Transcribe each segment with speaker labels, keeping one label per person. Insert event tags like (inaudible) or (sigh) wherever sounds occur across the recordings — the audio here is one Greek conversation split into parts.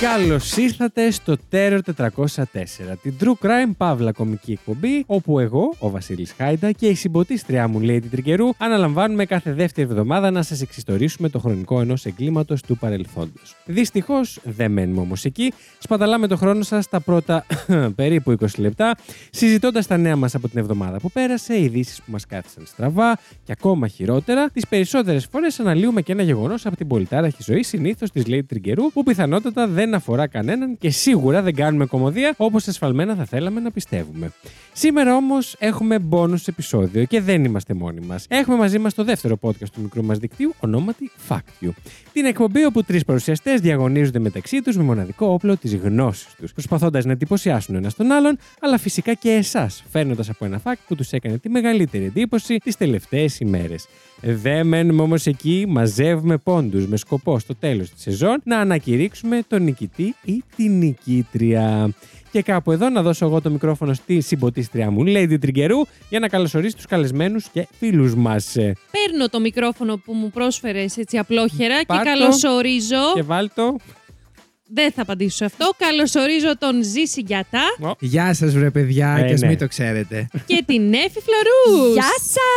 Speaker 1: Καλώς ήρθατε στο Terror 404, την True Crime Παύλα κομική εκπομπή, όπου εγώ, ο Βασίλης Χάιντα και η συμποτίστριά μου, λέει την Τρικερού, αναλαμβάνουμε κάθε δεύτερη εβδομάδα να σας εξιστορήσουμε το χρονικό ενός εγκλήματος του παρελθόντος. Δυστυχώς δεν μένουμε όμως εκεί, σπαταλάμε το χρόνο σας τα πρώτα (coughs) περίπου 20 λεπτά, συζητώντας τα νέα μας από την εβδομάδα που πέρασε, ειδήσεις που μας κάθισαν στραβά και ακόμα χειρότερα, τις περισσότερες φορές αναλύουμε και ένα γεγονός από την πολυτάραχη ζωή, συνήθως της λέει Τριγκερού, που πιθανότατα δεν αφορά κανέναν και σίγουρα δεν κάνουμε κομμωδία όπως ασφαλμένα θα θέλαμε να πιστεύουμε. Σήμερα όμως έχουμε bonus επεισόδιο και δεν είμαστε μόνοι μας. Έχουμε μαζί μας το δεύτερο podcast του μικρού μας δικτύου, ονόματι Fact You. Την εκπομπή όπου τρεις παρουσιαστές διαγωνίζονται μεταξύ τους με μοναδικό όπλο της γνώσης τους, προσπαθώντας να εντυπωσιάσουν ένας τον άλλον, αλλά φυσικά και εσάς, φέρνοντας από ένα fact που τους έκανε τη μεγαλύτερη εντύπωση τις τελευταίες ημέρες. Δεν μένουμε όμως εκεί, μαζεύουμε πόντους με σκοπό στο τέλος της σεζόν να ανακηρύξουμε τον νικητή ή την νικήτρια. Και κάπου εδώ να δώσω εγώ το μικρόφωνο στη συμποτίστρια μου, Lady Τριγκερού, για να καλωσορίσει τους καλεσμένους και φίλους μας.
Speaker 2: Παίρνω το μικρόφωνο που μου πρόσφερες έτσι απλόχερα
Speaker 1: Πάρ' το.
Speaker 2: και καλωσορίζω.
Speaker 1: Και βάλτο.
Speaker 2: Δεν θα απαντήσω σε αυτό. Καλωσορίζω τον Ζήση Γιατά
Speaker 1: (laughs)
Speaker 3: Γεια σας, βρε παιδιά,
Speaker 1: Ε,
Speaker 3: και ας
Speaker 1: ναι.
Speaker 3: μην το ξέρετε.
Speaker 2: και την Εφη Φλωρούς.
Speaker 4: Γεια σας!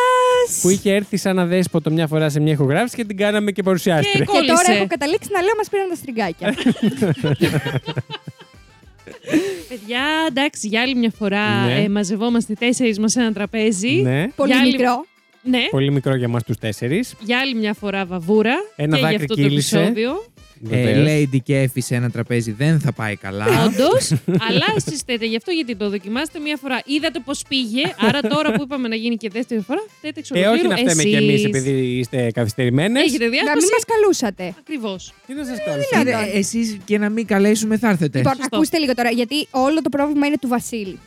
Speaker 1: Που είχε έρθει σαν αδέσποτο μια φορά σε μια ηχογράφηση και την κάναμε και παρουσιάστρια.
Speaker 2: Και
Speaker 4: Και τώρα
Speaker 2: κόλλησε.
Speaker 4: έχω καταλήξει να λέω μας πήραν τα στριγκάκια.
Speaker 2: Παιδιά, εντάξει, για άλλη μια φορά
Speaker 1: Ναι.
Speaker 2: ε, μαζευόμαστε τέσσερις μας σε ένα τραπέζι.
Speaker 1: Ναι.
Speaker 4: (laughs) Πολύ
Speaker 2: Για άλλη-
Speaker 4: μικρό. Ε.
Speaker 2: Ναι.
Speaker 1: Πολύ μικρό για μα τους τέσσερις.
Speaker 2: Για άλλη μια φορά βαβούρα.
Speaker 1: Ένα
Speaker 2: και για
Speaker 1: δάκρυ
Speaker 2: αυτό το
Speaker 1: κύλησε.
Speaker 2: επεισόδιο.
Speaker 3: ε, Lady και Εφη σε ένα τραπέζι δεν θα πάει
Speaker 4: Ε,
Speaker 3: καλά.
Speaker 2: Όντως,
Speaker 1: (laughs)
Speaker 2: αλλά εσείς θέτε γι' αυτό γιατί το δοκιμάστε μία φορά. Είδατε πώς πήγε, άρα τώρα που είπαμε να γίνει και δεύτερη φορά, θέτε εξ
Speaker 1: Ε, όχι
Speaker 2: ολοκλήρου
Speaker 1: να φταίμε
Speaker 2: εσείς.
Speaker 1: κι εμείς επειδή είστε καθυστερημένες.
Speaker 2: Έχετε
Speaker 4: Να μην
Speaker 2: διάσπαση.
Speaker 4: μας καλούσατε.
Speaker 2: Ακριβώς.
Speaker 1: Τι να σας κάνω.
Speaker 4: είναι δυνατόν.
Speaker 3: Εσεί Ε, και να μην καλέσουμε θα έρθετε.
Speaker 4: Λοιπόν,
Speaker 2: Σωστό.
Speaker 4: ακούστε λίγο τώρα, γιατί όλο το πρόβλημα είναι του Βασίλη.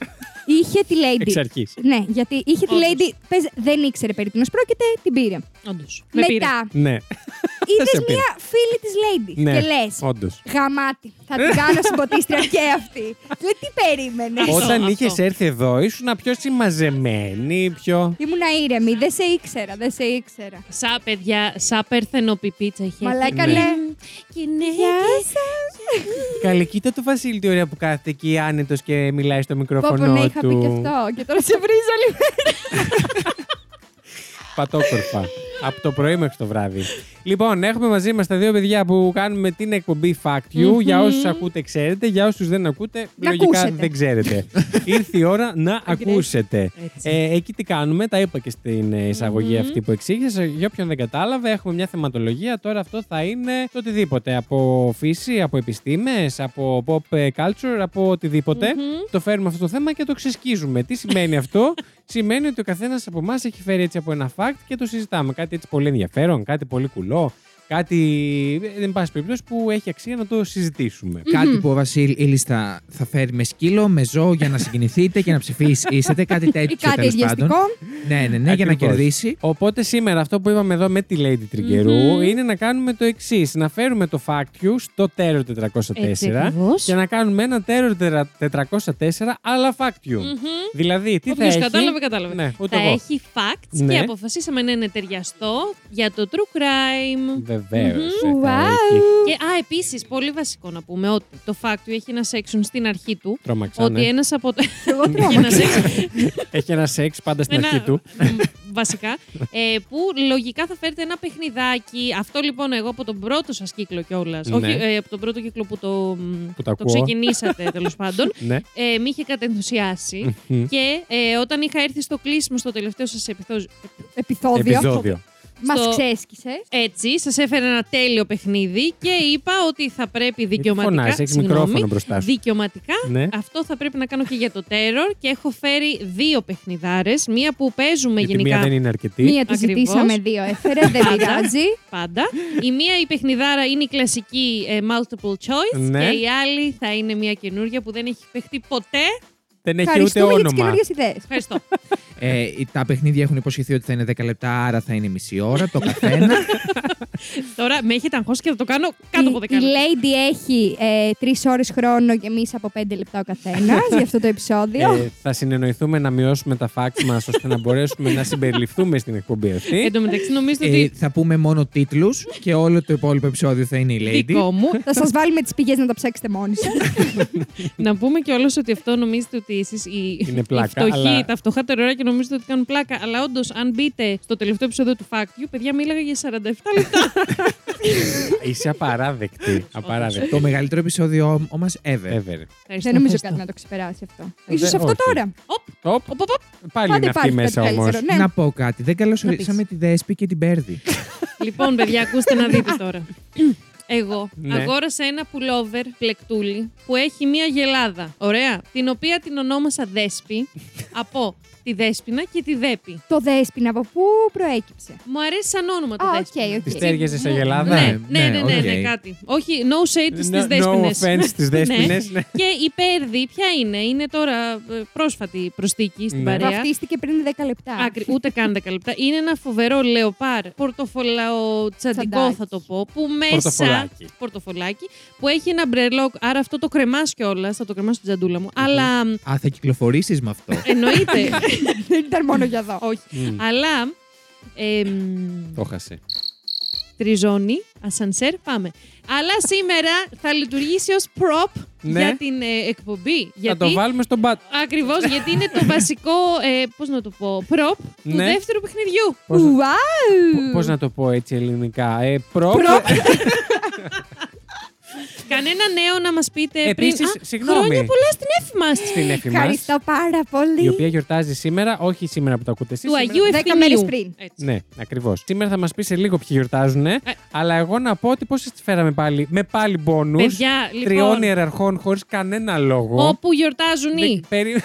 Speaker 4: είχε τη
Speaker 1: Εξ
Speaker 4: lady.
Speaker 1: αρχής.
Speaker 4: Ναι, γιατί είχε τη
Speaker 2: Όντως.
Speaker 4: lady. Πες, δεν ήξερε περί τίνος πρόκειται, την πήρε.
Speaker 2: Όντως.
Speaker 1: (laughs)
Speaker 4: Μετά,
Speaker 1: Ναι. σε πήρα.
Speaker 4: είδε μία φίλη της lady
Speaker 1: ναι.
Speaker 4: ε, και λες.
Speaker 1: Όντως.
Speaker 4: Γαμάτη, θα την κάνω συμποτίστρια και αυτή. Λέει, τι περίμενες.
Speaker 2: Ο-
Speaker 1: Όταν
Speaker 2: αυτό.
Speaker 1: είχες έρθει εδώ, ήσουν πιο συμμαζεμένη, πιο.
Speaker 4: Ήμουνα ήρεμη, δεν σε ήξερα, δεν σε ήξερα.
Speaker 2: Σα παιδιά, σα περθενό πιπίτσα έχει.
Speaker 4: Μαλάκα
Speaker 1: ναι.
Speaker 4: ναι.
Speaker 2: Και ναι.
Speaker 1: Καλή, κοίτα του Βασίλη, τι ωραία που κάθεται εκεί άνετος και μιλάει στο
Speaker 4: Πω, πω,
Speaker 1: μικρόφωνο
Speaker 4: ναι, είχα πει και
Speaker 1: του.
Speaker 4: αυτό. Και τώρα σε βρίζω λίγο.
Speaker 1: Πατόκορφα. Από το πρωί μέχρι το βράδυ. Λοιπόν, έχουμε μαζί μας τα δύο παιδιά που κάνουμε την εκπομπή Fact You.
Speaker 2: Μμμ.
Speaker 1: Για όσους ακούτε, ξέρετε. Για όσους δεν ακούτε,
Speaker 4: Να
Speaker 1: λογικά
Speaker 4: ακούσετε.
Speaker 1: δεν
Speaker 4: (laughs)
Speaker 1: ξέρετε. Ήρθε η ώρα να ακούσετε.
Speaker 2: Έτσι.
Speaker 1: Ε, εκεί τι κάνουμε, τα είπα και στην ε, εισαγωγή
Speaker 2: Μμμ.
Speaker 1: αυτή που εξήγησα. Για όποιον δεν κατάλαβε, έχουμε μια θεματολογία. Τώρα αυτό θα είναι το οτιδήποτε. Από φύση, από επιστήμες, από pop ε, culture, από οτιδήποτε. Το φέρνουμε αυτό το θέμα και το ξεσκίζουμε. Τι σημαίνει αυτό, Σημαίνει ότι ο καθένας από εμάς έχει φέρει έτσι από ένα fact και το συζητάμε. Κάτι έτσι πολύ ενδιαφέρον, κάτι πολύ κουλό, κάτι. ε, Εν πάση περιπτώσει που έχει αξία να το συζητήσουμε.
Speaker 3: Κάτι που ο Βασίλη Ήλις θα, θα φέρει με σκύλο, με ζώο για να συγκινηθείτε και να
Speaker 4: (laughs)
Speaker 3: ψηφίσετε. Κάτι
Speaker 4: Ή
Speaker 3: τέτοιο
Speaker 4: κάτι
Speaker 3: τέλος πάντων.
Speaker 4: αιγιαστικό.
Speaker 3: Ναι, ναι, ναι, για να
Speaker 1: Ακριβώς.
Speaker 3: κερδίσει.
Speaker 1: Οπότε σήμερα αυτό που είπαμε εδώ με τη Lady Τριγκερού
Speaker 2: Μμμ.
Speaker 1: είναι να κάνουμε το εξής: Να φέρουμε το fact you στο Terror 404
Speaker 2: Έτσι ακριβώς.
Speaker 1: και να κάνουμε ένα Terror 404 αλλά fact you. Δηλαδή, τι
Speaker 2: Όποιος
Speaker 1: θα
Speaker 2: κατάλαβε,
Speaker 1: έχει.
Speaker 2: κατάλαβε.
Speaker 1: Ναι, ούτε
Speaker 2: Θα
Speaker 1: εγώ.
Speaker 2: έχει facts
Speaker 1: Ναι.
Speaker 2: και αποφασίσαμε να είναι ταιριαστό για το true crime.
Speaker 1: Βεβαίως.
Speaker 4: Μμμ. Wow.
Speaker 2: Και, α, επίσης, πολύ βασικό να πούμε ότι το fact του έχει ένα section στην αρχή του.
Speaker 1: Τρομαξάνε.
Speaker 2: Ότι ένας από τα. (laughs)
Speaker 4: Εγώ
Speaker 1: (laughs)
Speaker 2: Έχει ένα
Speaker 4: τρόμαξα.
Speaker 2: section.
Speaker 1: Έχει ένα σεξ πάντα στην
Speaker 2: Ένα-
Speaker 1: αρχή του.
Speaker 2: μ, Βασικά. ε, που λογικά θα φέρετε ένα παιχνιδάκι. Αυτό λοιπόν εγώ από τον πρώτο σας κύκλο κιόλας.
Speaker 1: Ναι.
Speaker 2: Όχι ε, από τον πρώτο κύκλο που το, μ,
Speaker 1: Που τα
Speaker 2: το
Speaker 1: ακούω.
Speaker 2: ξεκινήσατε τέλος πάντων.
Speaker 1: (laughs) Ναι.
Speaker 2: Ε, με είχε κατενθουσιάσει.
Speaker 1: Μμμ.
Speaker 2: και ε, όταν είχα έρθει στο κλείσιμο στο τελευταίο σας επιθόριο.
Speaker 4: Επιθόδιο.
Speaker 1: Επεισόδιο.
Speaker 4: Μας
Speaker 2: Στο-
Speaker 4: ξέσκησε.
Speaker 2: Έτσι, σας έφερα ένα τέλειο παιχνίδι και είπα ότι θα πρέπει δικαιωματικά.
Speaker 1: Φωνάζει, έχεις
Speaker 2: συγγνώμη,
Speaker 1: μικρόφωνο μπροστά σου.
Speaker 2: Δικαιωματικά
Speaker 1: Ναι.
Speaker 2: αυτό θα πρέπει να κάνω και για το Terror και έχω φέρει δύο παιχνιδάρες. Μία που παίζουμε
Speaker 1: Γιατί
Speaker 2: γενικά
Speaker 1: μία δεν είναι αρκετή.
Speaker 4: Μία τη
Speaker 2: Ακριβώς.
Speaker 4: ζητήσαμε, δύο έφερε, δεν πειράζει.
Speaker 2: πάντα. Η μία η παιχνιδάρα είναι η κλασική ε, multiple choice
Speaker 1: Ναι.
Speaker 2: και η άλλη θα είναι μια καινούργια που δεν έχει παιχτεί ποτέ.
Speaker 1: Δεν έχει ούτε
Speaker 4: Ευχαριστούμε για τις
Speaker 1: όνομα.
Speaker 4: καινούργιες ιδέες.
Speaker 1: (laughs)
Speaker 2: Ευχαριστώ.
Speaker 4: (laughs)
Speaker 3: Ε, τα παιχνίδια έχουν υποσχεθεί ότι θα είναι 10 λεπτά, άρα θα είναι μισή ώρα το καθένα.
Speaker 2: Τώρα με έχετε αγχώσει και θα το κάνω κάτω από
Speaker 4: Η, η
Speaker 2: 10 λεπτά.
Speaker 4: Lady έχει ε, τρεις ώρες χρόνο και εμείς από πέντε λεπτά ο καθένας για αυτό το επεισόδιο.
Speaker 1: Ε, θα συνεννοηθούμε να μειώσουμε τα facts μας ώστε να μπορέσουμε να συμπεριληφθούμε στην εκπομπή αυτή.
Speaker 2: Εν τω μεταξύ, νομίζω
Speaker 3: Ε,
Speaker 2: ότι
Speaker 3: θα πούμε μόνο τίτλους και όλο το υπόλοιπο επεισόδιο θα είναι η Lady.
Speaker 2: δικό μου.
Speaker 4: Θα σας βάλουμε τις πηγές να τα ψάξετε μόνοι σας.
Speaker 2: να πούμε κιόλα ότι αυτό νομίζετε ότι εσείς οι,
Speaker 1: Είναι πλάκα,
Speaker 2: οι φτωχοί,
Speaker 1: αλλά-
Speaker 2: τα φτωχά τερορά και νομίζετε ότι κάνουν πλάκα. Αλλά όντως, αν μπείτε στο τελευταίο επεισόδιο του Fact You, παιδιά μίλαγα για 47 λεπτά.
Speaker 1: Είσαι απαράδεκτη. απαράδεκτη.
Speaker 3: το μεγαλύτερο επεισόδιο μα ever.
Speaker 1: Ever.
Speaker 4: Δεν νομίζω κάτι να το ξεπεράσει αυτό. Ίσως
Speaker 1: δεν-
Speaker 4: αυτό
Speaker 1: Ε, όχι.
Speaker 4: τώρα.
Speaker 1: Οπ,
Speaker 2: Οπ, οπ, οπ.
Speaker 1: πάλι
Speaker 4: Πάντα
Speaker 1: είναι αυτή
Speaker 4: υπάρχει κάτι
Speaker 1: μέσα όμως.
Speaker 4: καλύτερο. Ναι.
Speaker 3: Να πω κάτι. Δεν
Speaker 2: Να
Speaker 3: καλωσορίσαμε τη Δέσπη και την Πέρδη.
Speaker 2: Λοιπόν, παιδιά, ακούστε να δείτε τώρα. Εγώ
Speaker 1: Ναι.
Speaker 2: αγόρασα ένα πουλόβερ πλεκτούλι που έχει μία γελάδα. Ωραία. Την οποία την ονόμασα Δέσπη από τη Δέσπινα και τη Δέπη.
Speaker 4: Το δέσπινα από πού προέκυψε.
Speaker 2: Μου αρέσει σαν όνομα το
Speaker 4: Α, οκ,
Speaker 2: Δέσπινα.
Speaker 4: οκ.
Speaker 1: Της τέριαζε σε γελάδα.
Speaker 2: Ναι, ναι, ναι, ναι, ναι,
Speaker 3: οκ.
Speaker 2: κάτι. Όχι, no shade στις
Speaker 1: Ναι,
Speaker 2: Ναι.
Speaker 1: No- No
Speaker 2: Δέσποινες.
Speaker 1: offense
Speaker 2: (laughs)
Speaker 1: Ναι. στι δέσπινε.
Speaker 2: Και η Πέρδη, ποια είναι, είναι τώρα ε, πρόσφατη προστίκη στην
Speaker 1: Ναι.
Speaker 2: παρέα.
Speaker 4: Βαφτίστηκε πριν 10 λεπτά.
Speaker 2: Άκρη, ούτε καν 10 λεπτά. Είναι ένα φοβερό λεοπάρ, πορτοφολαοτσαντικό
Speaker 4: Τσαντάκι.
Speaker 2: θα το πω, που μέσα.
Speaker 1: Πορτοφολάκι.
Speaker 2: πορτοφολάκι, που έχει ένα μπρελόκ. Άρα αυτό το κρεμάς κιόλας, θα το κρεμάσω την τζαντούλα μου. Αλλά μ,
Speaker 3: Α, θα κυκλοφορήσεις με αυτό.
Speaker 2: εννοείται.
Speaker 4: Δεν ήταν μόνο για εδώ.
Speaker 2: όχι. Αλλά. Ε, μ,
Speaker 1: Το χασε.
Speaker 2: τριζώνει, ασανσέρ, πάμε. Αλλά σήμερα θα λειτουργήσει ως prop
Speaker 1: Ναι.
Speaker 2: για την ε, εκπομπή.
Speaker 1: Θα
Speaker 2: γιατί
Speaker 1: το βάλουμε στον μπατ.
Speaker 2: Ακριβώς, γιατί είναι το βασικό, ε, πώς να το πω, προπ του
Speaker 1: Ναι.
Speaker 2: δεύτερου παιχνιδιού.
Speaker 1: Πώς-
Speaker 4: Ουάου!
Speaker 1: Πώς να το πω έτσι ελληνικά. Ε, προ...
Speaker 2: Κανένα νέο να μας πείτε πριν.
Speaker 1: Επίσης,
Speaker 2: Α,
Speaker 1: συγγνώμη.
Speaker 2: Χρόνια πολλά στην έφη μας.
Speaker 1: Στην έφη μας.
Speaker 4: Ευχαριστώ πάρα
Speaker 1: Η
Speaker 4: πολύ.
Speaker 1: οποία γιορτάζει σήμερα, όχι σήμερα που το ακούτε εσείς.
Speaker 2: Του Αγίου
Speaker 4: Δέκα
Speaker 2: Ευθυμίου.
Speaker 4: μέρες πριν.
Speaker 2: Έτσι. Ε.
Speaker 1: Ναι, ακριβώς. Σήμερα θα μας πει σε λίγο ποιοι γιορτάζουν. Αλλά εγώ να πω ότι πώς τις φέραμε πάλι. Με πάλι μπόνου.
Speaker 2: Παιδιά, λοιπόν,
Speaker 1: Τριών ιεραρχών χωρίς κανένα λόγο.
Speaker 2: όπου γιορτάζουν οι.
Speaker 1: Δεν- περί-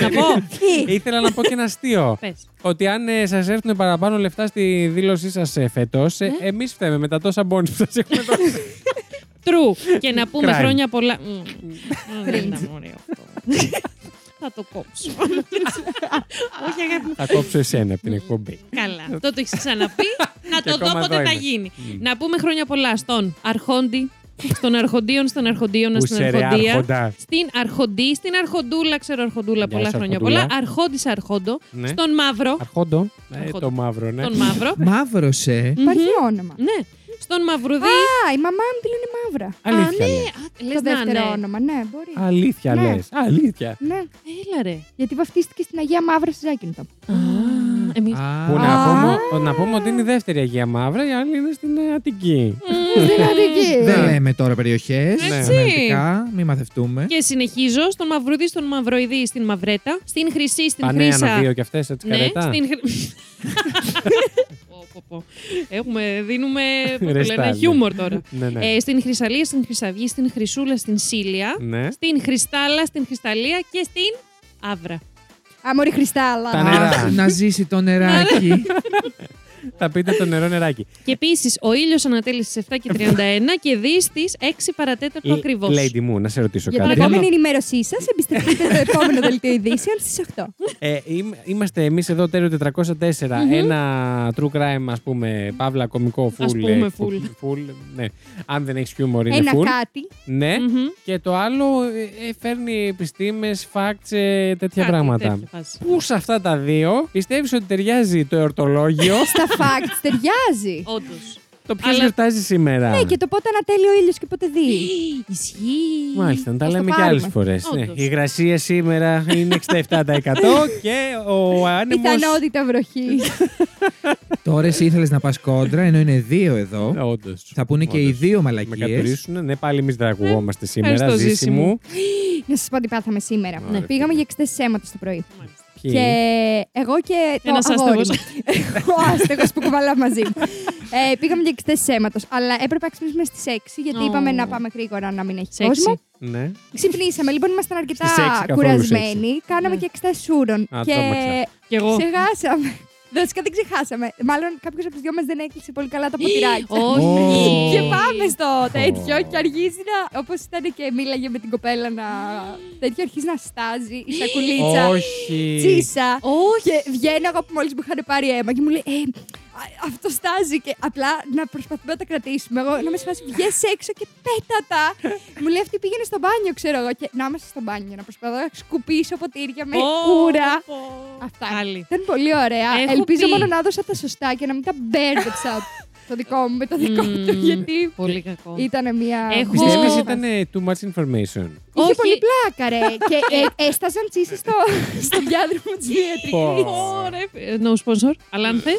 Speaker 2: Να
Speaker 1: (laughs)
Speaker 2: πω.
Speaker 4: Τι?
Speaker 1: Ήθελα να πω και ένα αστείο.
Speaker 2: Πες.
Speaker 1: ότι αν ε, σας έρθουν παραπάνω λεφτά στη δήλωσή σας ε, φέτος, ε, εμείς φταίμε με τα τόσα μπόνου που σας έχουμε
Speaker 2: (laughs)
Speaker 1: δώσει.
Speaker 2: True. Και να πούμε
Speaker 1: Crime.
Speaker 2: χρόνια πολλά. Μμμ. Μμμ, Δεν ήταν ωραίο αυτό. Θα το κόψω. Όχι, αγάπη μου.
Speaker 1: θα κόψω εσένα από την εκπομπή.
Speaker 2: Καλά. Αυτό το έχεις ξαναπεί.
Speaker 1: (laughs)
Speaker 2: Να
Speaker 1: Και
Speaker 2: το
Speaker 1: ακόμα
Speaker 2: δω
Speaker 1: εδώ
Speaker 2: πότε θα
Speaker 1: είμαι.
Speaker 2: γίνει. Να πούμε χρόνια πολλά στον Αρχόντι, στον Αρχοντίον, στον Αρχοντίωνα,
Speaker 1: Που
Speaker 2: στην
Speaker 1: σε ρε
Speaker 2: Αρχοντία.
Speaker 1: άρχοντα.
Speaker 2: Στην Αρχοντή, στην Αρχοντούλα, ξέρω Αρχοντούλα
Speaker 1: Γεια
Speaker 2: πολλά
Speaker 1: σου,
Speaker 2: χρόνια πολλά.
Speaker 1: Αρχοντούλα.
Speaker 2: Αρχόντις Αρχόντο,
Speaker 1: Ναι.
Speaker 2: στον Μαύρο,
Speaker 1: Αρχόντο. Ε,
Speaker 2: Αρχόντο.
Speaker 1: το μαύρο, ναι.
Speaker 2: τον
Speaker 1: (laughs)
Speaker 2: Μαύρο,
Speaker 3: Μαύρωσε.
Speaker 4: Υπάρχει όνομα.
Speaker 2: ναι, στον Μαυρουδί.
Speaker 4: Α, η μαμά μου τη λένε μαύρα.
Speaker 1: Αλήθεια.
Speaker 2: Α, ναι,
Speaker 1: λες.
Speaker 2: α,
Speaker 4: Το
Speaker 2: λες να
Speaker 4: δεύτερο
Speaker 2: ναι.
Speaker 4: όνομα, ναι, μπορεί.
Speaker 1: Αλήθεια
Speaker 4: Ναι.
Speaker 1: λες. Αλήθεια.
Speaker 4: Ναι,
Speaker 2: Έλα ρε.
Speaker 4: γιατί βαφτίστηκε στην Αγία Μαύρα στο Ζάκυνθο.
Speaker 2: Εμείς...
Speaker 3: Α,
Speaker 1: Που να,
Speaker 4: Α.
Speaker 1: πούμε, να πούμε ότι είναι η δεύτερη Αγία Μαύρα, η άλλη είναι στην ε, Αττική.
Speaker 4: Στην
Speaker 1: Ναι,
Speaker 3: Δεν
Speaker 4: Αττική.
Speaker 3: λέμε τώρα περιοχές.
Speaker 2: Ναι. Έτσι.
Speaker 3: Μην μαθευτούμε.
Speaker 2: Και συνεχίζω στον Μαυρουδί, στον Μαυροειδή, στην Μαυρέτα, στην Χρυσή, στην
Speaker 1: Πανέανα
Speaker 2: Χρύσα.
Speaker 1: δύο κι αυτές, έτσι
Speaker 2: Ναι,
Speaker 1: καρέτα.
Speaker 2: στην
Speaker 1: (laughs)
Speaker 2: Χρυ- Πω, πω, πω. Έχουμε, δίνουμε, πώς το λένε,
Speaker 1: Ρεστάλ, ναι.
Speaker 2: χιούμορ τώρα.
Speaker 1: Ναι, ναι.
Speaker 2: Ε, στην Χρυσαλία, στην Χρυσαυγή, στην Χρυσούλα, στην Σίλια,
Speaker 1: Ναι.
Speaker 2: στην Χρυστάλα, στην Χρυσταλία και στην Άβρα.
Speaker 4: Αμόρι Χριστάλα.
Speaker 1: Τα νερά.
Speaker 3: Αχ, να ζήσει το
Speaker 2: Ναι,
Speaker 3: νεράκι.
Speaker 1: Θα πείτε το νερό νεράκι.
Speaker 2: (laughs) Και επίσης ο ήλιος ανατέλεισε στι
Speaker 1: (laughs)
Speaker 2: 7 και 31 και δίστη 6 παρατέταρτο
Speaker 1: Ε,
Speaker 2: ακριβώς.
Speaker 1: Lady μου, να σε ρωτήσω
Speaker 4: Για την
Speaker 1: κάτι.
Speaker 3: παρακαλώ.
Speaker 4: επόμενη ενημέρωσή σας, εμπιστευτείτε το επόμενο δελτίο ειδήσεων στις 8.
Speaker 1: (laughs) Ε, είμαι- είμαστε εμείς εδώ, Τέριο 404, ένα true crime, ας πούμε, παύλα κωμικό full.
Speaker 2: Ας πούμε,
Speaker 1: ε,
Speaker 2: full.
Speaker 1: full, ναι. Αν δεν έχεις χιούμορ, είναι
Speaker 4: Ένα
Speaker 1: full.
Speaker 4: κάτι.
Speaker 1: Ναι.
Speaker 2: Μμμ.
Speaker 1: Και το άλλο ε, ε, φέρνει επιστήμες, facts, ε, τέτοια
Speaker 2: Κάτι
Speaker 1: πράγματα.
Speaker 2: τέτοια φάση.
Speaker 1: Πού σε αυτά τα δύο πιστεύεις ότι ταιριάζει το
Speaker 4: (laughs)
Speaker 1: εορτολόγιο,
Speaker 4: Στα facts ταιριάζει.
Speaker 2: Όντως.
Speaker 1: το ποιος
Speaker 2: Αλλά-
Speaker 1: γιορτάζει σήμερα.
Speaker 4: Ναι, και το πότε ανατέλει ο ήλιος και πότε δει.
Speaker 2: Ισχύει.
Speaker 1: Μάλιστα, να τα
Speaker 4: Ας το
Speaker 1: λέμε και
Speaker 4: πάρουμε.
Speaker 1: άλλε φορές. Ναι.
Speaker 2: Όντως.
Speaker 1: Η υγρασία σήμερα είναι 67%
Speaker 4: (laughs)
Speaker 1: και ο άνεμος.
Speaker 4: Πιθανότητα βροχής.
Speaker 3: Τώρα εσύ ήθελες να πας κόντρα, ενώ είναι δύο εδώ.
Speaker 1: Όντως.
Speaker 3: Θα πούνε και οι δύο
Speaker 1: Ναι, Με
Speaker 3: μαλακίες.
Speaker 1: κατουρίσουν. Ναι, πάλι εμείς τραγουδόμαστε
Speaker 4: Ε,
Speaker 1: σήμερα.
Speaker 2: ευχαριστώ,
Speaker 1: Ζήση
Speaker 2: Ζήση
Speaker 1: μου.
Speaker 4: Να σας πω τι πάθαμε σήμερα.
Speaker 1: Ωραία.
Speaker 4: Πήγαμε για εξετάσει αίματος το πρωί.
Speaker 1: Ποιοι?
Speaker 4: Και εγώ και το
Speaker 2: Ένας
Speaker 4: αγόρι
Speaker 2: άστεγος.
Speaker 4: μου. (laughs) Ο άστεγος που κουβαλάω μαζί μου. Ε, πήγαμε για εξετάσει αίματο, αλλά έπρεπε να ξυπνήσουμε στις 6 γιατί
Speaker 2: Ω.
Speaker 4: είπαμε να πάμε γρήγορα να μην έχει
Speaker 2: Σε έξι.
Speaker 4: κόσμο.
Speaker 1: Ναι.
Speaker 4: Ξυπνήσαμε, λοιπόν, ήμασταν αρκετά
Speaker 1: Στις έξι, καθόλου
Speaker 4: κουρασμένοι. Κάναμε
Speaker 2: Ναι.
Speaker 4: και εξετάσει ούρων.
Speaker 1: Α,
Speaker 4: και
Speaker 1: τρόμαξα.
Speaker 2: Κι εγώ.
Speaker 4: ξεχάσαμε. Βασικά δεν ξεχάσαμε. Μάλλον κάποιος από τους δυο μας δεν έκλεισε πολύ καλά τα ποτηράκια.
Speaker 2: (gasps) Όχι.
Speaker 4: (gasps) Και πάμε στο τέτοιο
Speaker 1: Ω.
Speaker 4: και αρχίζει να. Όπως ήταν και μίλαγε με την κοπέλα να. τέτοιο αρχίζει να στάζει η σακουλίτσα.
Speaker 1: (gasps) Όχι.
Speaker 4: Τσίσα. Και βγαίνω εγώ που μόλις μου είχαν πάρει αίμα και μου λέει. Ε, αυτό στάζει και απλά να προσπαθούμε να τα κρατήσουμε. Εγώ να με σχάσει, βγες έξω και πέτα
Speaker 2: (laughs)
Speaker 4: τα. Μου λέει αυτή πήγαινε στο μπάνιο, ξέρω εγώ. Και να είμαστε στο μπάνιο, να προσπαθώ να σκουπίσω ποτήρια με κούρα. Αυτά.
Speaker 2: Άλλη.
Speaker 4: Ήταν πολύ ωραία.
Speaker 2: Έχω
Speaker 4: Ελπίζω
Speaker 2: πει.
Speaker 4: μόνο να έδωσα τα σωστά και να μην τα μπέρδεψα (laughs) το δικό μου με το δικό του.
Speaker 2: Μμμ.
Speaker 4: Γιατί
Speaker 2: Πολύ κακό.
Speaker 4: ήταν μια.
Speaker 2: Έχω-
Speaker 1: Πιστεύεις
Speaker 2: Ω.
Speaker 1: ήταν ε, too much information.
Speaker 4: Είχε
Speaker 2: Όχι.
Speaker 4: πολύ πλάκα, ρε.
Speaker 2: (laughs)
Speaker 4: και ε, έσταζαν τσίση στο, στο (laughs) διάδρομο της
Speaker 1: Πω.
Speaker 4: ιατρική.
Speaker 2: Ωραία. ε, No sponsor. Αλλά αν θες.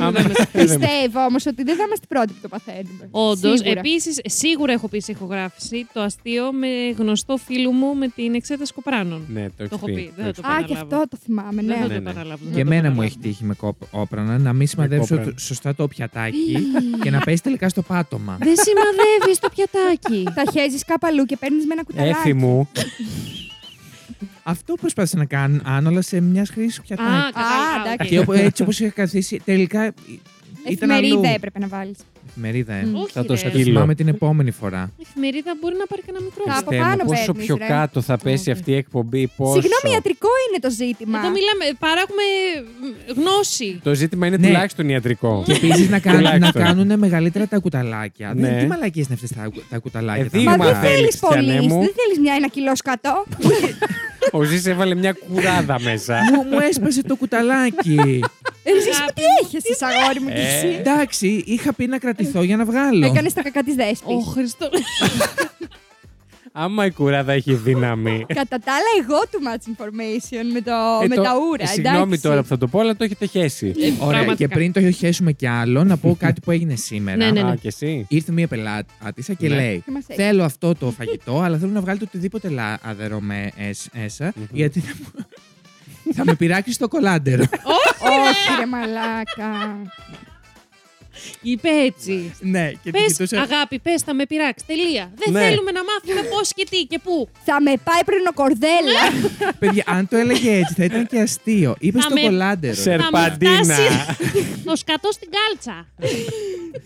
Speaker 1: Άμα-
Speaker 4: ναι, Πιστεύω όμως ότι δεν θα είμαστε πρώτοι που το παθαίνουμε.
Speaker 2: Όντως.
Speaker 4: Σίγουρα.
Speaker 2: Επίσης, σίγουρα έχω πει σε ηχογράφηση το αστείο με γνωστό φίλου μου με την εξέταση κοπράνων.
Speaker 1: Ναι, το
Speaker 2: Το
Speaker 1: έχω
Speaker 2: έχω
Speaker 1: πει.
Speaker 2: πει, δεν θα το
Speaker 4: Α, και
Speaker 2: επαναλάβω.
Speaker 4: αυτό το θυμάμαι,
Speaker 2: Δεν
Speaker 4: ναι.
Speaker 2: θα
Speaker 1: Ναι,
Speaker 2: το
Speaker 1: ναι.
Speaker 2: επαναλάβω. δεν θα
Speaker 3: Και
Speaker 2: το
Speaker 3: εμένα μου
Speaker 2: επαναλάβω.
Speaker 3: έχει τύχει με κόπ- όπρανα να μην σημαδέψω
Speaker 1: κόπρανα.
Speaker 3: το- σωστά το πιατάκι και να πέσει τελικά στο πάτωμα.
Speaker 2: Δεν σημαδεύεις το πιατάκι.
Speaker 4: (laughs) Τα χέζεις κάπου αλλού και παίρνεις με ένα
Speaker 1: Έφη
Speaker 4: κουταλάκι.
Speaker 1: μου.
Speaker 3: Αυτό προσπάθησα να κάνω, αν όλα σε μια χρήση
Speaker 2: Α,
Speaker 3: πιατάκι.
Speaker 2: κατάλαβα,
Speaker 4: εντάξει.
Speaker 2: οκ.
Speaker 3: Και οπο- έτσι όπως είχα καθίσει,
Speaker 2: Ε,
Speaker 3: τελικά ήταν αλλού.
Speaker 4: Εφημερίδα έπρεπε να βάλεις.
Speaker 3: Εφημερίδα, ε.
Speaker 2: Όχι,
Speaker 1: Θα το
Speaker 2: ρε.
Speaker 1: σκύλω.
Speaker 3: Θυμάμαι την επόμενη φορά.
Speaker 2: Η εφημερίδα μπορεί να πάρει και ένα μικρό.
Speaker 4: Κάπου. Από
Speaker 1: Θεέ μου,
Speaker 4: πάνω
Speaker 1: πόσο
Speaker 4: παίρνεις,
Speaker 1: πιο
Speaker 4: ρε.
Speaker 1: κάτω θα πέσει
Speaker 2: Όχι.
Speaker 1: αυτή η εκπομπή, πόσο.
Speaker 4: Συγγνώμη, ιατρικό είναι το ζήτημα.
Speaker 2: Εδώ μιλάμε, παράγουμε γνώση.
Speaker 1: Το ζήτημα είναι
Speaker 3: Ναι.
Speaker 1: τουλάχιστον ιατρικό.
Speaker 3: Και επίσης να, κάνουν, να
Speaker 1: Τουλάχιστον.
Speaker 3: κάνουν μεγαλύτερα τα κουταλάκια.
Speaker 1: Ναι.
Speaker 3: Δεν, τι μαλακίες είναι αυτές τα, κου- τα κουταλάκια.
Speaker 1: Ε,
Speaker 3: τα
Speaker 1: δείγμα
Speaker 4: Μα
Speaker 1: Μα
Speaker 4: δεν
Speaker 3: μικρά.
Speaker 1: θέλεις,
Speaker 4: θέλει
Speaker 1: Χριστιανέ
Speaker 4: πολύς.
Speaker 1: μου.
Speaker 4: Δεν θέλεις μια ένα κιλό σκατό.
Speaker 1: Ο Ζης έβαλε μια κουράδα μέσα.
Speaker 3: μου, μου έσπασε το κουταλάκι.
Speaker 4: Ε, Εσύ
Speaker 2: Αγάπη
Speaker 4: με τι έχεις, αγόρι μου κι
Speaker 1: Ε.
Speaker 4: εσύ.
Speaker 3: Εντάξει, είχα πει να κρατηθώ για να βγάλω.
Speaker 4: Έκανες τα κακά της δέσπης.
Speaker 2: Ο
Speaker 4: (laughs)
Speaker 2: Χριστό.
Speaker 1: Άμα η κουράδα έχει δύναμη.
Speaker 4: Κατά τα άλλα, εγώ του match information με, το,
Speaker 1: Ε,
Speaker 4: με
Speaker 1: το-
Speaker 4: τα ούρα.
Speaker 1: ε, Συγγνώμη
Speaker 4: εντάξει.
Speaker 1: τώρα που θα το πω, αλλά το έχετε
Speaker 4: Ε,
Speaker 2: Ναι,
Speaker 1: χέσει.
Speaker 3: Ωραία, και
Speaker 2: Πραγματικά.
Speaker 3: πριν το χέσουμε κι άλλο, να πω κάτι που έγινε σήμερα.
Speaker 2: Ναι, ναι.
Speaker 1: Α, και εσύ.
Speaker 3: Ήρθε μία πελάτησα και
Speaker 1: Ναι.
Speaker 3: λέει:
Speaker 4: Και μας έχεις.
Speaker 3: Θέλω αυτό το φαγητό, αλλά θέλω να βγάλετε οτιδήποτε λάδερο με εσ- εσά, γιατί θα μου- θα με πειράξεις το
Speaker 4: (laughs)
Speaker 3: κολάντερο.
Speaker 4: Όχι, ρε μαλάκα.
Speaker 2: Είπε έτσι.
Speaker 3: ναι, και την
Speaker 2: Πες,
Speaker 3: κοιτούσα.
Speaker 2: αγάπη, πες, θα με πειράξεις. Τελεία. Δεν
Speaker 1: Ναι.
Speaker 2: θέλουμε να μάθουμε πώς και τι και πού.
Speaker 4: Θα με πάει πριν ο κορδέλα.
Speaker 3: Παιδιά, αν το έλεγε έτσι, θα ήταν και αστείο. Είπες
Speaker 2: Θα
Speaker 3: στο
Speaker 2: με-
Speaker 3: κολάντερο. ρε.
Speaker 2: Θα με
Speaker 1: Σερπαντίνα.
Speaker 2: φτάσει (laughs) Το σκατό στην κάλτσα.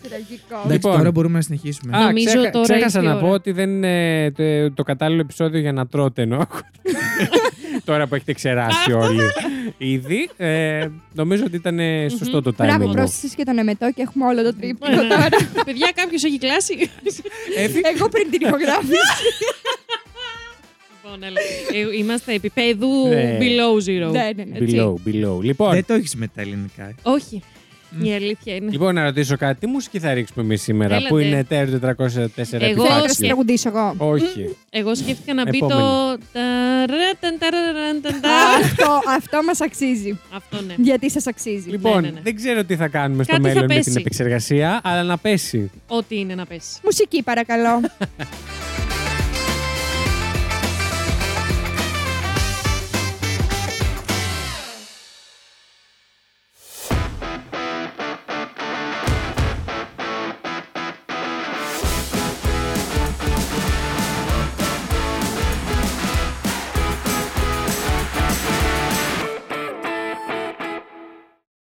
Speaker 4: Τραγικό.
Speaker 3: Εντάξει,
Speaker 1: Λοιπόν.
Speaker 3: τώρα μπορούμε να συνεχίσουμε.
Speaker 1: Α,
Speaker 2: Νομίζω
Speaker 1: ξέχα-
Speaker 2: τώρα
Speaker 1: ξέχασα
Speaker 2: ήρθε η
Speaker 1: να
Speaker 2: ώρα.
Speaker 1: πω ότι δεν είναι το, το κατάλληλο επεισόδιο για να τρώτε ενώ. Τώρα που έχετε ξεράσει όλοι ήδη. Ε, νομίζω ότι ήταν ε, σωστό το timing.
Speaker 4: Μπράβο,
Speaker 1: μου.
Speaker 4: πρόσθεσες και τον εμετό και έχουμε όλο το τρίπτυχο
Speaker 2: Ναι.
Speaker 4: τώρα.
Speaker 2: Παιδιά, κάποιος έχει κλάσει.
Speaker 4: Εγώ πριν την ηχογράφηση.
Speaker 2: Λοιπόν, έλα. Ε, Είμαστε επίπεδου
Speaker 1: Ναι.
Speaker 2: below zero.
Speaker 4: Ναι, ναι, ναι.
Speaker 2: Έτσι.
Speaker 1: Below, below. Λοιπόν,
Speaker 3: Δεν το έχεις με τα ελληνικά.
Speaker 2: Όχι. Η αλήθεια είναι.
Speaker 1: λοιπόν, να ρωτήσω κάτι. Τι μουσική θα ρίξουμε εμείς σήμερα,
Speaker 2: Έλατε.
Speaker 1: που είναι Terror 404
Speaker 2: Εγώ
Speaker 4: Θέλω να
Speaker 1: επιφάνεια.
Speaker 4: σε τραγουδήσω εγώ.
Speaker 1: Όχι.
Speaker 2: Εγώ σκέφτηκα να μπει το.
Speaker 1: Επόμενη.
Speaker 2: ταραταν, ταραταν,
Speaker 4: Α,
Speaker 2: ταραταν.
Speaker 4: Αυτό, αυτό μας αξίζει.
Speaker 2: Αυτό ναι.
Speaker 4: Γιατί σας αξίζει.
Speaker 1: Λοιπόν,
Speaker 2: ναι, ναι.
Speaker 1: δεν ξέρω τι θα κάνουμε στο
Speaker 2: Κάτι θα
Speaker 1: μέλλον με
Speaker 2: πέσει.
Speaker 1: την επεξεργασία, αλλά να πέσει.
Speaker 2: Ό,τι είναι να πέσει.
Speaker 4: Μουσική παρακαλώ.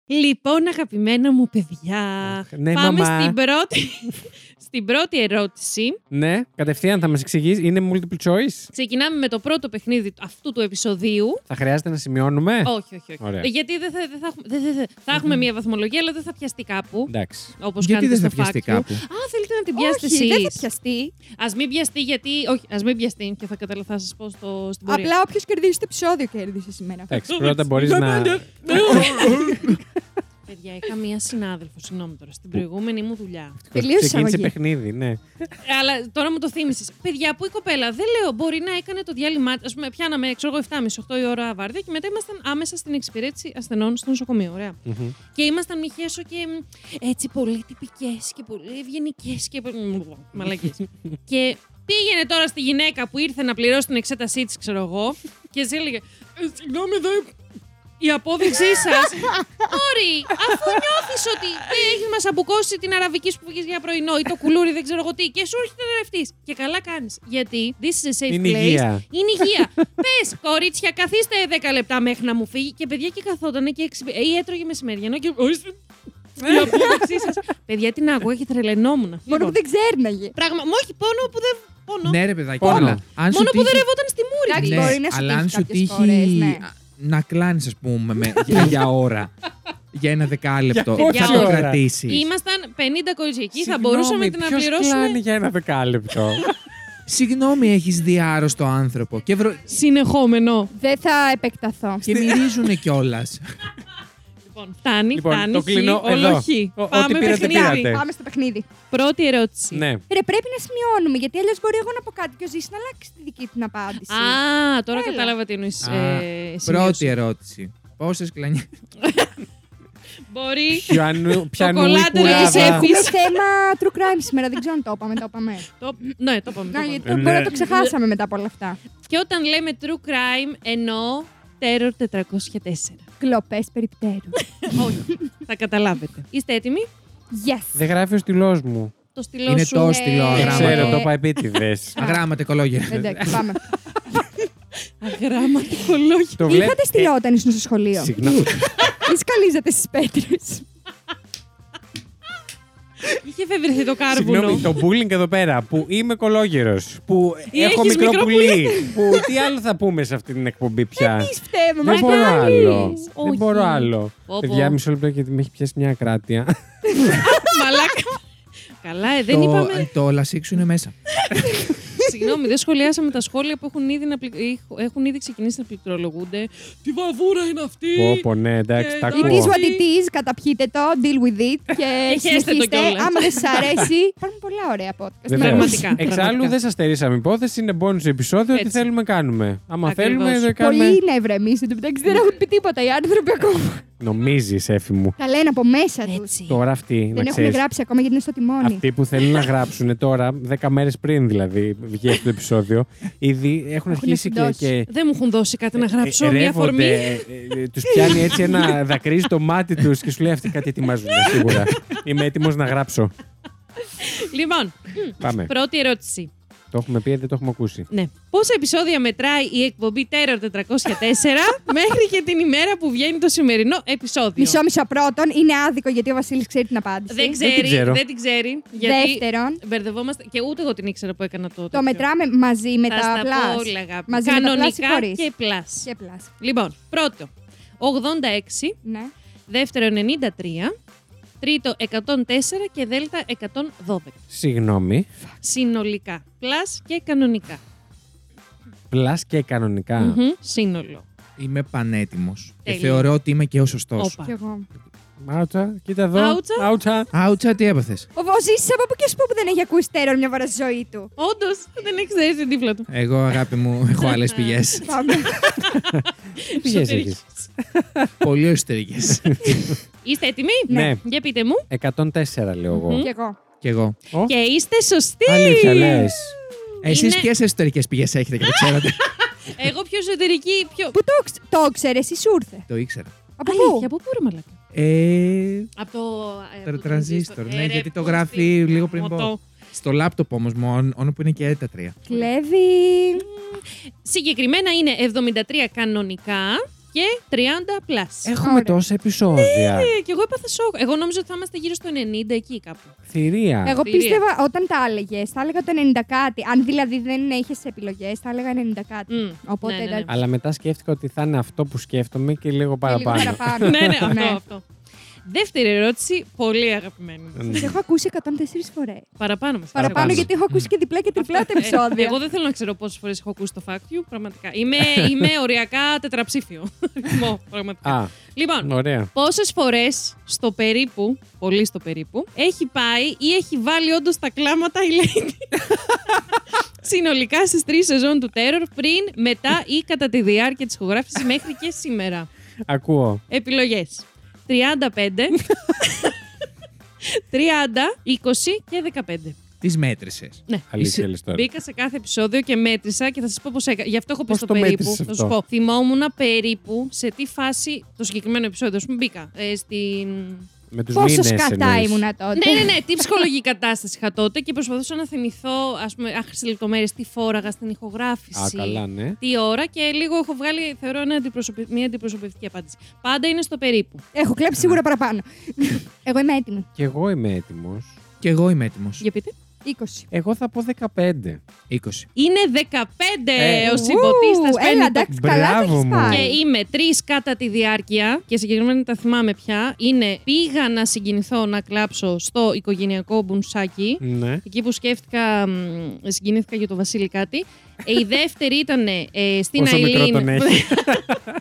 Speaker 2: Λοιπόν, αγαπημένα μου παιδιά,
Speaker 1: Ναι,
Speaker 2: πάμε
Speaker 1: μαμά.
Speaker 2: στην πρώτη, στην πρώτη ερώτηση.
Speaker 1: Ναι, κατευθείαν θα μας εξηγήσει. Είναι multiple choice.
Speaker 2: Ξεκινάμε με το πρώτο παιχνίδι αυτού του επεισοδίου.
Speaker 1: Θα χρειάζεται να σημειώνουμε.
Speaker 2: όχι, όχι, όχι.
Speaker 1: Ε. Ωραία.
Speaker 2: Γιατί δεν θα, δεν θα, έχουμε- δεν- δεν θα- θα έχουμε μία βαθμολογία, αλλά δεν θα πιαστεί κάπου.
Speaker 1: Εντάξει.
Speaker 2: Όπως
Speaker 3: Γιατί
Speaker 2: κάνετε
Speaker 3: δεν θα
Speaker 2: στο
Speaker 3: πιαστεί
Speaker 2: fact you.
Speaker 3: κάπου.
Speaker 2: Α, θέλετε να την πιάσετε
Speaker 4: Όχι, δεν θα
Speaker 2: εσείς.
Speaker 4: πιαστεί.
Speaker 2: Ας μην πιαστεί γιατί... Όχι, ας μην πιαστεί και θα καταλαβα, θα σας πω στο, στην πορεία.
Speaker 4: Απλά όποιος κερδίζει το επεισόδιο κέρδισε σήμερα.
Speaker 1: Εντάξει, πρώτα μπορείς να.
Speaker 2: Παιδιά, είχα μία συνάδελφο, συγγνώμη τώρα, στην προηγούμενη μου δουλειά.
Speaker 4: Τελείωσε η
Speaker 1: Ξεκίνησε
Speaker 4: εισαγωγή.
Speaker 1: παιχνίδι, ναι.
Speaker 2: Αλλά τώρα μου το θύμισες. Παιδιά, που η κοπέλα δεν λέω, μπορεί να έκανε το διάλειμμα. τη. Ας πούμε, πιάναμε, ξέρω εγώ, 7.30-8 η ώρα βάρδια και μετά ήμασταν άμεσα στην εξυπηρέτηση ασθενών στο νοσοκομείο. Ωραία.
Speaker 1: Μμμ.
Speaker 2: Και ήμασταν μη χέσω και μ, έτσι πολύ τυπικές και πολύ ευγενικές και. Μαλακές. και πήγαινε τώρα στη γυναίκα που ήρθε να πληρώσει την εξέτασή της, ξέρω εγώ, και σε έλεγε. «Ε, Συγγνώμη, εδώ η απόδειξή σας. Μόρι, αφού νιώθεις ότι έχει μας αμπουκώσει την αραβική σου που πήγε για πρωινό ή το κουλούρι, δεν ξέρω εγώ τι, και σου έρχεται να ρευτείς. Και καλά κάνεις. Γιατί this is a safe
Speaker 1: Είναι
Speaker 2: place.
Speaker 1: υγεία.
Speaker 2: Είναι υγεία. Πες, κορίτσια, καθίστε 10 λεπτά μέχρι να μου φύγει. Και παιδιά και καθότανε και εξυπη... ε, ή έτρωγε μεσημεριανό και. «Ορίστε, Η απόδειξή σας. παιδιά, την άκουγα και τρελαινόμουν.
Speaker 4: Μόνο
Speaker 2: Λοιπόν,
Speaker 4: που δεν ξέρναγε.
Speaker 2: Πράγμα, μου όχι πόνο που δεν. Πόνο.
Speaker 3: Ναι, ρε παιδάκι,
Speaker 1: Πόνο.
Speaker 3: αλλά αν σου
Speaker 2: Μόνο που δεν
Speaker 3: τύχει-
Speaker 2: ρευόταν στη μούρη.
Speaker 4: Εντάξει,
Speaker 2: της.
Speaker 3: Ναι,
Speaker 4: μπορεί να σου
Speaker 3: αλλά
Speaker 4: τύχει
Speaker 3: αν σου
Speaker 4: κάποιες
Speaker 3: τύχει
Speaker 4: φορές, ναι. (laughs)
Speaker 3: να κλάνεις, ας πούμε, με, για- για ώρα. για ένα δεκάλεπτο.
Speaker 1: Για
Speaker 3: θα
Speaker 2: πόση
Speaker 3: το
Speaker 1: ώρα?
Speaker 3: κρατήσεις.
Speaker 2: Ήμασταν 50 κορίτσια εκεί, θα
Speaker 1: Συγγνώμη,
Speaker 2: μπορούσαμε να
Speaker 1: ποιος
Speaker 2: πληρώσουμε.
Speaker 1: κλάνει για ένα
Speaker 2: (laughs)
Speaker 1: δεκάλεπτο.
Speaker 3: Συγγνώμη, έχεις διάρρωστο άνθρωπο. Και, βρω...
Speaker 2: Συνεχόμενο.
Speaker 4: Δεν θα επεκταθώ.
Speaker 3: και μυρίζουν κιόλας.
Speaker 2: Λοιπόν, φτάνει,
Speaker 1: Λοιπόν,
Speaker 2: φτάνει.
Speaker 1: το
Speaker 2: χ,
Speaker 1: κλείνω
Speaker 2: όλο
Speaker 1: εδώ.
Speaker 2: χ.
Speaker 1: Ο- ό,τι
Speaker 2: Πάμε
Speaker 1: πήρατε,
Speaker 2: παιχνίδι.
Speaker 1: πήρατε.
Speaker 4: Πάμε στο παιχνίδι.
Speaker 2: Πρώτη ερώτηση.
Speaker 1: ναι.
Speaker 4: Ρε, πρέπει να σημειώνουμε, γιατί αλλιώς μπορεί εγώ να πω κάτι και ο Ζήσης να αλλάξει τη δική του απάντηση.
Speaker 2: Α, τώρα
Speaker 4: Έλα.
Speaker 2: κατάλαβα τι εννοείς.
Speaker 3: Α,
Speaker 2: ε, σημείωση.
Speaker 3: Πρώτη ερώτηση. Πόσες κλανιές.
Speaker 1: (laughs)
Speaker 2: Μπορεί.
Speaker 1: Πιανού, πιανού η
Speaker 2: κολάντερο της
Speaker 1: κουράδα.
Speaker 2: Εύης.
Speaker 4: Έχουμε θέμα true crime σήμερα, δεν ξέρω αν το είπαμε. Το (laughs) είπαμε.
Speaker 2: Το- Ναι, το είπαμε. το
Speaker 4: Να,
Speaker 2: είπαμε.
Speaker 4: γιατί
Speaker 1: Ε,
Speaker 4: το, μπορεί να
Speaker 1: ναι.
Speaker 4: το ξεχάσαμε μετά από όλα αυτά.
Speaker 2: Και όταν λέμε true crime, εννοώ Terror 404.
Speaker 4: Κλοπές (laughs) περιπτέρου.
Speaker 2: Όχι, (laughs) θα καταλάβετε. Είστε έτοιμοι?
Speaker 4: Yes.
Speaker 1: Δεν γράφει ο στυλός μου.
Speaker 2: Το στυλό
Speaker 3: Είναι
Speaker 2: σου.
Speaker 3: το
Speaker 2: (laughs)
Speaker 3: στυλό
Speaker 4: Ε,
Speaker 3: αγράμματο.
Speaker 1: Ξέρω,
Speaker 4: ε,
Speaker 1: το είπα επίτηδες.
Speaker 3: Αγράμματα οικολόγια.
Speaker 4: Εντάξει, πάμε.
Speaker 2: Αγράμματο λόγιο.
Speaker 1: Το
Speaker 4: Τι
Speaker 1: βλέπ-
Speaker 4: είχατε στυλό όταν ήσουν στο σχολείο.
Speaker 1: Ε, Συγγνώμη.
Speaker 4: Μην σκαλίζατε στις πέτρες.
Speaker 2: Είχε εφευρεθεί το
Speaker 1: Συγγνώμη,
Speaker 2: κάρβουνο.
Speaker 1: το bullying εδώ πέρα που είμαι κολόγερος, που
Speaker 2: Ή
Speaker 1: έχω
Speaker 2: έχεις
Speaker 1: μικρό
Speaker 2: μικρό
Speaker 1: πουλί, που τι άλλο θα πούμε σε αυτή την εκπομπή πια.
Speaker 4: Τι φταίμε, μα
Speaker 1: Δεν μπορώ
Speaker 4: κάνεις.
Speaker 1: άλλο. Δεν
Speaker 2: Όχι.
Speaker 1: μπορώ άλλο.
Speaker 2: Πω, πω.
Speaker 1: Παιδιά, μισό λεπτό γιατί με έχει πιάσει μια ακράτεια.
Speaker 2: Μαλάκα. Καλά, ε, δεν
Speaker 3: το,
Speaker 2: είπαμε.
Speaker 3: το λασίξου είναι μέσα.
Speaker 2: Συγγνώμη, δεν σχολιάσαμε τα σχόλια που έχουν ήδη, να πλη- ήχ- έχουν ήδη ξεκινήσει να πληκτρολογούνται. Τι βαβούρα είναι αυτή!
Speaker 1: Πω, πω, ναι, εντάξει,
Speaker 2: Ε,
Speaker 1: τα
Speaker 2: το
Speaker 4: It
Speaker 1: ακούω.
Speaker 4: is what it is, καταπιείτε το, deal with it και
Speaker 2: Και χέστε το
Speaker 4: συνεχίστε.
Speaker 2: κιόλας.
Speaker 4: Άμα δεν σας αρέσει,
Speaker 2: (laughs)
Speaker 4: υπάρχουν πολλά ωραία podcast. Ναι.
Speaker 1: Βεβαίως.
Speaker 2: Πραγματικά,
Speaker 1: Εξάλλου
Speaker 2: πραγματικά.
Speaker 1: δεν σας στερήσαμε υπόθεση, είναι bonus επεισόδιο. Τι
Speaker 2: Έτσι.
Speaker 1: θέλουμε κάνουμε. Άμα
Speaker 2: Ακριβώς.
Speaker 1: θέλουμε, δεν κάνουμε.
Speaker 4: Πολύ είναι ευρεμή του μεταξύ, δεν έχουν πει τίποτα οι άνθρωποι ακόμα.
Speaker 1: Νομίζεις, έφη μου.
Speaker 4: Τα λένε από μέσα τους.
Speaker 2: Έτσι.
Speaker 1: Τώρα αυτοί, να
Speaker 4: Δεν έχουν
Speaker 1: ξέρεις.
Speaker 4: γράψει ακόμα γιατί είναι στο τιμόνι.
Speaker 1: Αυτοί που θέλουν να γράψουν τώρα, 10 μέρες πριν δηλαδή βγει αυτό το
Speaker 2: (laughs)
Speaker 1: επεισόδιο, ήδη έχουν αρχίσει και,
Speaker 4: συντώσει.
Speaker 1: και
Speaker 2: Δεν μου έχουν δώσει κάτι να γράψω.
Speaker 1: ε,
Speaker 2: Μια
Speaker 1: ρεύονται,
Speaker 2: φορμή.
Speaker 1: ε, ε, τους πιάνει έτσι ένα δακρύζει το μάτι τους και σου λέει αυτοί κάτι ετοιμάζουν ε, σίγουρα. Είμαι έτοιμος να γράψω.
Speaker 2: Λοιπόν,
Speaker 1: Πάμε.
Speaker 2: πρώτη ερώτηση.
Speaker 1: το έχουμε πει, ε, δεν το έχουμε ακούσει.
Speaker 2: Ναι. Πόσα επεισόδια μετράει η εκπομπή Terror 404
Speaker 1: (laughs)
Speaker 2: μέχρι και την ημέρα που βγαίνει το σημερινό επεισόδιο.
Speaker 4: Μισό-μισό πρώτον, είναι άδικο γιατί ο Βασίλης ξέρει την απάντηση.
Speaker 2: Δεν ξέρει,
Speaker 1: ξέρω.
Speaker 2: δεν την ξέρει. Γιατί
Speaker 4: Δεύτερον,
Speaker 2: μπερδευόμαστε και ούτε εγώ την ήξερα που έκανα τότε.
Speaker 4: το μετράμε μαζί με
Speaker 2: Θα
Speaker 4: τα
Speaker 2: στα
Speaker 4: πλάσ.
Speaker 2: πω όλα, αγάπη.
Speaker 4: Μαζί με τα
Speaker 2: Κανονικά
Speaker 4: πλάσ ή χωρίς.
Speaker 2: και πλάσ.
Speaker 4: Και πλάσ.
Speaker 2: Λοιπόν, πρώτο 86,
Speaker 4: Ναι.
Speaker 2: δεύτερο 93, τρίτο 104 και δέλτα 112.
Speaker 1: Συγγνώμη.
Speaker 2: Συνολικά. Πλάσ και κανονικα
Speaker 1: Πλάς και κανονικα
Speaker 2: Σύνολο.
Speaker 3: Είμαι πανέτοιμος. Και
Speaker 2: Τέλεια.
Speaker 3: θεωρώ ότι είμαι και ο σωστός.
Speaker 2: Όπα.
Speaker 4: Κι εγώ.
Speaker 1: Άουτσα, κοίτα εδώ.
Speaker 2: Άουτσα.
Speaker 1: Άουτσα.
Speaker 3: Άουτσα, τι έπαθες.
Speaker 4: Ο Βοζής από πού και σου πω που δεν έχει ακούσει τέρορ μια φορά στη ζωή
Speaker 2: (laughs)
Speaker 4: του.
Speaker 2: Όντως, δεν έχει ξέρει την τύφλα του.
Speaker 3: Εγώ, αγάπη μου, έχω άλλες πηγές.
Speaker 4: Πάμε.
Speaker 1: Τι πηγές έχεις.
Speaker 3: Πολύ εσωτερικές.
Speaker 2: Είστε έτοιμοι?
Speaker 1: Ναι.
Speaker 2: Για πείτε μου.
Speaker 1: 104 λέω εγώ.
Speaker 4: Κι εγώ.
Speaker 3: Κι εγώ.
Speaker 1: Ω,
Speaker 2: Και είστε σωστοί.
Speaker 1: Αλήθεια λες.
Speaker 3: Εσεί
Speaker 2: Είναι-
Speaker 3: ποιες εσωτερικές πηγές έχετε και το
Speaker 2: (laughs)
Speaker 3: ξέρατε.
Speaker 2: Εγώ πιο εσωτερική, πιο.
Speaker 4: Πού το, ξ- το ξέρε, εσύ σου ήρθε.
Speaker 3: το ήξερα.
Speaker 4: Από
Speaker 2: Αλήθεια, από
Speaker 4: πού.
Speaker 2: πού ρε μαλάκα.
Speaker 3: Ε,
Speaker 2: Από το. ε, από
Speaker 3: το
Speaker 2: το
Speaker 3: τρανζίστορ,
Speaker 2: τρανζίστορ.
Speaker 3: ναι,
Speaker 2: Ε, ρε,
Speaker 3: γιατί το
Speaker 2: πώς
Speaker 3: γράφει
Speaker 2: τη-
Speaker 3: λίγο πριν
Speaker 2: μωτό.
Speaker 3: πω. Στο λάπτοπ όμως, μόνο που είναι και τα τρία.
Speaker 4: Κλέβει.
Speaker 2: Συγκεκριμένα είναι 73 κανονικά και 30 plus.
Speaker 1: Έχουμε
Speaker 4: Ωραία.
Speaker 1: τόσα επεισόδια.
Speaker 2: Ε, και εγώ έπαθα σοκ. Εγώ νόμιζα ότι θα είμαστε γύρω στο 90 εκεί κάπου.
Speaker 1: Θηρία.
Speaker 4: Εγώ
Speaker 2: Θηρία.
Speaker 4: πίστευα όταν τα έλεγες, θα έλεγα το 90 κάτι. Αν δηλαδή δεν είχε επιλογές, θα έλεγα 90 κάτι.
Speaker 2: Μμ,
Speaker 4: Οπότε
Speaker 2: ναι, ναι,
Speaker 4: εντάξει.
Speaker 1: Αλλά μετά σκέφτηκα ότι θα είναι αυτό που σκέφτομαι και λίγο
Speaker 4: Και λίγο
Speaker 1: παραπάνω.
Speaker 4: παραπάνω.
Speaker 2: (laughs) ναι, ναι, αυτό, αυτό. Δεύτερη ερώτηση, πολύ αγαπημένη. μου.
Speaker 4: Σε έχω ακούσει 104 φορές.
Speaker 2: Παραπάνω μας.
Speaker 4: Παραπάνω γιατί έχω ακούσει και διπλά και τριπλά τα
Speaker 2: Ε,
Speaker 4: επεισόδια.
Speaker 2: εγώ δεν θέλω να ξέρω πόσες φορές έχω ακούσει το fact you. Πραγματικά. Είμαι,
Speaker 4: (laughs)
Speaker 2: είμαι οριακά τετραψήφιο. (laughs) Ρυθμό, πραγματικά.
Speaker 1: Α, Ναι.
Speaker 2: λοιπόν,
Speaker 1: ωραία.
Speaker 2: πόσες φορές στο περίπου, πολύ στο περίπου, έχει πάει ή έχει βάλει όντως τα κλάματα η Lady.
Speaker 4: (laughs)
Speaker 2: Συνολικά στις τρεις σεζόν του Terror, πριν, μετά ή κατά τη διάρκεια της ηχογράφησης μέχρι και σήμερα.
Speaker 1: Ακούω.
Speaker 2: Επιλογές. 35.
Speaker 1: (laughs)
Speaker 2: 30, 20 και 15.
Speaker 3: Τις μέτρησες.
Speaker 2: Ναι.
Speaker 1: Αλήθεια λες τώρα.
Speaker 2: Μπήκα σε κάθε επεισόδιο και μέτρησα και θα σας πω πώς έκανα. Γι' αυτό έχω πει
Speaker 1: Πώς
Speaker 2: στο
Speaker 1: το
Speaker 2: περίπου.
Speaker 1: μέτρησες
Speaker 2: Θα σου
Speaker 1: αυτό?
Speaker 2: πω. Θυμόμουν περίπου σε τι φάση το συγκεκριμένο επεισόδιο. Ας πούμε, μπήκα ε, στην.
Speaker 1: Με τους
Speaker 4: Πόσος
Speaker 1: μήνες
Speaker 4: σκατά
Speaker 1: εννοείς.
Speaker 4: ήμουνα τότε.
Speaker 2: ναι, ναι, ναι. Τι ψυχολογική κατάσταση είχα τότε και προσπαθούσα να θυμηθώ, ας πούμε, άχρηστε λεπτομέρειες, τι φόραγα στην ηχογράφηση.
Speaker 1: Α, καλά, ναι.
Speaker 2: Τι ώρα και λίγο έχω βγάλει, θεωρώ, ένα αντιπροσωπε- μια αντιπροσωπευτική απάντηση. Πάντα είναι στο περίπου.
Speaker 4: Έχω κλέψει σίγουρα παραπάνω. εγώ είμαι έτοιμη.
Speaker 1: Κι εγώ είμαι έτοιμος.
Speaker 3: Κι εγώ είμαι έτοιμος.
Speaker 2: Για πείτε.
Speaker 4: 20.
Speaker 1: Εγώ θα πω 15.
Speaker 3: 20.
Speaker 2: Είναι 15
Speaker 1: Ε,
Speaker 2: ο
Speaker 4: Ου,
Speaker 2: συμποτίστα.
Speaker 4: Έλα, εντάξει, καλά
Speaker 1: Μπράβο
Speaker 4: το έχεις
Speaker 1: μου.
Speaker 4: πάει.
Speaker 2: Και είμαι τρεις κατά τη διάρκεια, και συγκεκριμένα τα θυμάμαι πια, είναι πήγα να συγκινηθώ να κλάψω στο οικογενειακό μπουνσάκι.
Speaker 1: Ναι.
Speaker 2: Εκεί που σκέφτηκα, μ, συγκινήθηκα για το Βασίλη κάτι. Ε, η δεύτερη ήταν ε, στην
Speaker 1: Πόσο μικρό τον
Speaker 2: Αιλίν.
Speaker 1: έχει.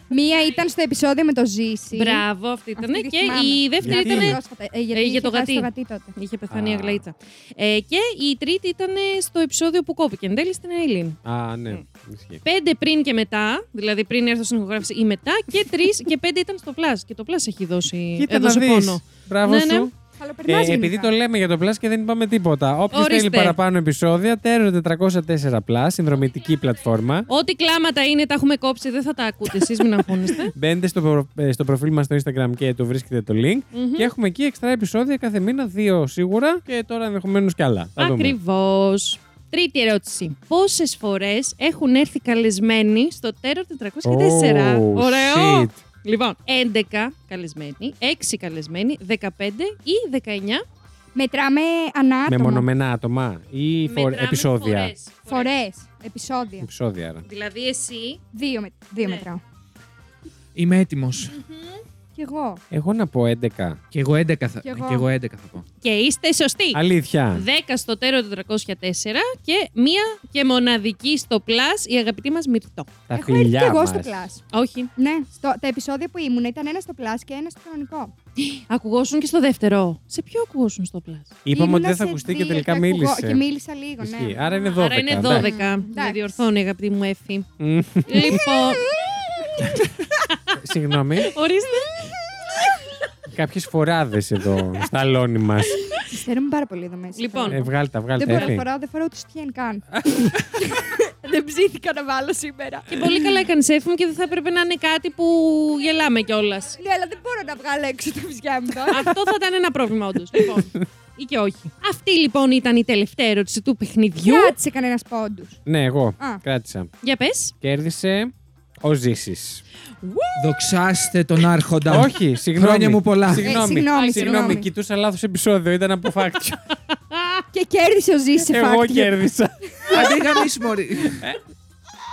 Speaker 4: Μία ήταν στο επεισόδιο με το Ζήση.
Speaker 2: (laughs) Μπράβο, αυτή ήταν.
Speaker 4: Αυτή τη
Speaker 2: Και
Speaker 4: θυμάμαι.
Speaker 2: η δεύτερη
Speaker 1: Γιατί?
Speaker 2: ήταν.
Speaker 4: Πρόσφατα, ε, γιατί
Speaker 2: Ε,
Speaker 4: είχε
Speaker 2: για το
Speaker 4: χάσει
Speaker 2: γατί.
Speaker 4: τότε.
Speaker 2: Είχε πεθάνει η
Speaker 1: Α.
Speaker 2: Αγλαίτσα. Ε, και η τρίτη ήταν στο επεισόδιο που κόπηκε. Εν τέλει στην Αιλίν.
Speaker 1: Α, ναι. Ισχύει.
Speaker 2: Πέντε πριν και μετά, δηλαδή πριν έρθω στην ηχογράφηση ή μετά, και τρεις και πέντε ήταν στο πλάσ. Και το πλάσ έχει δώσει.
Speaker 1: Κοίτα να
Speaker 2: έδωσε
Speaker 1: δεις.
Speaker 2: Ε, πόνο.
Speaker 1: Μπράβο
Speaker 2: Ναι, ναι.
Speaker 1: σου. Ε,
Speaker 4: Καλοπερνάς
Speaker 1: επειδή
Speaker 4: γενικά.
Speaker 1: το λέμε για το Plus και δεν είπαμε τίποτα. Όποιος
Speaker 2: Ορίστε.
Speaker 1: θέλει παραπάνω επεισόδια, Terror 404 Plus, συνδρομητική πλατφόρμα.
Speaker 2: Ό,τι κλάματα είναι, τα έχουμε κόψει, δεν θα τα ακούτε εσείς, μην αγχώνεστε.
Speaker 1: Μπαίνετε στο, προ- ε, στο προφίλ μας στο Instagram και το βρίσκετε το link. Και έχουμε εκεί εξτρά επεισόδια κάθε μήνα, δύο σίγουρα και τώρα ενδεχομένως κι άλλα. Θα δούμε.
Speaker 2: Ακριβώς. Τρίτη ερώτηση. Πόσες φορές έχουν έρθει καλεσμένοι στο τέρο 404.
Speaker 1: Oh,
Speaker 2: Ωραίο.
Speaker 1: shit.
Speaker 2: Λοιπόν, 11 καλεσμένοι, 6 καλεσμένοι, 15 ή 19
Speaker 4: Μετράμε ανά
Speaker 1: Με
Speaker 4: άτομο.
Speaker 1: μονομένα άτομα ή φορ-
Speaker 2: μετράμε
Speaker 1: επεισόδια. Ναι.
Speaker 2: φορές.
Speaker 4: Φορές, επεισόδια.
Speaker 1: Επεισόδια, άρα.
Speaker 2: Δηλαδή εσύ.
Speaker 4: Δύο, με... δύο
Speaker 2: Ναι.
Speaker 4: μετράω.
Speaker 3: Είμαι έτοιμος.
Speaker 4: Κι εγώ.
Speaker 1: Εγώ να πω 11.
Speaker 3: Κι εγώ 11 θα,
Speaker 4: Κι εγώ.
Speaker 3: κι εγώ 11 θα πω.
Speaker 2: Και είστε σωστοί.
Speaker 1: Αλήθεια.
Speaker 2: 10 στο τέρο 404 και μία και μοναδική στο πλας η αγαπητή μας Μυρτό.
Speaker 1: Τα
Speaker 4: Έχω έρθει
Speaker 1: φιλιά
Speaker 4: κι εγώ
Speaker 1: μας.
Speaker 4: στο πλάσ.
Speaker 2: Όχι.
Speaker 4: Ναι, στο, τα επεισόδια που ήμουν ήταν ένα στο πλάσ και ένα στο κανονικό.
Speaker 2: Ακουγόσουν και στο δεύτερο. Σε ποιο ακουγόσουν στο πλας.
Speaker 1: Είπαμε ότι
Speaker 4: Ήμουνα
Speaker 1: δεν θα
Speaker 4: σε
Speaker 1: ακουστεί και
Speaker 4: δύο
Speaker 1: τελικά
Speaker 4: ακούγω-
Speaker 1: μίλησε.
Speaker 4: Και μίλησα λίγο, ναι.
Speaker 1: Ισχύει. Άρα είναι 12.
Speaker 2: Άρα είναι 12.
Speaker 1: εντάξει.
Speaker 2: Με
Speaker 4: Εντάξει.
Speaker 2: διορθώνει η αγαπητή μου (laughs) Εφη.
Speaker 1: Μμμ.
Speaker 2: λοιπόν,
Speaker 1: Συγγνώμη.
Speaker 2: ορίστε.
Speaker 1: Κάποιες φοράδες εδώ στα αλόνι μας.
Speaker 4: Συστερούμε πάρα πολύ εδώ μέσα.
Speaker 2: Λοιπόν,
Speaker 1: Ε, βγάλτα,
Speaker 4: δεν
Speaker 1: βγάλτα.
Speaker 4: μπορώ να
Speaker 1: Εφη.
Speaker 4: φοράω, δεν φοράω ούτε στιέν καν. (laughs) δεν ψήθηκα να βάλω σήμερα.
Speaker 2: Και πολύ καλά έκανε Εφη μου και δεν θα έπρεπε να είναι κάτι που γελάμε κιόλας.
Speaker 4: Ναι, αλλά δεν μπορώ να βγάλω έξω τα βυζιά μου τώρα.
Speaker 2: Αυτό θα ήταν ένα πρόβλημα, όντως. Λοιπόν, ή και όχι. Αυτή λοιπόν ήταν η τελευταία ερώτηση του παιχνιδιού.
Speaker 4: Κράτησε κανένας πόντους.
Speaker 1: Ναι, εγώ
Speaker 4: Α.
Speaker 1: κράτησα.
Speaker 2: Για πες.
Speaker 1: Κέρδισε ο Ζήσης.
Speaker 3: Δοξάστε τον Άρχοντα.
Speaker 1: Όχι, συγγνώμη.
Speaker 3: Χρόνια μου πολλά.
Speaker 1: Συγγνώμη,
Speaker 4: Ε, συγγνώμη,
Speaker 1: συγγνώμη.
Speaker 4: συγγνώμη.
Speaker 1: Κοιτούσα λάθος επεισόδιο, ήταν από
Speaker 4: (laughs)
Speaker 1: φάκτιο.
Speaker 4: Και κέρδισε ο Ζήσης σε
Speaker 1: Εγώ
Speaker 4: φάκελο.
Speaker 1: κέρδισα.
Speaker 3: Αντί γαμίσου, μωρή.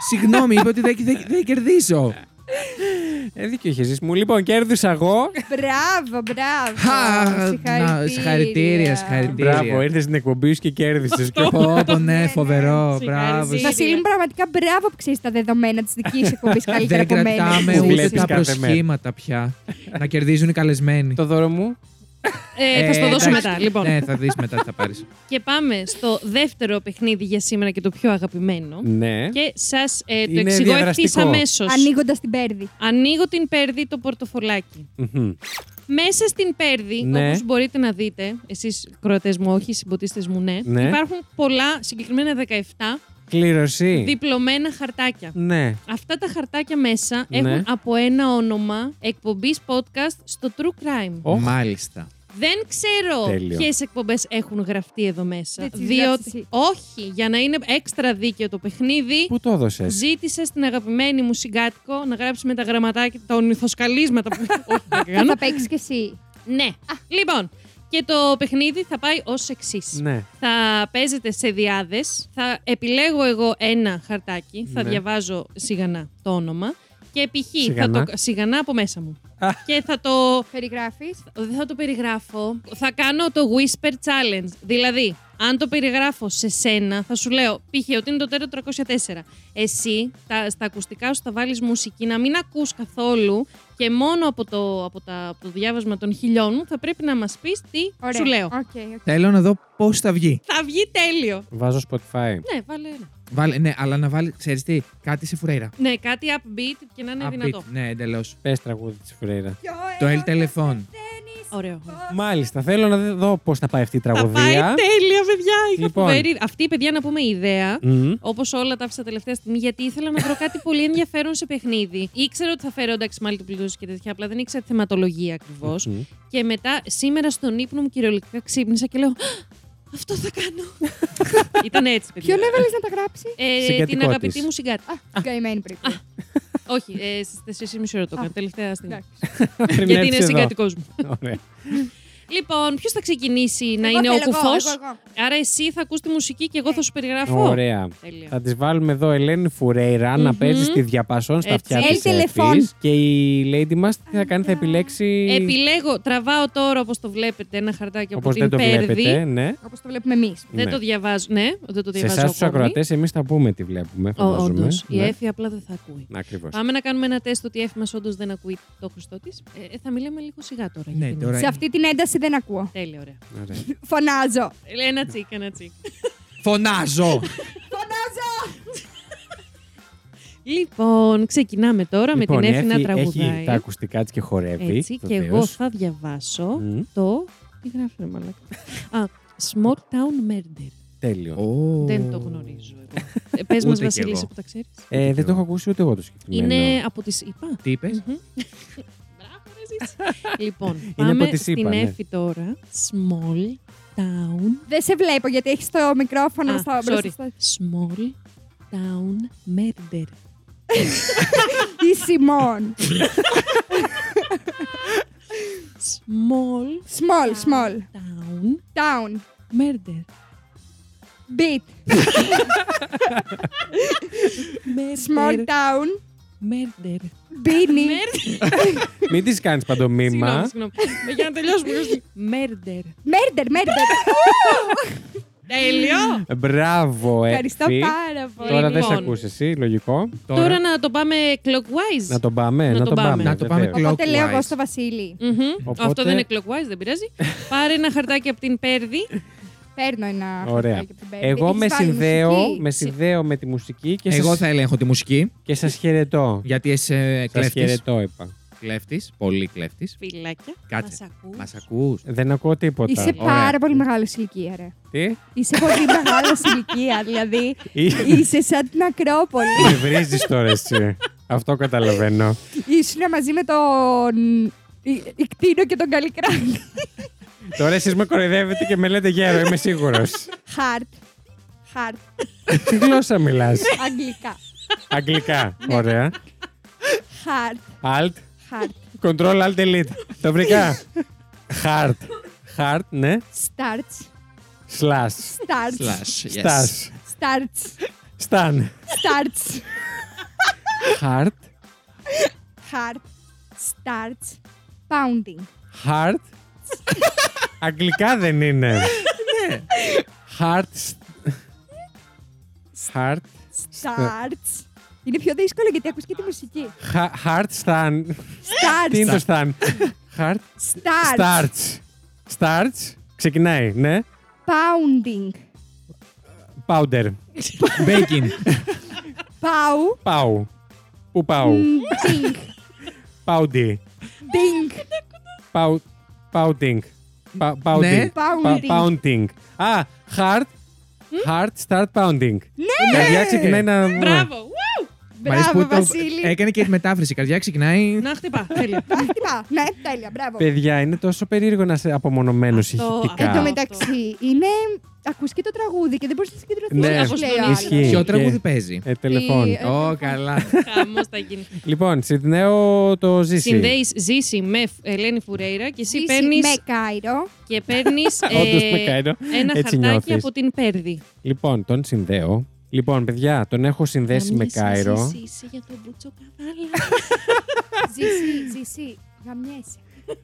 Speaker 3: Συγγνώμη, είπε ότι δεν δεν- δεν κερδίζω.
Speaker 1: Ε, δίκιο είχες ζήσει μου. Λοιπόν, κέρδισα εγώ.
Speaker 4: Μπράβο, μπράβο.
Speaker 3: Χα, να-
Speaker 4: Συγχαρητήρια.
Speaker 3: συγχαρητήρια, συγχαρητήρια.
Speaker 1: Μπράβο, ήρθες στην εκπομπή σου και κέρδισες.
Speaker 4: (laughs)
Speaker 3: Πω, πω, ναι, φοβερό.
Speaker 2: Συγχαρητήρια.
Speaker 3: Μπράβο.
Speaker 4: Βασίλη μου, πραγματικά μπράβο που ξέρεις τα δεδομένα της δικής σου
Speaker 3: (laughs)
Speaker 4: εκπομπής καλύτερα
Speaker 3: Δεν
Speaker 4: από μένα.
Speaker 3: κρατάμε
Speaker 1: Που
Speaker 3: ούτε
Speaker 1: βλέπεις
Speaker 3: τα
Speaker 1: κάθε μέρα.
Speaker 3: προσχήματα πια. Να κερδίζουν οι καλεσμένοι.
Speaker 1: Το δώρο μου.
Speaker 2: Ε, θα
Speaker 3: Ε,
Speaker 2: στο δώσω
Speaker 3: εντάξει.
Speaker 2: μετά. Λοιπόν.
Speaker 3: Ναι, θα δεις μετά τι θα πάρεις.
Speaker 2: Και πάμε στο δεύτερο παιχνίδι για σήμερα και το πιο αγαπημένο.
Speaker 1: Ναι.
Speaker 2: Και σας το
Speaker 1: Είναι
Speaker 2: εξηγώ ευθύς
Speaker 1: διαδραστικό.
Speaker 2: αμέσως.
Speaker 4: Ανοίγοντας την πέρδη.
Speaker 2: Ανοίγω την Πέρδη το πορτοφολάκι.
Speaker 1: Μμμ.
Speaker 2: Μέσα στην Πέρδη,
Speaker 1: Ναι.
Speaker 2: όπως μπορείτε να δείτε, εσείς κροατές μου όχι, συμποτίστες μου ναι,
Speaker 1: Ναι.
Speaker 2: υπάρχουν πολλά, συγκεκριμένα 17,
Speaker 1: Κλήρωση.
Speaker 2: διπλωμένα χαρτάκια.
Speaker 1: Ναι.
Speaker 2: Αυτά τα χαρτάκια μέσα
Speaker 1: Ναι.
Speaker 2: έχουν από ένα όνομα εκπομπής podcast στο True Crime.
Speaker 1: Οχ.
Speaker 3: Μάλιστα.
Speaker 2: Δεν ξέρω
Speaker 1: Τέλειο.
Speaker 2: ποιες εκπομπές έχουν γραφτεί εδώ μέσα.
Speaker 4: Δεν τις γράφεις
Speaker 2: διότι.
Speaker 4: εσύ.
Speaker 2: Όχι, για να είναι έξτρα δίκαιο το παιχνίδι,
Speaker 1: Πού το έδωσες.
Speaker 2: ζήτησα στην αγαπημένη μου συγκάτοικο να γράψει με τα γραμματάκια τα ονιθοσκαλίσματα που. (laughs) Όχι, δεν
Speaker 4: Και
Speaker 2: κάνω.
Speaker 4: θα παίξεις κι εσύ.
Speaker 2: Ναι. Λοιπόν, και το παιχνίδι θα πάει ως εξής.
Speaker 1: Ναι.
Speaker 2: Θα παίζετε σε διάδες. Θα επιλέγω εγώ ένα χαρτάκι. Θα
Speaker 1: Ναι.
Speaker 2: διαβάζω σιγανά το όνομα. Και π.χ.
Speaker 1: Σιγανά.
Speaker 2: Θα το... σιγανά από μέσα μου.
Speaker 1: Α.
Speaker 2: και θα το.
Speaker 4: Περιγράφεις.
Speaker 2: Δεν Ε, θα το περιγράφω. Θα κάνω το whisper challenge. Δηλαδή, αν το περιγράφω σε σένα, θα σου λέω π.χ. ότι είναι το τέρο 304. Εσύ τα, στα ακουστικά σου θα βάλεις μουσική, να μην ακούς καθόλου και μόνο από το, από, τα, από το διάβασμα των χιλιών μου θα πρέπει να μας πεις τι
Speaker 4: Ωραία.
Speaker 2: σου λέω.
Speaker 4: Οκ, οκ.
Speaker 3: Θέλω να δω πώς θα βγει.
Speaker 2: Θα βγει τέλειο.
Speaker 1: Βάζω Spotify.
Speaker 2: Ναι, βάλε ένα.
Speaker 3: Βάλε, ναι, αλλά να βάλει, ξέρεις τι, κάτι σε φουρέιρα.
Speaker 2: Ναι, κάτι upbeat και να είναι
Speaker 3: Upbeat.
Speaker 2: δυνατό.
Speaker 3: Ναι, εντελώς.
Speaker 1: Πες τραγούδι της Φουρέιρα.
Speaker 3: Το El Telefon.
Speaker 2: Ωραίο. ωραίο.
Speaker 1: Μάλιστα, θέλω να δω πώς θα πάει αυτή η
Speaker 2: Θα πάει
Speaker 1: τραγωδία.
Speaker 2: τέλεια, παιδιά. Είχα
Speaker 1: Λοιπόν.
Speaker 2: φοβερή- Αυτή η παιδιά να πούμε ιδέα.
Speaker 1: Μμμ.
Speaker 2: Όπως όλα τα άφησα τελευταία στιγμή, γιατί ήθελα να βρω κάτι πολύ ενδιαφέρον σε παιχνίδι. Ήξερα ότι θα φέρω εντάξει multiple doses και τέτοια, απλά δεν ήξερα τη θεματολογία ακριβώς.
Speaker 1: Μμμ.
Speaker 2: Και μετά σήμερα στον ύπνο μου κυριολεκτικά ξύπνησα και λέω «Α, Αυτό θα
Speaker 1: (laughs)
Speaker 2: κάνω. Ήταν έτσι, παιδιά.
Speaker 4: Ποιον έβαλες να τα γράψει.
Speaker 2: Ε, την
Speaker 1: Συγκατοικό
Speaker 2: αγαπητή
Speaker 1: της.
Speaker 2: μου συγκάτη.
Speaker 4: Α, καημένη πρέπει.
Speaker 2: Όχι, ε, στις 4.30 ώρα το έκανα, τελευταία στιγμή.
Speaker 4: Εντάξει.
Speaker 1: Πρέπει να
Speaker 2: Γιατί
Speaker 1: έρθεις
Speaker 2: είναι
Speaker 1: εδώ.
Speaker 2: συγκατοικός μου.
Speaker 1: Ωραία.
Speaker 2: Λοιπόν, ποιος θα ξεκινήσει να
Speaker 4: Εγώ
Speaker 2: είναι ο
Speaker 4: θέλω, εγώ,
Speaker 2: κουφός.
Speaker 4: εγώ, εγώ.
Speaker 2: Άρα εσύ θα ακούς τη μουσική και εγώ θα σου περιγραφώ.
Speaker 1: Ωραία.
Speaker 2: Τέλεια.
Speaker 1: Θα τις βάλουμε εδώ, Ελένη Φουρέιρα, να
Speaker 2: Μμμ.
Speaker 1: παίζεις στη διαπασόν στα
Speaker 2: Έτσι.
Speaker 1: αυτιά
Speaker 4: El
Speaker 1: τη
Speaker 4: Telefon.
Speaker 1: Και η lady μας τι θα κάνει, θα επιλέξει.
Speaker 2: Επιλέγω, τραβάω τώρα όπως το βλέπετε ένα χαρτάκι από
Speaker 1: Όπως δεν
Speaker 2: την
Speaker 1: το
Speaker 2: Πέρδη.
Speaker 1: βλέπετε, ναι.
Speaker 4: Όπως το βλέπουμε εμείς.
Speaker 2: Δεν
Speaker 1: Ναι.
Speaker 2: το διαβάζω. Ναι, δεν το
Speaker 1: Σε
Speaker 2: διαβάζω.
Speaker 1: εσάς τους ακροατές, εμείς θα πούμε τι βλέπουμε. Ναι.
Speaker 2: Όντω.
Speaker 1: Όντω.
Speaker 2: Η Εφη απλά δεν θα ακούει.
Speaker 1: Ακριβώς.
Speaker 2: Πάμε να κάνουμε ένα τεστ ότι η Εφη μας όντως δεν ακούει το Χριστό της. Ε, θα μιλάμε λίγο σιγά τώρα. για
Speaker 3: Ναι,
Speaker 2: την
Speaker 3: τώρα.
Speaker 2: ώρα.
Speaker 4: Σε αυτή την ένταση δεν ακούω.
Speaker 2: Τέλεια, ωραία.
Speaker 4: Φωνάζω.
Speaker 2: Ε, Ένα τσίκ, ένα τσίκ.
Speaker 3: Φωνάζω!
Speaker 4: Φωνάζω!
Speaker 2: λοιπόν, ξεκινάμε τώρα με την Εφη να τραγουδάει.
Speaker 1: Λοιπόν, Έχει τα ακουστικά της και χορεύει.
Speaker 2: Έτσι, και
Speaker 1: βεβαίως.
Speaker 2: εγώ θα διαβάσω
Speaker 1: Μμμ.
Speaker 2: το. Τι γράφει, ρε μαλάκα. Α, Small Town Murder.
Speaker 1: Τέλειο.
Speaker 2: Δεν το γνωρίζω εγώ. ε, πες μας,
Speaker 3: Ούτε κι
Speaker 2: Βασίλισσα,
Speaker 3: εγώ.
Speaker 2: που τα ξέρεις.
Speaker 1: Ε, δεν το έχω ακούσει ούτε εγώ το συγκεκριμένο.
Speaker 2: Είναι από τις ΗΠΑ.
Speaker 1: (laughs)
Speaker 3: Τι είπες,
Speaker 2: Μπράβο, ρε, ζήση. λοιπόν,
Speaker 1: από
Speaker 2: πάμε
Speaker 1: τις
Speaker 2: στην
Speaker 1: ΗΠΑ, ναι.
Speaker 2: Εφη τώρα. Small Town
Speaker 4: Δεν σε βλέπω γιατί έχεις το μικρόφωνο
Speaker 2: Α,
Speaker 4: στο μπροστά.
Speaker 2: sorry. Small Town Murder.
Speaker 4: Η Σιμών.
Speaker 2: Small
Speaker 4: Small, small.
Speaker 2: Town
Speaker 4: Town.
Speaker 2: Murder.
Speaker 4: Beat. Small
Speaker 2: Murder.
Speaker 4: town.
Speaker 2: Murder.
Speaker 4: Beanie.
Speaker 1: Μην της κάνεις
Speaker 4: (laughs)
Speaker 1: παντομήμα.
Speaker 2: Συγγνώμη, συγγνώμη. Ε, Για να (laughs) τελειώσουμε. Murder.
Speaker 4: Murder, murder.
Speaker 2: Τέλειο.
Speaker 1: Μπράβο, Εφη.
Speaker 4: Ευχαριστώ πάρα πολύ.
Speaker 1: Τώρα δεν σε
Speaker 2: Λοιπόν.
Speaker 1: ακούσει εσύ, λογικό.
Speaker 2: Τώρα ναι. να το πάμε clockwise.
Speaker 1: Να τον πάμε,
Speaker 2: Να
Speaker 1: να
Speaker 2: τον
Speaker 1: τον πάμε.
Speaker 2: πάμε.
Speaker 3: Να το πάμε
Speaker 1: βεβαίως.
Speaker 4: Οπότε λέω εγώ
Speaker 3: Clockwise.
Speaker 4: στο Βασίλη.
Speaker 2: Μμμ.
Speaker 1: Οπότε-
Speaker 2: Αυτό δεν είναι clockwise, δεν πειράζει. Πάρε ένα χαρτάκι από την Πέρδη.
Speaker 4: Παίρνω ένα.
Speaker 1: Ωραία.
Speaker 4: χαρτάκι από την Πέρδη.
Speaker 1: Εγώ
Speaker 4: Έχεις
Speaker 1: με
Speaker 4: βάλει
Speaker 1: συνδέω,
Speaker 4: μουσική?
Speaker 1: με συνδέω με τη μουσική και
Speaker 3: Εγώ
Speaker 1: σας-
Speaker 3: θα ελέγχω τη μουσική.
Speaker 1: και σας χαιρετώ.
Speaker 3: Γιατί είσαι
Speaker 1: Σας
Speaker 3: κλέφτης.
Speaker 1: χαιρετώ, είπα.
Speaker 3: Κλέφτης. Πολύ κλέφτης.
Speaker 2: Φιλάκια.
Speaker 3: Κάτσε.
Speaker 2: Μας ακούς.
Speaker 3: Μας ακούς.
Speaker 1: Δεν ακούω τίποτα.
Speaker 4: Είσαι
Speaker 3: Ωραία.
Speaker 4: πάρα πολύ μεγάλος ηλικία, ρε.
Speaker 1: Τι?
Speaker 4: Είσαι
Speaker 1: (laughs)
Speaker 4: πολύ μεγάλος ηλικία, δηλαδή. Είσαι σαν την Ακρόπολη.
Speaker 1: Με βρίζεις τώρα εσύ. Αυτό καταλαβαίνω.
Speaker 4: Ήσουν μαζί με τον η- Ικτίνο και τον Καλικράτη.
Speaker 1: Τώρα εσείς με κοροϊδεύετε και με λέτε γέρο, είμαι σίγουρος.
Speaker 4: (laughs) Χαρτ. Χαρτ.
Speaker 1: Τι γλώσσα μιλάς.
Speaker 4: Αγγλικά.
Speaker 1: Αγγλικά.
Speaker 4: Ναι.
Speaker 1: Ωραία.
Speaker 4: Χαρτ.
Speaker 1: Alt.
Speaker 4: Χαρτ.
Speaker 1: Control Alt Delete. Το βρήκα. Hard. Hard, ναι.
Speaker 4: Στάρτς.
Speaker 1: Slash.
Speaker 4: Στάρτς.
Speaker 1: Stash.
Speaker 4: Στάρτς.
Speaker 1: Stan.
Speaker 4: Στάρτς.
Speaker 1: Hard.
Speaker 4: Χαρτ. Στάρτς. Pounding.
Speaker 1: Hard. Αγγλικά δεν είναι. Ναι. Hard. σ- Hard.
Speaker 4: Starts. Είναι πιο δύσκολο γιατί ακούς και τη μουσική.
Speaker 1: Χα- Hard stan. Τι είναι
Speaker 4: Starts.
Speaker 1: το stan. Hard.
Speaker 4: Starts.
Speaker 1: Starts. Starts. Ξεκινάει, ναι.
Speaker 4: Pounding.
Speaker 1: Powder.
Speaker 2: (laughs)
Speaker 3: Μπέικιν.
Speaker 4: Pow.
Speaker 1: Πάου. Πού πάου.
Speaker 4: Ding.
Speaker 1: Πάουντι.
Speaker 4: Ding.
Speaker 1: Πάου. Πάουτινγκ. Πάουντι.
Speaker 4: Pounding.
Speaker 1: Pounding. Α, hard. Hard start pounding. Ναι! Καρδιά ξεκινάει να...
Speaker 2: Μπράβο. Ουου!
Speaker 4: Μπράβο,
Speaker 1: Ε-
Speaker 4: Βασίλη.
Speaker 3: Έκανε και τη μετάφραση. Η καρδιά ξεκινάει.
Speaker 2: Να χτυπά. Τέλεια.
Speaker 4: Άχτυπα. Ναι, τέλεια. Μπράβο.
Speaker 1: Παιδιά, είναι τόσο περίεργο να είσαι απομονωμένος
Speaker 2: Αυτό,
Speaker 1: ηχητικά.
Speaker 4: Εν τω
Speaker 2: αυτό.
Speaker 4: μεταξύ, είναι. Ακούς και το τραγούδι και δεν μπορείς να συγκεντρωθείς.
Speaker 1: Ναι,
Speaker 4: όπως λέει ο άλλος.
Speaker 1: ισχύει.
Speaker 3: Ποιο
Speaker 1: Και-
Speaker 3: τραγούδι παίζει.
Speaker 1: Ε, τελεφών.
Speaker 4: Τι-
Speaker 2: ναι.
Speaker 3: Ω, καλά.
Speaker 2: (laughs) Χαμός θα γίνει.
Speaker 1: Λοιπόν, συνδέω το ζήσει.
Speaker 2: Συνδέεις ζήση με Φ- Ελένη Φουρέιρα και εσύ
Speaker 4: Ζήσει
Speaker 2: παίρνεις.
Speaker 4: Με Κάιρο.
Speaker 2: Και παίρνεις.
Speaker 1: Όντως με κάνω.
Speaker 2: Ένα
Speaker 1: Έτσι
Speaker 2: χαρτάκι
Speaker 1: νιώθεις.
Speaker 2: από την Πέρδη.
Speaker 1: Λοιπόν, τον συνδέω. Λοιπόν, παιδιά, τον έχω συνδέσει με Κάιρο.
Speaker 2: Ζήσεις για τον Μπούτσο Καβάλα.
Speaker 4: Ζήσει, ζήσει. Γαμιέσαι.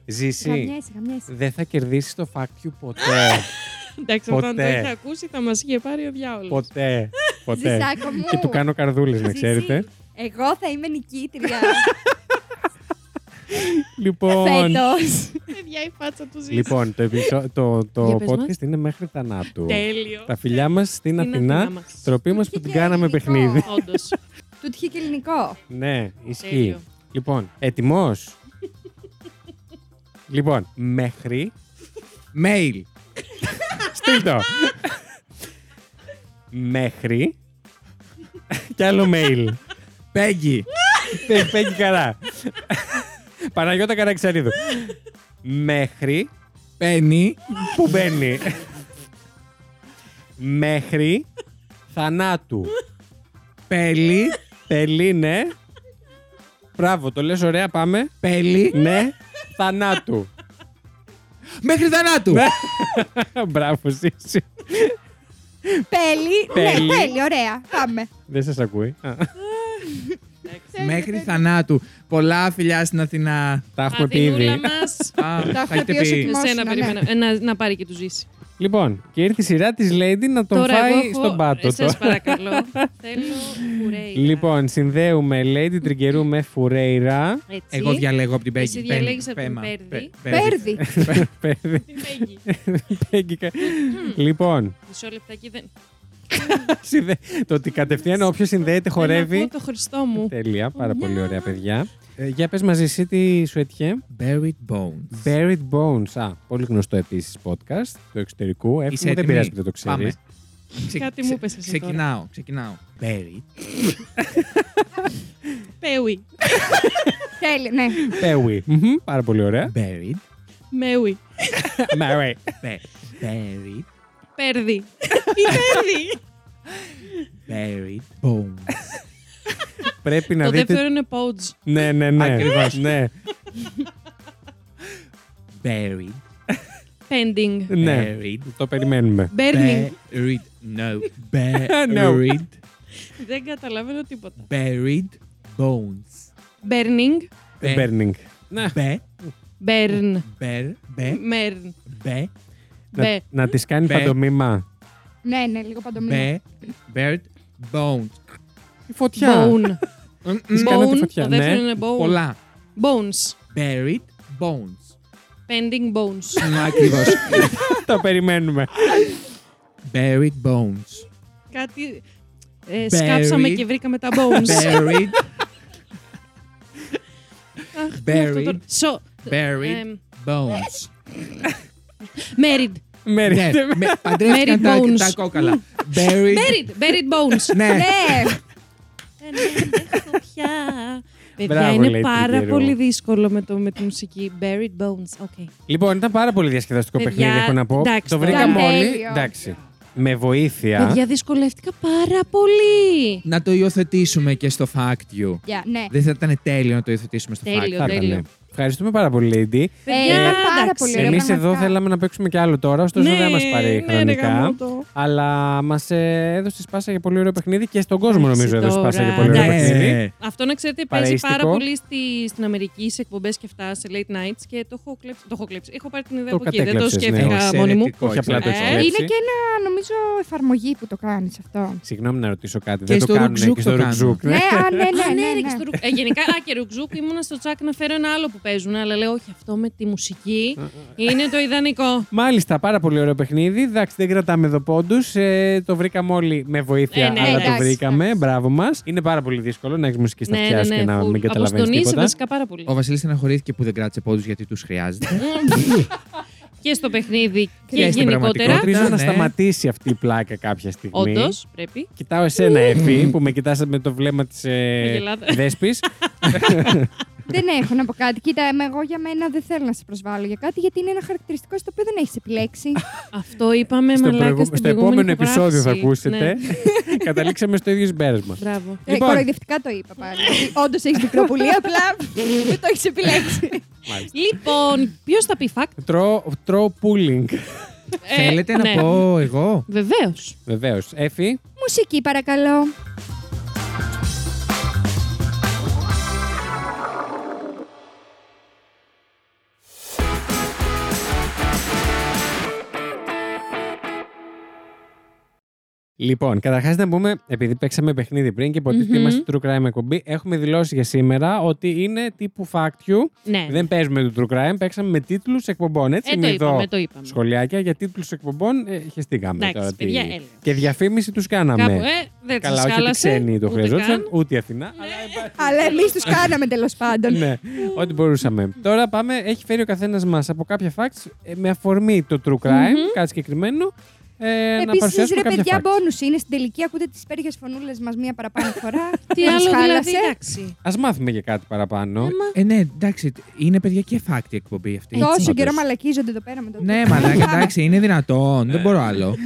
Speaker 1: Ζήσει.
Speaker 4: Γαμιέσαι, γαμιέσαι.
Speaker 1: Δεν θα κερδίσεις το fact you ποτέ.
Speaker 2: (laughs) Εντάξει, αυτό αν το
Speaker 1: Ποτέ.
Speaker 2: είχα ακούσει θα μας είχε πάρει ο διάολος.
Speaker 1: ποτέ. Ποτέ.
Speaker 4: Ζησάκο μου.
Speaker 1: Και του κάνω καρδούλες, να
Speaker 4: Ζήσει.
Speaker 1: ξέρετε.
Speaker 4: Εγώ θα είμαι νικήτρια.
Speaker 1: Λοιπόν,
Speaker 4: Φέτος.
Speaker 2: Παιδιά, η φάτσα του ζήσει.
Speaker 1: λοιπόν το, επεισο- το, το
Speaker 2: Για πες μας.
Speaker 1: podcast είναι μέχρι θανάτου.
Speaker 2: Τέλειο.
Speaker 1: Τα φιλιά μας στην
Speaker 2: Στην Αθηνά
Speaker 1: Αθηνά.
Speaker 2: μας.
Speaker 1: Τροπή μας που την κάναμε
Speaker 4: Ελληνικό.
Speaker 1: παιχνίδι.
Speaker 2: Όντως.
Speaker 4: Του είχε και ελληνικό.
Speaker 1: Ναι, ισχύει.
Speaker 2: Τέλειο.
Speaker 1: Λοιπόν, έτοιμος. λοιπόν, μέχρι.
Speaker 3: Mail.
Speaker 1: Στείλ το. μέχρι. Κι άλλο mail.
Speaker 3: Peggy.
Speaker 1: Δεν φέγγει καλά. Παναγιώτα Καραξαρίδου. μέχρι.
Speaker 3: Penny.
Speaker 1: Πού μπαίνει. μέχρι. Θανάτου.
Speaker 3: Πέλη.
Speaker 1: Τελεί, ναι. Μπράβο, το λες ωραία, πάμε.
Speaker 3: Πέλη.
Speaker 1: Ναι, θανάτου.
Speaker 3: Μέχρι θανάτου.
Speaker 1: (laughs) Ναι. Μπράβο, Σύση.
Speaker 4: Πέλη.
Speaker 1: Πέλη.
Speaker 4: Ναι, πέλη, ωραία. Πάμε.
Speaker 1: Δεν σας ακούει. Α,
Speaker 3: Μέχρι θανάτου. Πολλά φιλιά στην Αθηνά.
Speaker 1: Τα (laughs) έχουμε πει ήδη.
Speaker 2: μας.
Speaker 3: Α,
Speaker 4: Τα
Speaker 3: θα
Speaker 4: έχουμε
Speaker 3: έχετε
Speaker 4: πει ως
Speaker 3: πει.
Speaker 4: εκ-
Speaker 2: Εσένα
Speaker 4: ναι.
Speaker 2: περίμενα. Ε, Να, να πάρει και του ζήσει.
Speaker 1: Λοιπόν, και ήρθε η σειρά της Lady να τον φάει στον πάτο.
Speaker 2: Σας
Speaker 1: τώρα. (laughs)
Speaker 2: παρακαλώ. Θέλω κουρέιρα.
Speaker 1: Λοιπόν, συνδέουμε Lady Τριγκερού με Φουρέιρα.
Speaker 2: Έτσι.
Speaker 3: Εγώ διαλέγω από την Πέγγι.
Speaker 2: Εσύ διαλέγεις από την Πέρδη.
Speaker 4: Πέρδη.
Speaker 1: Παιδί,
Speaker 2: Τι φέγγει.
Speaker 1: πέγγικα. Λοιπόν,
Speaker 2: Μισό λεπτάκι δεν.
Speaker 1: συνδέ- το ότι κατευθείαν όποιος συνδέεται
Speaker 2: Δεν
Speaker 1: χορεύει.
Speaker 2: ακούω το Χριστό μου.
Speaker 1: Τέλεια, πάρα
Speaker 2: Μια.
Speaker 1: πολύ ωραία παιδιά. Ε, για πες μαζί εσύ τι σου έτυχε.
Speaker 3: Buried Bones.
Speaker 1: Buried Bones. Α, πολύ γνωστό επίσης podcast του εξωτερικού. Εύχομαι δεν
Speaker 3: έτοιμη?
Speaker 1: πειράζει που δεν το ξέρεις.
Speaker 3: Πάμε. Ξε-
Speaker 2: Κάτι
Speaker 3: ξε-
Speaker 2: μου είπες εσύ τώρα.
Speaker 3: Ξεκινάω, ξεκινάω.
Speaker 1: (laughs)
Speaker 3: Buried.
Speaker 2: Πέουι.
Speaker 4: Τέλειο, ναι.
Speaker 1: Πέουι. Μμμ, Πάρα πολύ ωραία.
Speaker 3: Buried.
Speaker 2: Μέουι.
Speaker 1: (laughs) Μαρέ.
Speaker 3: Be- Buried.
Speaker 2: Πέρδη.
Speaker 1: (laughs)
Speaker 2: Η Πέρδη.
Speaker 3: Buried Bones.
Speaker 1: Πρέπει να
Speaker 2: Το δεύτερο
Speaker 1: δείτε.
Speaker 2: είναι Πότζ.
Speaker 1: Ναι, ναι, ναι.
Speaker 3: Ακριβώς.
Speaker 1: Ναι,
Speaker 3: Buried.
Speaker 2: Πέντινγκ.
Speaker 1: ναι.
Speaker 3: Buried.
Speaker 1: Το περιμένουμε. Ναι.
Speaker 2: Burning.
Speaker 3: Buried. (laughs) No.
Speaker 1: No.
Speaker 3: Buried.
Speaker 2: Δεν καταλαβαίνω τίποτα.
Speaker 3: Buried Bones.
Speaker 2: Burning.
Speaker 3: Be-
Speaker 1: Burning. Να,
Speaker 3: Be.
Speaker 2: Burn.
Speaker 3: Ber. Be.
Speaker 2: Μern.
Speaker 3: Be.
Speaker 1: να,
Speaker 2: Μπε.
Speaker 1: να της κάνει
Speaker 3: Μπε.
Speaker 1: παντομήμα.
Speaker 4: Ναι, ναι, λίγο παντομήμα.
Speaker 3: Be.
Speaker 2: Mm.
Speaker 3: Buried Bones.
Speaker 1: Η φωτιά.
Speaker 2: Bone.
Speaker 3: Μμμ,
Speaker 1: Της
Speaker 3: μμμ.
Speaker 1: κάνατε
Speaker 2: Bone.
Speaker 1: φωτιά.
Speaker 2: Το δεύτερο
Speaker 1: Ναι.
Speaker 2: είναι Bone.
Speaker 3: Πολλά.
Speaker 2: Bones.
Speaker 3: Buried Bones.
Speaker 2: Pending Bones.
Speaker 3: Ακριβώς.
Speaker 1: Το περιμένουμε.
Speaker 3: Buried Bones.
Speaker 2: Κάτι. ε, σκάψαμε
Speaker 3: Buried.
Speaker 2: και βρήκαμε τα bones.
Speaker 3: Buried.
Speaker 2: Αχ, τι είναι αυτό
Speaker 3: Buried.
Speaker 2: τώρα. So,
Speaker 3: Buried
Speaker 2: εμ,
Speaker 3: Bones.
Speaker 2: married.
Speaker 1: Μέρι.
Speaker 3: Ναι, με- παντρεύτηκαν
Speaker 2: Buried
Speaker 3: τα-
Speaker 2: bones.
Speaker 3: τα κόκαλα. Buried.
Speaker 2: Buried. Buried
Speaker 1: (laughs)
Speaker 2: bones.
Speaker 3: Ναι.
Speaker 4: Ναι,
Speaker 2: Ε, ναι, δεν έχω πια. Παιδιά,
Speaker 1: Μπράβο,
Speaker 2: είναι
Speaker 1: λέει,
Speaker 2: πάρα
Speaker 1: Τριγκερού.
Speaker 2: πολύ δύσκολο με, το, με τη μουσική. Buried bones. Okay.
Speaker 1: Λοιπόν, ήταν πάρα πολύ διασκεδαστικό
Speaker 2: Παιδιά,
Speaker 1: παιχνίδι, έχω να πω.
Speaker 2: εντάξει,
Speaker 1: Το
Speaker 2: τώρα.
Speaker 1: βρήκαμε
Speaker 4: Ήταν
Speaker 1: όλοι.
Speaker 4: τέλειο.
Speaker 1: Εντάξει. Με βοήθεια.
Speaker 2: Παιδιά, δυσκολεύτηκα πάρα πολύ.
Speaker 3: Να το υιοθετήσουμε και στο Fact You.
Speaker 4: Για, ναι.
Speaker 3: Δεν θα ήταν τέλειο να το υιοθετήσουμε στο
Speaker 2: Τέλειο.
Speaker 3: Fact You.
Speaker 1: Θα ήταν.
Speaker 2: τέλειο.
Speaker 1: Ευχαριστούμε πάρα πολύ, Lady.
Speaker 4: Ε, ήταν πάρα
Speaker 2: εντάξει.
Speaker 4: πολύ ωραία.
Speaker 1: Εμείς εδώ
Speaker 4: πραγματικά.
Speaker 1: θέλαμε να παίξουμε και άλλο τώρα, ωστόσο
Speaker 2: Ναι,
Speaker 1: δεν μας πάρει
Speaker 2: ναι, ρε
Speaker 1: χρονικά.
Speaker 2: γαμώτο.
Speaker 1: αλλά μας έδωσε σπάσα για πολύ ωραίο παιχνίδι και στον κόσμο
Speaker 2: Εντάξει,
Speaker 1: νομίζω έδωσε
Speaker 2: τώρα.
Speaker 1: σπάσα για πολύ ωραίο
Speaker 2: Ναι.
Speaker 1: παιχνίδι.
Speaker 2: Αυτό να ξέρετε παίζει
Speaker 1: Παραίστικο.
Speaker 2: πάρα πολύ στη, στην Αμερική σε εκπομπές και αυτά, σε late nights και το έχω κλέψει. Το έχω, κλέψει. έχω πάρει την ιδέα
Speaker 1: Το
Speaker 2: από εκεί. Δεν το
Speaker 1: κατέκλεψες, ναι.
Speaker 2: σκέφτηκα μόνη μου.
Speaker 3: Εξαιρετικό,
Speaker 1: Όχι απλά το
Speaker 2: Ε,
Speaker 1: έχεις
Speaker 2: είναι
Speaker 1: κλέψει.
Speaker 4: Είναι και ένα, νομίζω, εφαρμογή που το κάνεις αυτό.
Speaker 1: Συγγνώμη να ρωτήσω κάτι.
Speaker 3: Και
Speaker 1: δεν το
Speaker 3: στο
Speaker 1: κάνουν
Speaker 3: Ρουκζούκ
Speaker 1: και στο
Speaker 3: το κάνουν.
Speaker 1: ρουκζούκ.
Speaker 4: Ναι, α, ναι, ναι,
Speaker 2: Α,
Speaker 4: ναι,
Speaker 2: ναι, ρε, και
Speaker 4: ναι.
Speaker 2: στο ρουκ- ε, Γενικά, α, και ρουκζούκ ήμουνα στο τσάκ να φέρω ένα άλλο που παίζουν, αλλά λέω όχι, αυτό με τη μουσική είναι το ιδανικό.
Speaker 1: Μάλιστα, πάρα πολύ ωραίο παιχνίδι. Εντάξει, δεν κρατάμε εδώ πόντους. Ε, το βρήκαμε όλοι με βοήθεια,
Speaker 2: Ε, ναι,
Speaker 1: αλλά
Speaker 4: εντάξει,
Speaker 1: το βρήκαμε.
Speaker 4: εντάξει.
Speaker 1: Μπράβο μας. Είναι πάρα πολύ δύσκολο να έχεις μουσική στα αυτιά σου και να
Speaker 2: Ναι, full.
Speaker 1: μην καταλαβαίνεις
Speaker 2: Αποστονίζει
Speaker 1: τίποτα.
Speaker 2: βασικά πάρα πολύ.
Speaker 3: Ο Βασίλης στεναχωρήθηκε που δεν κράτησε πόντους γιατί τους χρειάζεται.
Speaker 2: (laughs) και στο παιχνίδι και,
Speaker 3: στην
Speaker 2: γενικότερα.
Speaker 3: πραγματικότητα.
Speaker 1: Ελπίζω να
Speaker 3: Ναι.
Speaker 1: σταματήσει αυτή η πλάκα κάποια στιγμή.
Speaker 2: Όντως, πρέπει.
Speaker 1: Κοιτάω εσένα, Εφη, που με κοιτάς με το βλέμμα της
Speaker 2: Με
Speaker 1: ε,
Speaker 2: γελάτε. (laughs)
Speaker 1: δέσπης.
Speaker 4: Δεν έχω να πω κάτι. Κοίτα, εμ- εγώ για μένα δεν θέλω να σε προσβάλλω για κάτι, γιατί είναι ένα χαρακτηριστικό στο οποίο δεν έχεις επιλέξει.
Speaker 1: Λοιπόν.
Speaker 2: Αυτό είπαμε
Speaker 1: στο,
Speaker 2: μαλάκας
Speaker 1: προηγου-
Speaker 2: στην
Speaker 1: στο
Speaker 2: προηγούμενη
Speaker 1: επόμενο επεισόδιο θα
Speaker 2: ηχογράφηση.
Speaker 1: ακούσετε.
Speaker 2: Ναι.
Speaker 1: (laughs) Καταλήξαμε στο ίδιο συμπέρασμα.
Speaker 2: Μπράβο.
Speaker 4: Ε,
Speaker 1: Λοιπόν.
Speaker 4: Κοροϊδευτικά το είπα πάλι. Όντως έχεις μικροπουλή, απλά
Speaker 1: (laughs)
Speaker 4: δεν το έχεις επιλέξει.
Speaker 2: Λοιπόν, ποιος θα πει fact.
Speaker 1: Τρο, τρο pooling.
Speaker 2: Ε,
Speaker 3: Θέλετε
Speaker 2: ναι.
Speaker 3: να πω εγώ.
Speaker 2: Βεβαίως.
Speaker 1: Βεβαίως. Εφη,
Speaker 4: Μουσική, παρακαλώ.
Speaker 1: Λοιπόν, καταρχάς να πούμε, επειδή παίξαμε παιχνίδι πριν και υποτίθεται
Speaker 2: Μμμ.
Speaker 1: είμαστε true crime εκπομπή, έχουμε δηλώσει για σήμερα ότι είναι τύπου fact you.
Speaker 2: Ναι.
Speaker 1: Δεν παίζουμε το true crime, παίξαμε με τίτλους εκπομπών. Έτσι,
Speaker 2: Ε, το
Speaker 1: μην
Speaker 2: είπαμε,
Speaker 1: δω
Speaker 2: το είπαμε.
Speaker 1: σχολιάκια για τίτλους εκπομπών. Ε, χεστήκαμε
Speaker 2: Εντάξει,
Speaker 1: τώρα. τι-
Speaker 2: παιδιά, έλεος.
Speaker 1: Και διαφήμιση τους κάναμε.
Speaker 2: Κάπου, ε, δεν
Speaker 1: Καλά,
Speaker 2: τις
Speaker 1: όχι ότι
Speaker 2: χάλασε,
Speaker 1: ξένοι το
Speaker 2: ούτε
Speaker 1: χρειαζόταν,
Speaker 2: καν.
Speaker 1: ούτε η Αθηνά. Αλλά
Speaker 4: Αλλά εμείς τους κάναμε τέλος πάντων.
Speaker 1: ναι, ό,τι μπορούσαμε. Τώρα πάμε, έχει φέρει ο καθένας μας από κάποια facts ε, με αφορμή το true crime, κάτι συγκεκριμένο. Ε, να
Speaker 4: Επίσης,
Speaker 1: παρουσιάσουμε
Speaker 4: ρε
Speaker 1: κάποια
Speaker 4: παιδιά,
Speaker 1: facts.
Speaker 4: μπόνου είναι στην τελική. Ακούτε τις υπέροχε φωνούλες μας μία παραπάνω φορά.
Speaker 2: (laughs) Τι
Speaker 4: Δεν τις
Speaker 2: άλλο δηλαδή.
Speaker 4: χάλασε.
Speaker 2: Εντάξει.
Speaker 1: Ας μάθουμε για κάτι παραπάνω.
Speaker 3: Ε, ναι, εντάξει, είναι παιδιά και φάκτη η εκπομπή
Speaker 2: Ε,
Speaker 3: αυτή.
Speaker 4: Τόσο
Speaker 1: πάντως.
Speaker 4: καιρό μαλακίζονται εδώ πέρα με το.
Speaker 3: Ναι, μαλάκα, εντάξει, είναι δυνατόν. δεν μπορώ άλλο.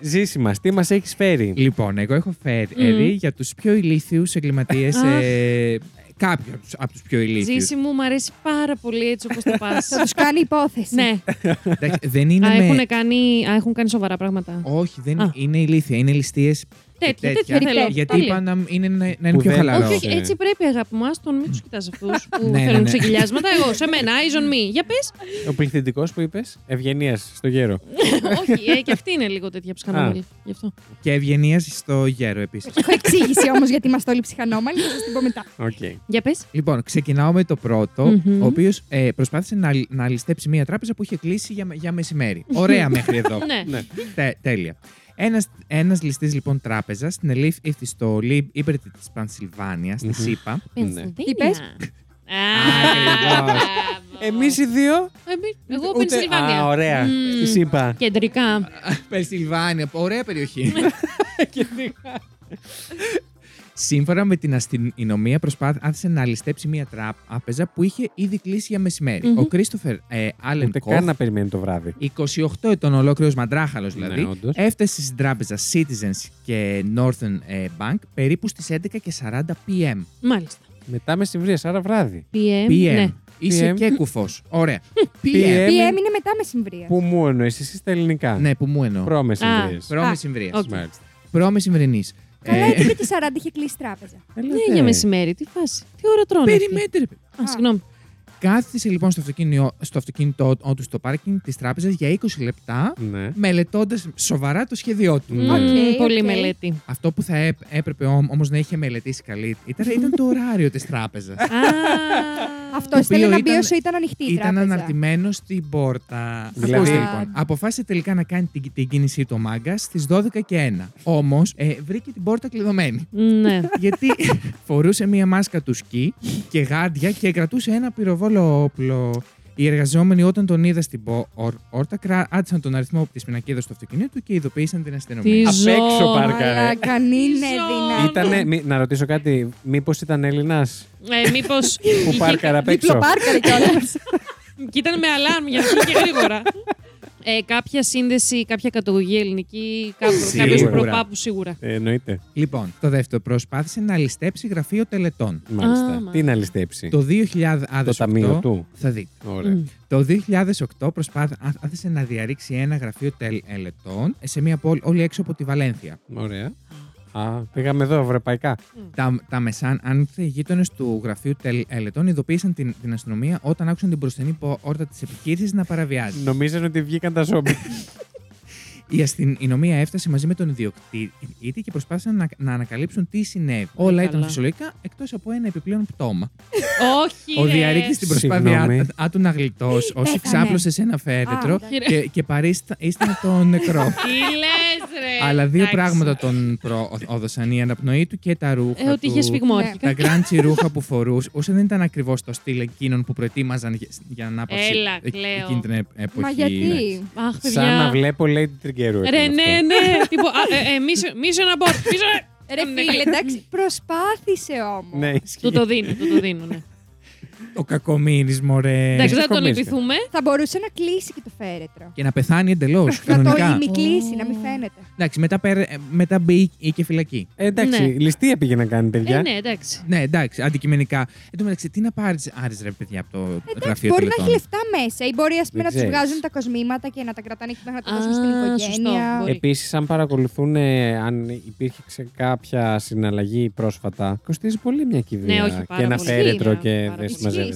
Speaker 1: Ζήση μας, τι μας έχει φέρει.
Speaker 3: λοιπόν, εγώ έχω φέρει για τους πιο ηλίθιους εγκληματίες ε, Κάποιον από τους πιο ηλίθιους.
Speaker 2: Ζήση μου, μου αρέσει πάρα πολύ έτσι
Speaker 1: (laughs)
Speaker 2: όπως το πας.
Speaker 4: Θα τους κάνει υπόθεση.
Speaker 2: ναι,
Speaker 3: Δεν είναι
Speaker 2: α,
Speaker 3: με.
Speaker 2: έχουν κάνει, α, έχουν κάνει σοβαρά πράγματα.
Speaker 3: Όχι, δεν
Speaker 2: Α.
Speaker 3: είναι- είναι ηλίθια. Είναι ληστείες.
Speaker 2: Τέτοια,
Speaker 3: τέτοια.
Speaker 2: τέτοια θέλω.
Speaker 3: Γιατί
Speaker 2: Πάλι.
Speaker 3: είπα να είναι, να είναι
Speaker 1: Που
Speaker 3: πιο
Speaker 1: δεν-
Speaker 3: χαλαρό.
Speaker 2: Όχι, όχι,
Speaker 1: Ναι.
Speaker 2: έτσι πρέπει αγάπη μου. Άστον, μην τους κοιτάς αυτούς που
Speaker 3: Ναι, ναι,
Speaker 2: θέλουν
Speaker 3: ναι.
Speaker 2: ξεκυλιάσματα. Εγώ, σε μένα, Άιζον μη. Για πες.
Speaker 1: Ο πληθυντικός που είπες, ευγενίας στο γέρο.
Speaker 2: (laughs) όχι, ε, και αυτή είναι λίγο τέτοια ψυχανόμαλη. Γι' αυτό.
Speaker 3: Και ευγενίας στο γέρο επίσης.
Speaker 4: Έχω εξήγηση όμως γιατί είμαστε όλοι ψυχανόμαλοι. Θα σας την πω μετά.
Speaker 1: Οκ.
Speaker 2: Για πες.
Speaker 3: Λοιπόν, ξεκινάω με το πρωτο
Speaker 2: Μμμ.
Speaker 3: ο οποίος ε, προσπάθησε να, να ληστέψει μία τράπεζα που είχε κλείσει για, για μεσημέρι. Ωραία μέχρι εδώ.
Speaker 2: (laughs) Ναι.
Speaker 1: Ναι.
Speaker 3: Τε- τέλεια. Ένας, ένας ληστής λοιπόν τράπεζας στην ελήφθη στο Λιμπ ύπερτη της Πανσιλβάνιας, στη
Speaker 1: Μμμ.
Speaker 3: ΣΥΠΑ.
Speaker 2: Πενσylvania.
Speaker 4: Τι πες?
Speaker 2: Α,
Speaker 1: Εμείς οι δύο.
Speaker 4: Ε,
Speaker 2: Εμείς- Εγώ
Speaker 1: ούτε- Α,
Speaker 2: Πενσιλβάνια.
Speaker 1: ωραία.
Speaker 2: Μμμ.
Speaker 1: Τη είπα.
Speaker 2: Κεντρικά.
Speaker 3: Πενσιλβάνια, ωραία
Speaker 2: (laughs)
Speaker 3: περιοχή.
Speaker 2: Ναι,
Speaker 3: Σύμφωνα με την αστυνομία, προσπάθησε να ληστέψει μία τράπεζα που είχε ήδη κλείσει για μεσημέρι.
Speaker 2: Μμμ.
Speaker 3: Ο Κρίστοφερ ε, Άλεν
Speaker 1: Ούτε
Speaker 3: Κοφ,
Speaker 1: καν να περιμένει το βράδυ.
Speaker 3: 28 ετών ολόκληρος μαντράχαλος δηλαδή,
Speaker 1: Ναι, όντως.
Speaker 3: έφτασε στην τράπεζα Citizens και Northern ε, Bank περίπου στις 11.40 p.m.
Speaker 2: Μάλιστα.
Speaker 1: Μετά μεσημβρία, άρα βράδυ.
Speaker 2: PM.
Speaker 3: PM.
Speaker 2: Ναι.
Speaker 3: Είσαι
Speaker 1: PM.
Speaker 3: και κουφός. Ωραία.
Speaker 1: PM.
Speaker 3: PM.
Speaker 4: Η M είναι μετά μεσημβρία.
Speaker 2: Ναι.
Speaker 1: Που μόνο εσύ είσαι στα ελληνικά.
Speaker 3: Ναι, που μου εννοώ.
Speaker 1: Προμεσημβρίε.
Speaker 3: Πρώμη συμβρία.
Speaker 2: οκ.
Speaker 1: Μάλιστα.
Speaker 3: Πρώμη συμβρινής.
Speaker 4: Καλά,
Speaker 3: Ε,
Speaker 4: εκεί με τη 40 είχε κλείσει τράπεζα.
Speaker 2: Ναι, για μεσημέρι. Τι φάση. Τι ώρα τρώνε. αυτοί.
Speaker 3: Περιμένετε. ρε παιδί.
Speaker 2: Α, συγγνώμη.
Speaker 3: Κάθισε λοιπόν στο αυτοκίνητο, στο αυτοκίνητό του στο πάρκινγκ της τράπεζας για 20 λεπτά,
Speaker 1: Ναι.
Speaker 3: μελετώντας σοβαρά το σχέδιό του.
Speaker 1: Ναι.
Speaker 2: Μμμ,
Speaker 4: Οκ,
Speaker 2: Πολύ
Speaker 4: οκ.
Speaker 2: μελέτη.
Speaker 3: Αυτό που θα έπ- έπρεπε όμως να είχε μελετήσει καλύτερα ήταν το ωράριο της τράπεζας.
Speaker 1: (laughs)
Speaker 2: Α,
Speaker 4: Αυτό ήθελε
Speaker 3: οποίο
Speaker 4: να
Speaker 3: ήταν-
Speaker 4: μπει όσο ήταν ανοιχτή η
Speaker 3: Ήταν
Speaker 4: τράπεζα.
Speaker 3: αναρτημένο στην πόρτα.
Speaker 1: Δηλαδή-
Speaker 3: Ακούστε
Speaker 1: Α.
Speaker 3: λοιπόν. Αποφάσισε τελικά να κάνει την, την κίνησή του ο μάγκας στις 12 και 1. Όμως ε, βρήκε την πόρτα κλειδωμένη.
Speaker 2: Ναι.
Speaker 3: Γιατί φορούσε μία μάσκα του σκι και γάντια και κρατούσε ένα πυροβόλο όπλο. Οι εργαζόμενοι όταν τον είδα στην πόρτα κράτησαν τον αριθμό της πινακίδας του αυτοκινήτου και ειδοποίησαν την αστυνομία.
Speaker 1: Απ'
Speaker 2: Τι
Speaker 1: έξω
Speaker 2: ζώα.
Speaker 1: πάρκα, ρε.
Speaker 4: Μαλάκα, ναι, είναι
Speaker 2: Ζω.
Speaker 4: δυνατό.
Speaker 1: Ήτανε, μη- να ρωτήσω κάτι, μήπως ήταν Έλληνας
Speaker 2: Ε, Μήπως.
Speaker 1: που πάρκαρα απ' έξω.
Speaker 4: Διπλοπάρκαρε κιόλα.
Speaker 2: Και ήταν με αλάρμ για αυτό και γρήγορα. Ε, κάποια σύνδεση, κάποια καταγωγή ελληνική,
Speaker 3: Σίγουρα.
Speaker 2: κάποιο προπάπους σίγουρα.
Speaker 1: Ε, εννοείται.
Speaker 3: Λοιπόν, το δεύτερο προσπάθησε να ληστέψει γραφείο τελετών.
Speaker 1: Μάλιστα.
Speaker 2: μάλιστα.
Speaker 1: Τι να ληστέψει.
Speaker 3: Το 2008.
Speaker 1: Το ταμείο του.
Speaker 3: Θα δείτε.
Speaker 1: Ωραία.
Speaker 2: Μμ.
Speaker 3: Το 2008 προσπάθησε να διαρρήξει ένα γραφείο τελετών σε μια πόλη όλη έξω από τη Βαλένθια.
Speaker 1: Ωραία. Α, πήγαμε εδώ, ευρωπαϊκά.
Speaker 3: Τα, τα μεσάν άνθη γείτονες του γραφείου τελετών ειδοποίησαν την, την αστυνομία όταν άκουσαν την μπροστινή πόρτα τη επιχείρηση να παραβιάζει.
Speaker 2: Ναι.
Speaker 1: Νομίζαν ότι βγήκαν τα ζόμπι.
Speaker 3: Η αστυνομία έφτασε μαζί με τον ιδιοκτήτη και προσπάθησαν να, να ανακαλύψουν τι συνέβη. Όλα ήταν
Speaker 2: Ε, καλά.
Speaker 3: φυσιολογικά εκτός από ένα επιπλέον πτώμα.
Speaker 2: Όχι.
Speaker 3: Ο
Speaker 2: ρε.
Speaker 3: διαρρήκτη στην
Speaker 1: Συγγνώμη.
Speaker 3: προσπάθειά α- του να γλιτώσει, όσοι
Speaker 4: Πέθανε.
Speaker 3: ξάπλωσε σε ένα
Speaker 4: Α,
Speaker 3: φέρετρο
Speaker 4: εντάξει.
Speaker 3: και, και παρίστανε τον νεκρό.
Speaker 2: Τι λες, ρε.
Speaker 3: Αλλά δύο
Speaker 2: Εντάξει.
Speaker 3: πράγματα τον προόδωσαν: η αναπνοή του και τα ρούχα.
Speaker 2: Ε, ότι είχε
Speaker 3: του.
Speaker 2: σφιγμό
Speaker 4: Ναι.
Speaker 2: αρχικά.
Speaker 3: Τα γκράντσι ρούχα που φορούσε όσο δεν ήταν ακριβώς το στυλ εκείνων που προετοίμαζαν για- για ανάπαυση
Speaker 2: Έλα,
Speaker 3: εκ-
Speaker 2: κλαίω.
Speaker 3: εκείνη την ε- εποχή.
Speaker 4: Μα γιατί.
Speaker 2: Αχ, παιδιά.
Speaker 1: Σαν να βλέπω Lady Trigger.
Speaker 2: Ρε, ναι, ναι. Τύπο, α, ε, ε, μίσο- Μίσο να μπω. Μίσο να.
Speaker 4: Ρε
Speaker 2: Ναι.
Speaker 4: φίλε, εντάξει, προσπάθησε όμως.
Speaker 1: Ναι,
Speaker 2: Του
Speaker 1: ισχύει.
Speaker 2: το δίνω, του το δίνω, ναι.
Speaker 3: Ε, Ο κακομοίρης, μωρέ.
Speaker 2: Εντάξει, δεν θα τον
Speaker 1: κομμύρισε.
Speaker 2: λυπηθούμε. Ε,
Speaker 4: Θα μπορούσε να κλείσει και το φέρετρο.
Speaker 3: Και να πεθάνει εντελώς.
Speaker 4: Να το
Speaker 3: κανονικά.
Speaker 4: ημικλείσει,
Speaker 2: Ω.
Speaker 4: να μην φαίνεται.
Speaker 3: Εντάξει, μετά, πέρε- ε, μετά μπήκε και φυλακή.
Speaker 1: Ε, Εντάξει,
Speaker 2: Ναι.
Speaker 1: ληστεία πήγε να κάνει,
Speaker 2: Ε,
Speaker 1: παιδιά.
Speaker 2: ναι, εντάξει.
Speaker 3: Ναι, εντάξει, αντικειμενικά. Εν τω μεταξύ, τι να πάρεις, Άρη, ρε παιδιά, από το
Speaker 4: Εντάξει,
Speaker 3: γραφείο
Speaker 4: μπορεί να
Speaker 3: τελετών.
Speaker 4: έχει λεφτά μέσα ή μπορεί ας πούμε,
Speaker 1: Δεν
Speaker 4: να τους
Speaker 1: ξέρεις.
Speaker 4: βγάζουν τα κοσμήματα και να τα κρατάνε εκεί μέχρι να τα
Speaker 2: Α,
Speaker 4: δώσουν στην
Speaker 2: σωστό,
Speaker 4: οικογένεια.
Speaker 2: μπορεί.
Speaker 1: Επίσης, αν παρακολουθούν, ε, αν υπήρχε ξε- κάποια συναλλαγή πρόσφατα, κοστίζει πολύ μια κηδεία.
Speaker 2: Ναι, όχι,
Speaker 1: και
Speaker 2: πάρα
Speaker 1: ένα
Speaker 2: πολύ.
Speaker 1: φέρετρο
Speaker 2: Ισχύει,
Speaker 1: και
Speaker 2: πάρα
Speaker 1: δεν
Speaker 2: πολύ.
Speaker 1: συμμαζεύεται.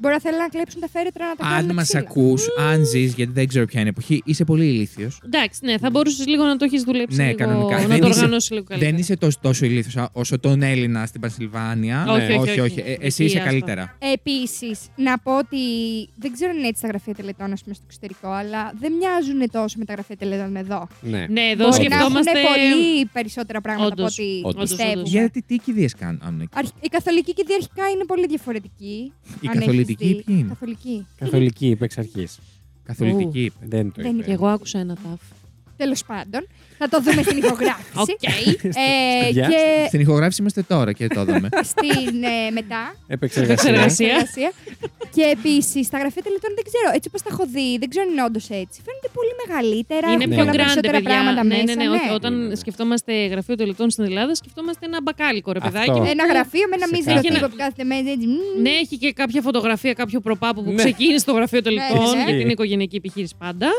Speaker 4: Μπορεί να θέλουν να κλέψουν τα φέρετρα να τα
Speaker 3: Αν
Speaker 4: κάνουν.
Speaker 3: μας
Speaker 4: ξύλα.
Speaker 3: ακούς, αν ζεις, γιατί δεν ξέρω ποια είναι η εποχή, είσαι πολύ ηλίθιος.
Speaker 2: Εντάξει, ναι, θα μπορούσες λίγο να το έχεις δουλέψει.
Speaker 3: Ναι,
Speaker 2: λίγο,
Speaker 3: κανονικά.
Speaker 2: Να
Speaker 3: Δεν
Speaker 2: το
Speaker 3: είσαι-
Speaker 2: οργανώσει λίγο καλύτερα.
Speaker 3: Δεν είσαι τόσο, τόσο ηλίθιος όσο τον Έλληνα στην Πανσιλβάνια.
Speaker 2: Όχι, όχι, όχι.
Speaker 3: Ε,
Speaker 2: Εκεί,
Speaker 3: εσύ είσαι
Speaker 2: άστα.
Speaker 3: καλύτερα.
Speaker 4: Επίσης, να πω ότι δεν ξέρω αν είναι έτσι τα γραφεία τελετών ας πούμε, στο εξωτερικό, αλλά δεν μοιάζουν τόσο με τα γραφεία τελετών εδώ.
Speaker 1: Ναι.
Speaker 2: Ναι, εδώ
Speaker 4: Μπορεί
Speaker 2: σκεφτόμαστε.
Speaker 4: να έχουν πολύ περισσότερα πράγματα
Speaker 2: Όντως.
Speaker 4: από ό,τι
Speaker 1: Όντως,
Speaker 4: πιστεύουμε.
Speaker 2: όντως.
Speaker 3: Γιατί τι κηδείες κάνουν εκεί.
Speaker 4: Αρχ- Η καθολική και η διαρχικά είναι πολύ διαφορετική.
Speaker 3: Η
Speaker 4: αν έχεις
Speaker 3: καθολική
Speaker 4: δει.
Speaker 3: ποιοι είναι?
Speaker 4: Καθολική.
Speaker 1: Καθολική είπε εξ αρχή.
Speaker 3: Καθολική.
Speaker 1: Δεν το
Speaker 2: Δεν
Speaker 1: είπε.
Speaker 2: είναι. Και εγώ άκουσα ένα τάφ.
Speaker 4: Τέλος πάντων, θα το δούμε
Speaker 2: (laughs)
Speaker 4: στην ηχογράφηση.
Speaker 2: Οκ.
Speaker 4: Ε,
Speaker 1: Παιδιά.
Speaker 4: και
Speaker 3: Στην ηχογράφηση είμαστε τώρα και το
Speaker 2: (laughs)
Speaker 3: είδαμε.
Speaker 4: στην ε, μετά.
Speaker 1: Επεξεργασία.
Speaker 2: Επεξεργασία.
Speaker 4: στην εργασία. και επίσης τα γραφεία τελετών δεν ξέρω. Έτσι όπως τα έχω δει, δεν ξέρω αν είναι όντως έτσι. Φαίνονται πολύ μεγαλύτερα.
Speaker 2: Είναι
Speaker 3: ναι.
Speaker 4: έχουν
Speaker 2: πιο
Speaker 4: πολλά
Speaker 2: grande,
Speaker 4: περισσότερα
Speaker 2: παιδιά.
Speaker 4: πράγματα
Speaker 2: ναι, ναι,
Speaker 4: μέσα.
Speaker 2: ναι. ό-
Speaker 1: Ναι,
Speaker 2: Όταν
Speaker 1: ναι.
Speaker 2: σκεφτόμαστε γραφείο τελετών στην Ελλάδα, σκεφτόμαστε ένα μπακάλικο, ρε
Speaker 1: Αυτό.
Speaker 2: παιδάκι. μου.
Speaker 4: Ένα γραφείο με ένα
Speaker 1: Σε
Speaker 4: μίζερο
Speaker 2: κάτι.
Speaker 4: τύπο που κάθεται μέσα. έτσι, μμμ.
Speaker 2: Ναι, έχει και κάποια φωτογραφία, κάποιο προπάπου που
Speaker 1: Ναι.
Speaker 2: ξεκίνησε το γραφείο τελετών
Speaker 4: Ναι,
Speaker 1: ναι.
Speaker 2: για την οικογενειακή επιχείρηση πάντα.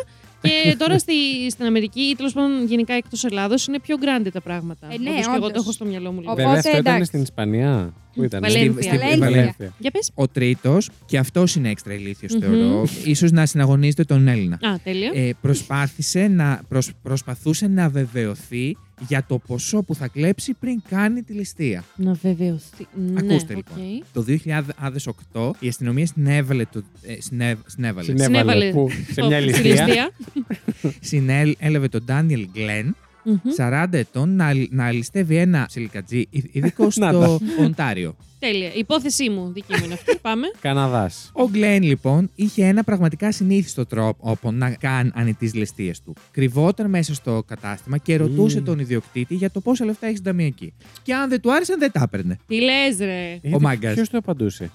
Speaker 2: Και τώρα στη, στην Αμερική, ή τέλος πάντων γενικά εκτός Ελλάδος, είναι πιο grande τα πράγματα.
Speaker 4: Ε, ναι,
Speaker 2: Όπως και εγώ
Speaker 4: όντως.
Speaker 2: το έχω στο μυαλό μου λοιπόν. λίγο.
Speaker 1: Βέβαια,
Speaker 4: Οπότε,
Speaker 1: αυτό ήταν
Speaker 4: εντάξει.
Speaker 1: στην Ισπανία. Πού ήταν,
Speaker 2: Βαλένθια.
Speaker 1: Στη- στη-
Speaker 4: Βαλένθια.
Speaker 1: Βαλένθια.
Speaker 2: Για πες.
Speaker 3: Ο τρίτος, και αυτός είναι έξτρα ηλίθιος,
Speaker 2: Μμμ.
Speaker 3: θεωρώ, ίσως να συναγωνίζεται τον Έλληνα.
Speaker 2: Α, τέλεια.
Speaker 3: Ε, προσπάθησε να, προσ- προσπαθούσε να βεβαιωθεί για το ποσό που θα κλέψει πριν κάνει τη ληστεία.
Speaker 2: Να βεβαιωθεί.
Speaker 3: Ακούστε,
Speaker 2: ναι,
Speaker 3: λοιπόν.
Speaker 2: οκ.
Speaker 3: Το 2008 η αστυνομία συνέβαλε. Το, ε, συνέ- συνέβαλε.
Speaker 2: Ναι,
Speaker 1: Συνέβαλε.
Speaker 2: Συνέβαλε.
Speaker 1: Πού, σε μια
Speaker 2: Στη
Speaker 1: ληστεία.
Speaker 3: Συνέλευε τον Ντάνιελ Γκλέν,
Speaker 2: Μμμ.
Speaker 3: 40 ετών, να, να ληστεύει ένα ψιλικατζή ει- ειδικό
Speaker 1: Να τα.
Speaker 3: στο Οντάριο.
Speaker 2: Τέλεια. Υπόθεσή μου, δική μου είναι αυτή. Πάμε.
Speaker 1: Καναδάς.
Speaker 3: Ο Γκλέν, λοιπόν, είχε ένα πραγματικά συνήθιστο τρόπο να κάνει τι ληστείε του. Κρυβόταν μέσα στο κατάστημα και ρωτούσε
Speaker 1: Mm.
Speaker 3: τον ιδιοκτήτη για το πόσα λεφτά έχει στην ταμιακή. Και αν δεν του άρεσαν, δεν τα έπαιρνε.
Speaker 2: Τι λες, ρε.
Speaker 3: μάγκας.
Speaker 1: Ποιος το απαντούσε.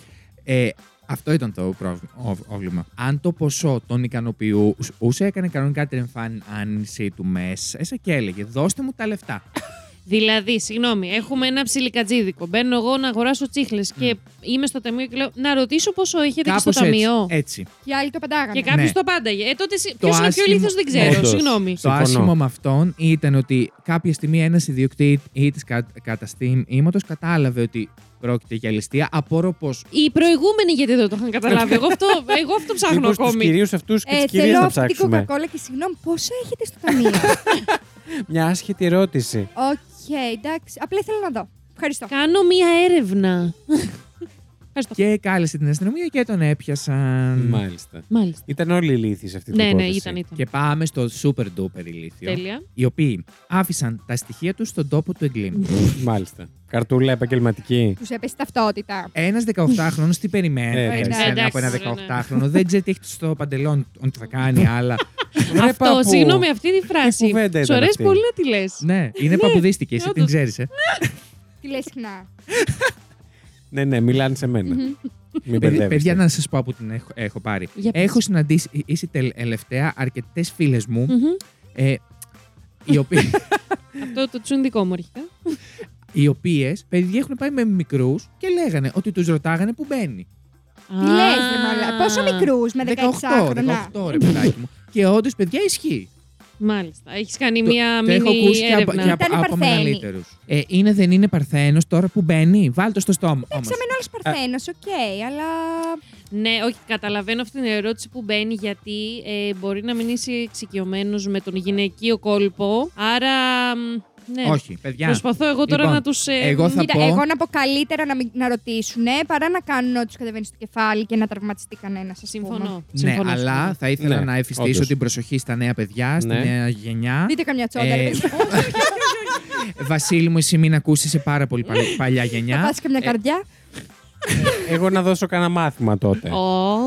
Speaker 3: Ε, αυτό ήταν το πρόβλημα. Αν το ποσό τον ικανοποιούσε, έκανε κανονικά την εμφάνισή του μέσα και έλεγε: Δώστε μου τα λεφτά.
Speaker 2: Δηλαδή, συγγνώμη, έχουμε ένα ψιλικατζίδικο. Μπαίνω εγώ να αγοράσω τσίχλες και είμαι στο ταμείο και λέω να ρωτήσω πόσο έχετε και στο
Speaker 3: Κάπως έτσι.
Speaker 2: ταμείο.
Speaker 3: έτσι.
Speaker 4: Και οι άλλοι το πετάγανε.
Speaker 2: Και κάποιο
Speaker 3: Ναι.
Speaker 2: το πάνταγε. Ε, τότε ποιος είναι πιο
Speaker 3: άσχημο-
Speaker 2: λίθος δεν ξέρω.
Speaker 1: Όντως.
Speaker 2: Συγγνώμη.
Speaker 3: Το
Speaker 1: Συμφωνώ.
Speaker 3: άσχημο με αυτόν ήταν ότι κάποια στιγμή ένας ιδιοκτήτης κα, καταστήματο κατάλαβε ότι πρόκειται για ληστεία. Απορώ πως.
Speaker 2: Οι προηγούμενοι γιατί δεν το είχαν καταλάβει. Εγώ αυτό,
Speaker 3: (laughs)
Speaker 2: εγώ αυτό ψάχνω
Speaker 1: Μήπω του
Speaker 2: ακόμη.
Speaker 1: κυρίους αυτούς και
Speaker 4: Ε,
Speaker 1: τις κυρίες
Speaker 4: θέλω
Speaker 1: να
Speaker 4: αυτή την
Speaker 1: ψάξουμε.
Speaker 4: κοκακόλα και συγγνώμη, πόσα έχετε στο
Speaker 2: (laughs)
Speaker 4: ταμείο.
Speaker 1: Μια άσχετη ερώτηση.
Speaker 4: Οκ, εντάξει. Απλά ήθελα να δω. Ευχαριστώ.
Speaker 2: Κάνω μία έρευνα. Ευχαριστώ.
Speaker 3: Και κάλεσε την αστυνομία και τον έπιασαν.
Speaker 1: Μάλιστα.
Speaker 2: Μάλιστα.
Speaker 1: Ήταν όλοι ηλίθιοι σε αυτή την
Speaker 2: Ναι, ναι,
Speaker 1: υπόθεση.
Speaker 2: ήταν, ήταν.
Speaker 3: Και πάμε στο super duper ηλίθιο.
Speaker 2: Τέλεια.
Speaker 3: Οι οποίοι άφησαν τα στοιχεία τους στον τόπο του εγκλήματος.
Speaker 1: Μάλιστα. Καρτούλα επαγγελματική.
Speaker 4: Τους έπεσε ταυτότητα.
Speaker 3: Ένας 18χρονο τι περιμένει
Speaker 1: Ε,
Speaker 3: ε,
Speaker 1: εντάξει.
Speaker 3: σένα
Speaker 2: Εντάξει,
Speaker 3: από ένα
Speaker 2: ναι,
Speaker 3: 18χρονο. Δεν ξέρει τι έχει στο παντελόν του, τι θα
Speaker 1: (laughs)
Speaker 3: κάνει, αλλά.
Speaker 1: Ρε,
Speaker 2: Αυτό,
Speaker 1: παππού.
Speaker 2: συγγνώμη, αυτή τη φράση.
Speaker 1: κουβέντα
Speaker 2: Σου
Speaker 1: ήταν
Speaker 2: αρέσει
Speaker 1: αυτή.
Speaker 2: πολύ να τη λες.
Speaker 3: ναι, είναι παπουδίστικη, εσύ την
Speaker 2: όντως.
Speaker 3: ξέρεις. Ε.
Speaker 4: Τι λες συχνά.
Speaker 1: Ναι, ναι, μιλάνε σε μένα. Μην
Speaker 3: Παιδι-
Speaker 1: μπερδεύεστε.
Speaker 3: Παιδιά, να σας πω που την έχω, έχω πάρει.
Speaker 2: Για πες.
Speaker 3: Έχω συναντήσει ε, ίση τελευταία αρκετές φίλες μου. ε, οι οποίε Ναι.
Speaker 2: Αυτό το τσουν δικό μου αρχικά.
Speaker 3: (laughs) οι οποίες, παιδιά έχουν πάει με μικρούς και λέγανε ότι τους ρωτάγανε που μπαίνει.
Speaker 4: Τι λες, μαλά. Πόσο μικρούς με 16 χρόνια.
Speaker 3: 18, ρε παιδάκι μου. Και όντως, παιδιά, ισχύει.
Speaker 2: Μάλιστα. Έχεις κάνει
Speaker 3: Το-
Speaker 2: μία
Speaker 3: το έχω ακούσει
Speaker 2: μήνυ
Speaker 3: και από,
Speaker 2: έρευνα.
Speaker 3: και από,
Speaker 4: Ήταν
Speaker 3: από
Speaker 4: παρθένη.
Speaker 3: μεγαλύτερους. Ε, είναι, δεν είναι παρθένος τώρα που μπαίνει. Βάλτο στο στόμα.
Speaker 4: Εντάξει,
Speaker 3: όμως. Ε,
Speaker 4: με όλο παρθένο, οκ, αλλά.
Speaker 2: Ναι, όχι, καταλαβαίνω αυτή την ερώτηση που μπαίνει γιατί ε, μπορεί να μην είσαι εξοικειωμένος με τον γυναικείο κόλπο. Άρα. μ, Ναι.
Speaker 3: Όχι, παιδιά.
Speaker 2: Προσπαθώ εγώ τώρα
Speaker 3: Λοιπόν,
Speaker 2: να τους. Ε,
Speaker 3: εγώ θα
Speaker 4: Κοίτα,
Speaker 3: πω.
Speaker 4: εγώ να πω καλύτερα να, μην- να ρωτήσουν παρά να κάνουν ό,τι τους κατεβαίνεις στο κεφάλι και να τραυματιστεί κανένα.
Speaker 2: Συμφωνώ.
Speaker 3: Ναι,
Speaker 2: συμφωνώ,
Speaker 3: αλλά
Speaker 2: συμφωνώ.
Speaker 3: θα ήθελα
Speaker 1: Ναι,
Speaker 3: να εφιστήσω
Speaker 1: όντως.
Speaker 3: την προσοχή στα νέα παιδιά, στη
Speaker 1: Ναι.
Speaker 3: νέα γενιά.
Speaker 4: Δείτε καμιά τσόντα.
Speaker 3: Ε,
Speaker 4: Ε, (laughs)
Speaker 3: Βασίλη μου, εσύ μην ακούσεις σε πάρα πολύ παλ-
Speaker 2: (laughs)
Speaker 3: παλιά
Speaker 4: θα
Speaker 3: γενιά.
Speaker 4: πάσει καμιά καρδιά.
Speaker 1: Εγώ να δώσω κανένα μάθημα τότε.
Speaker 2: Ε, Ω,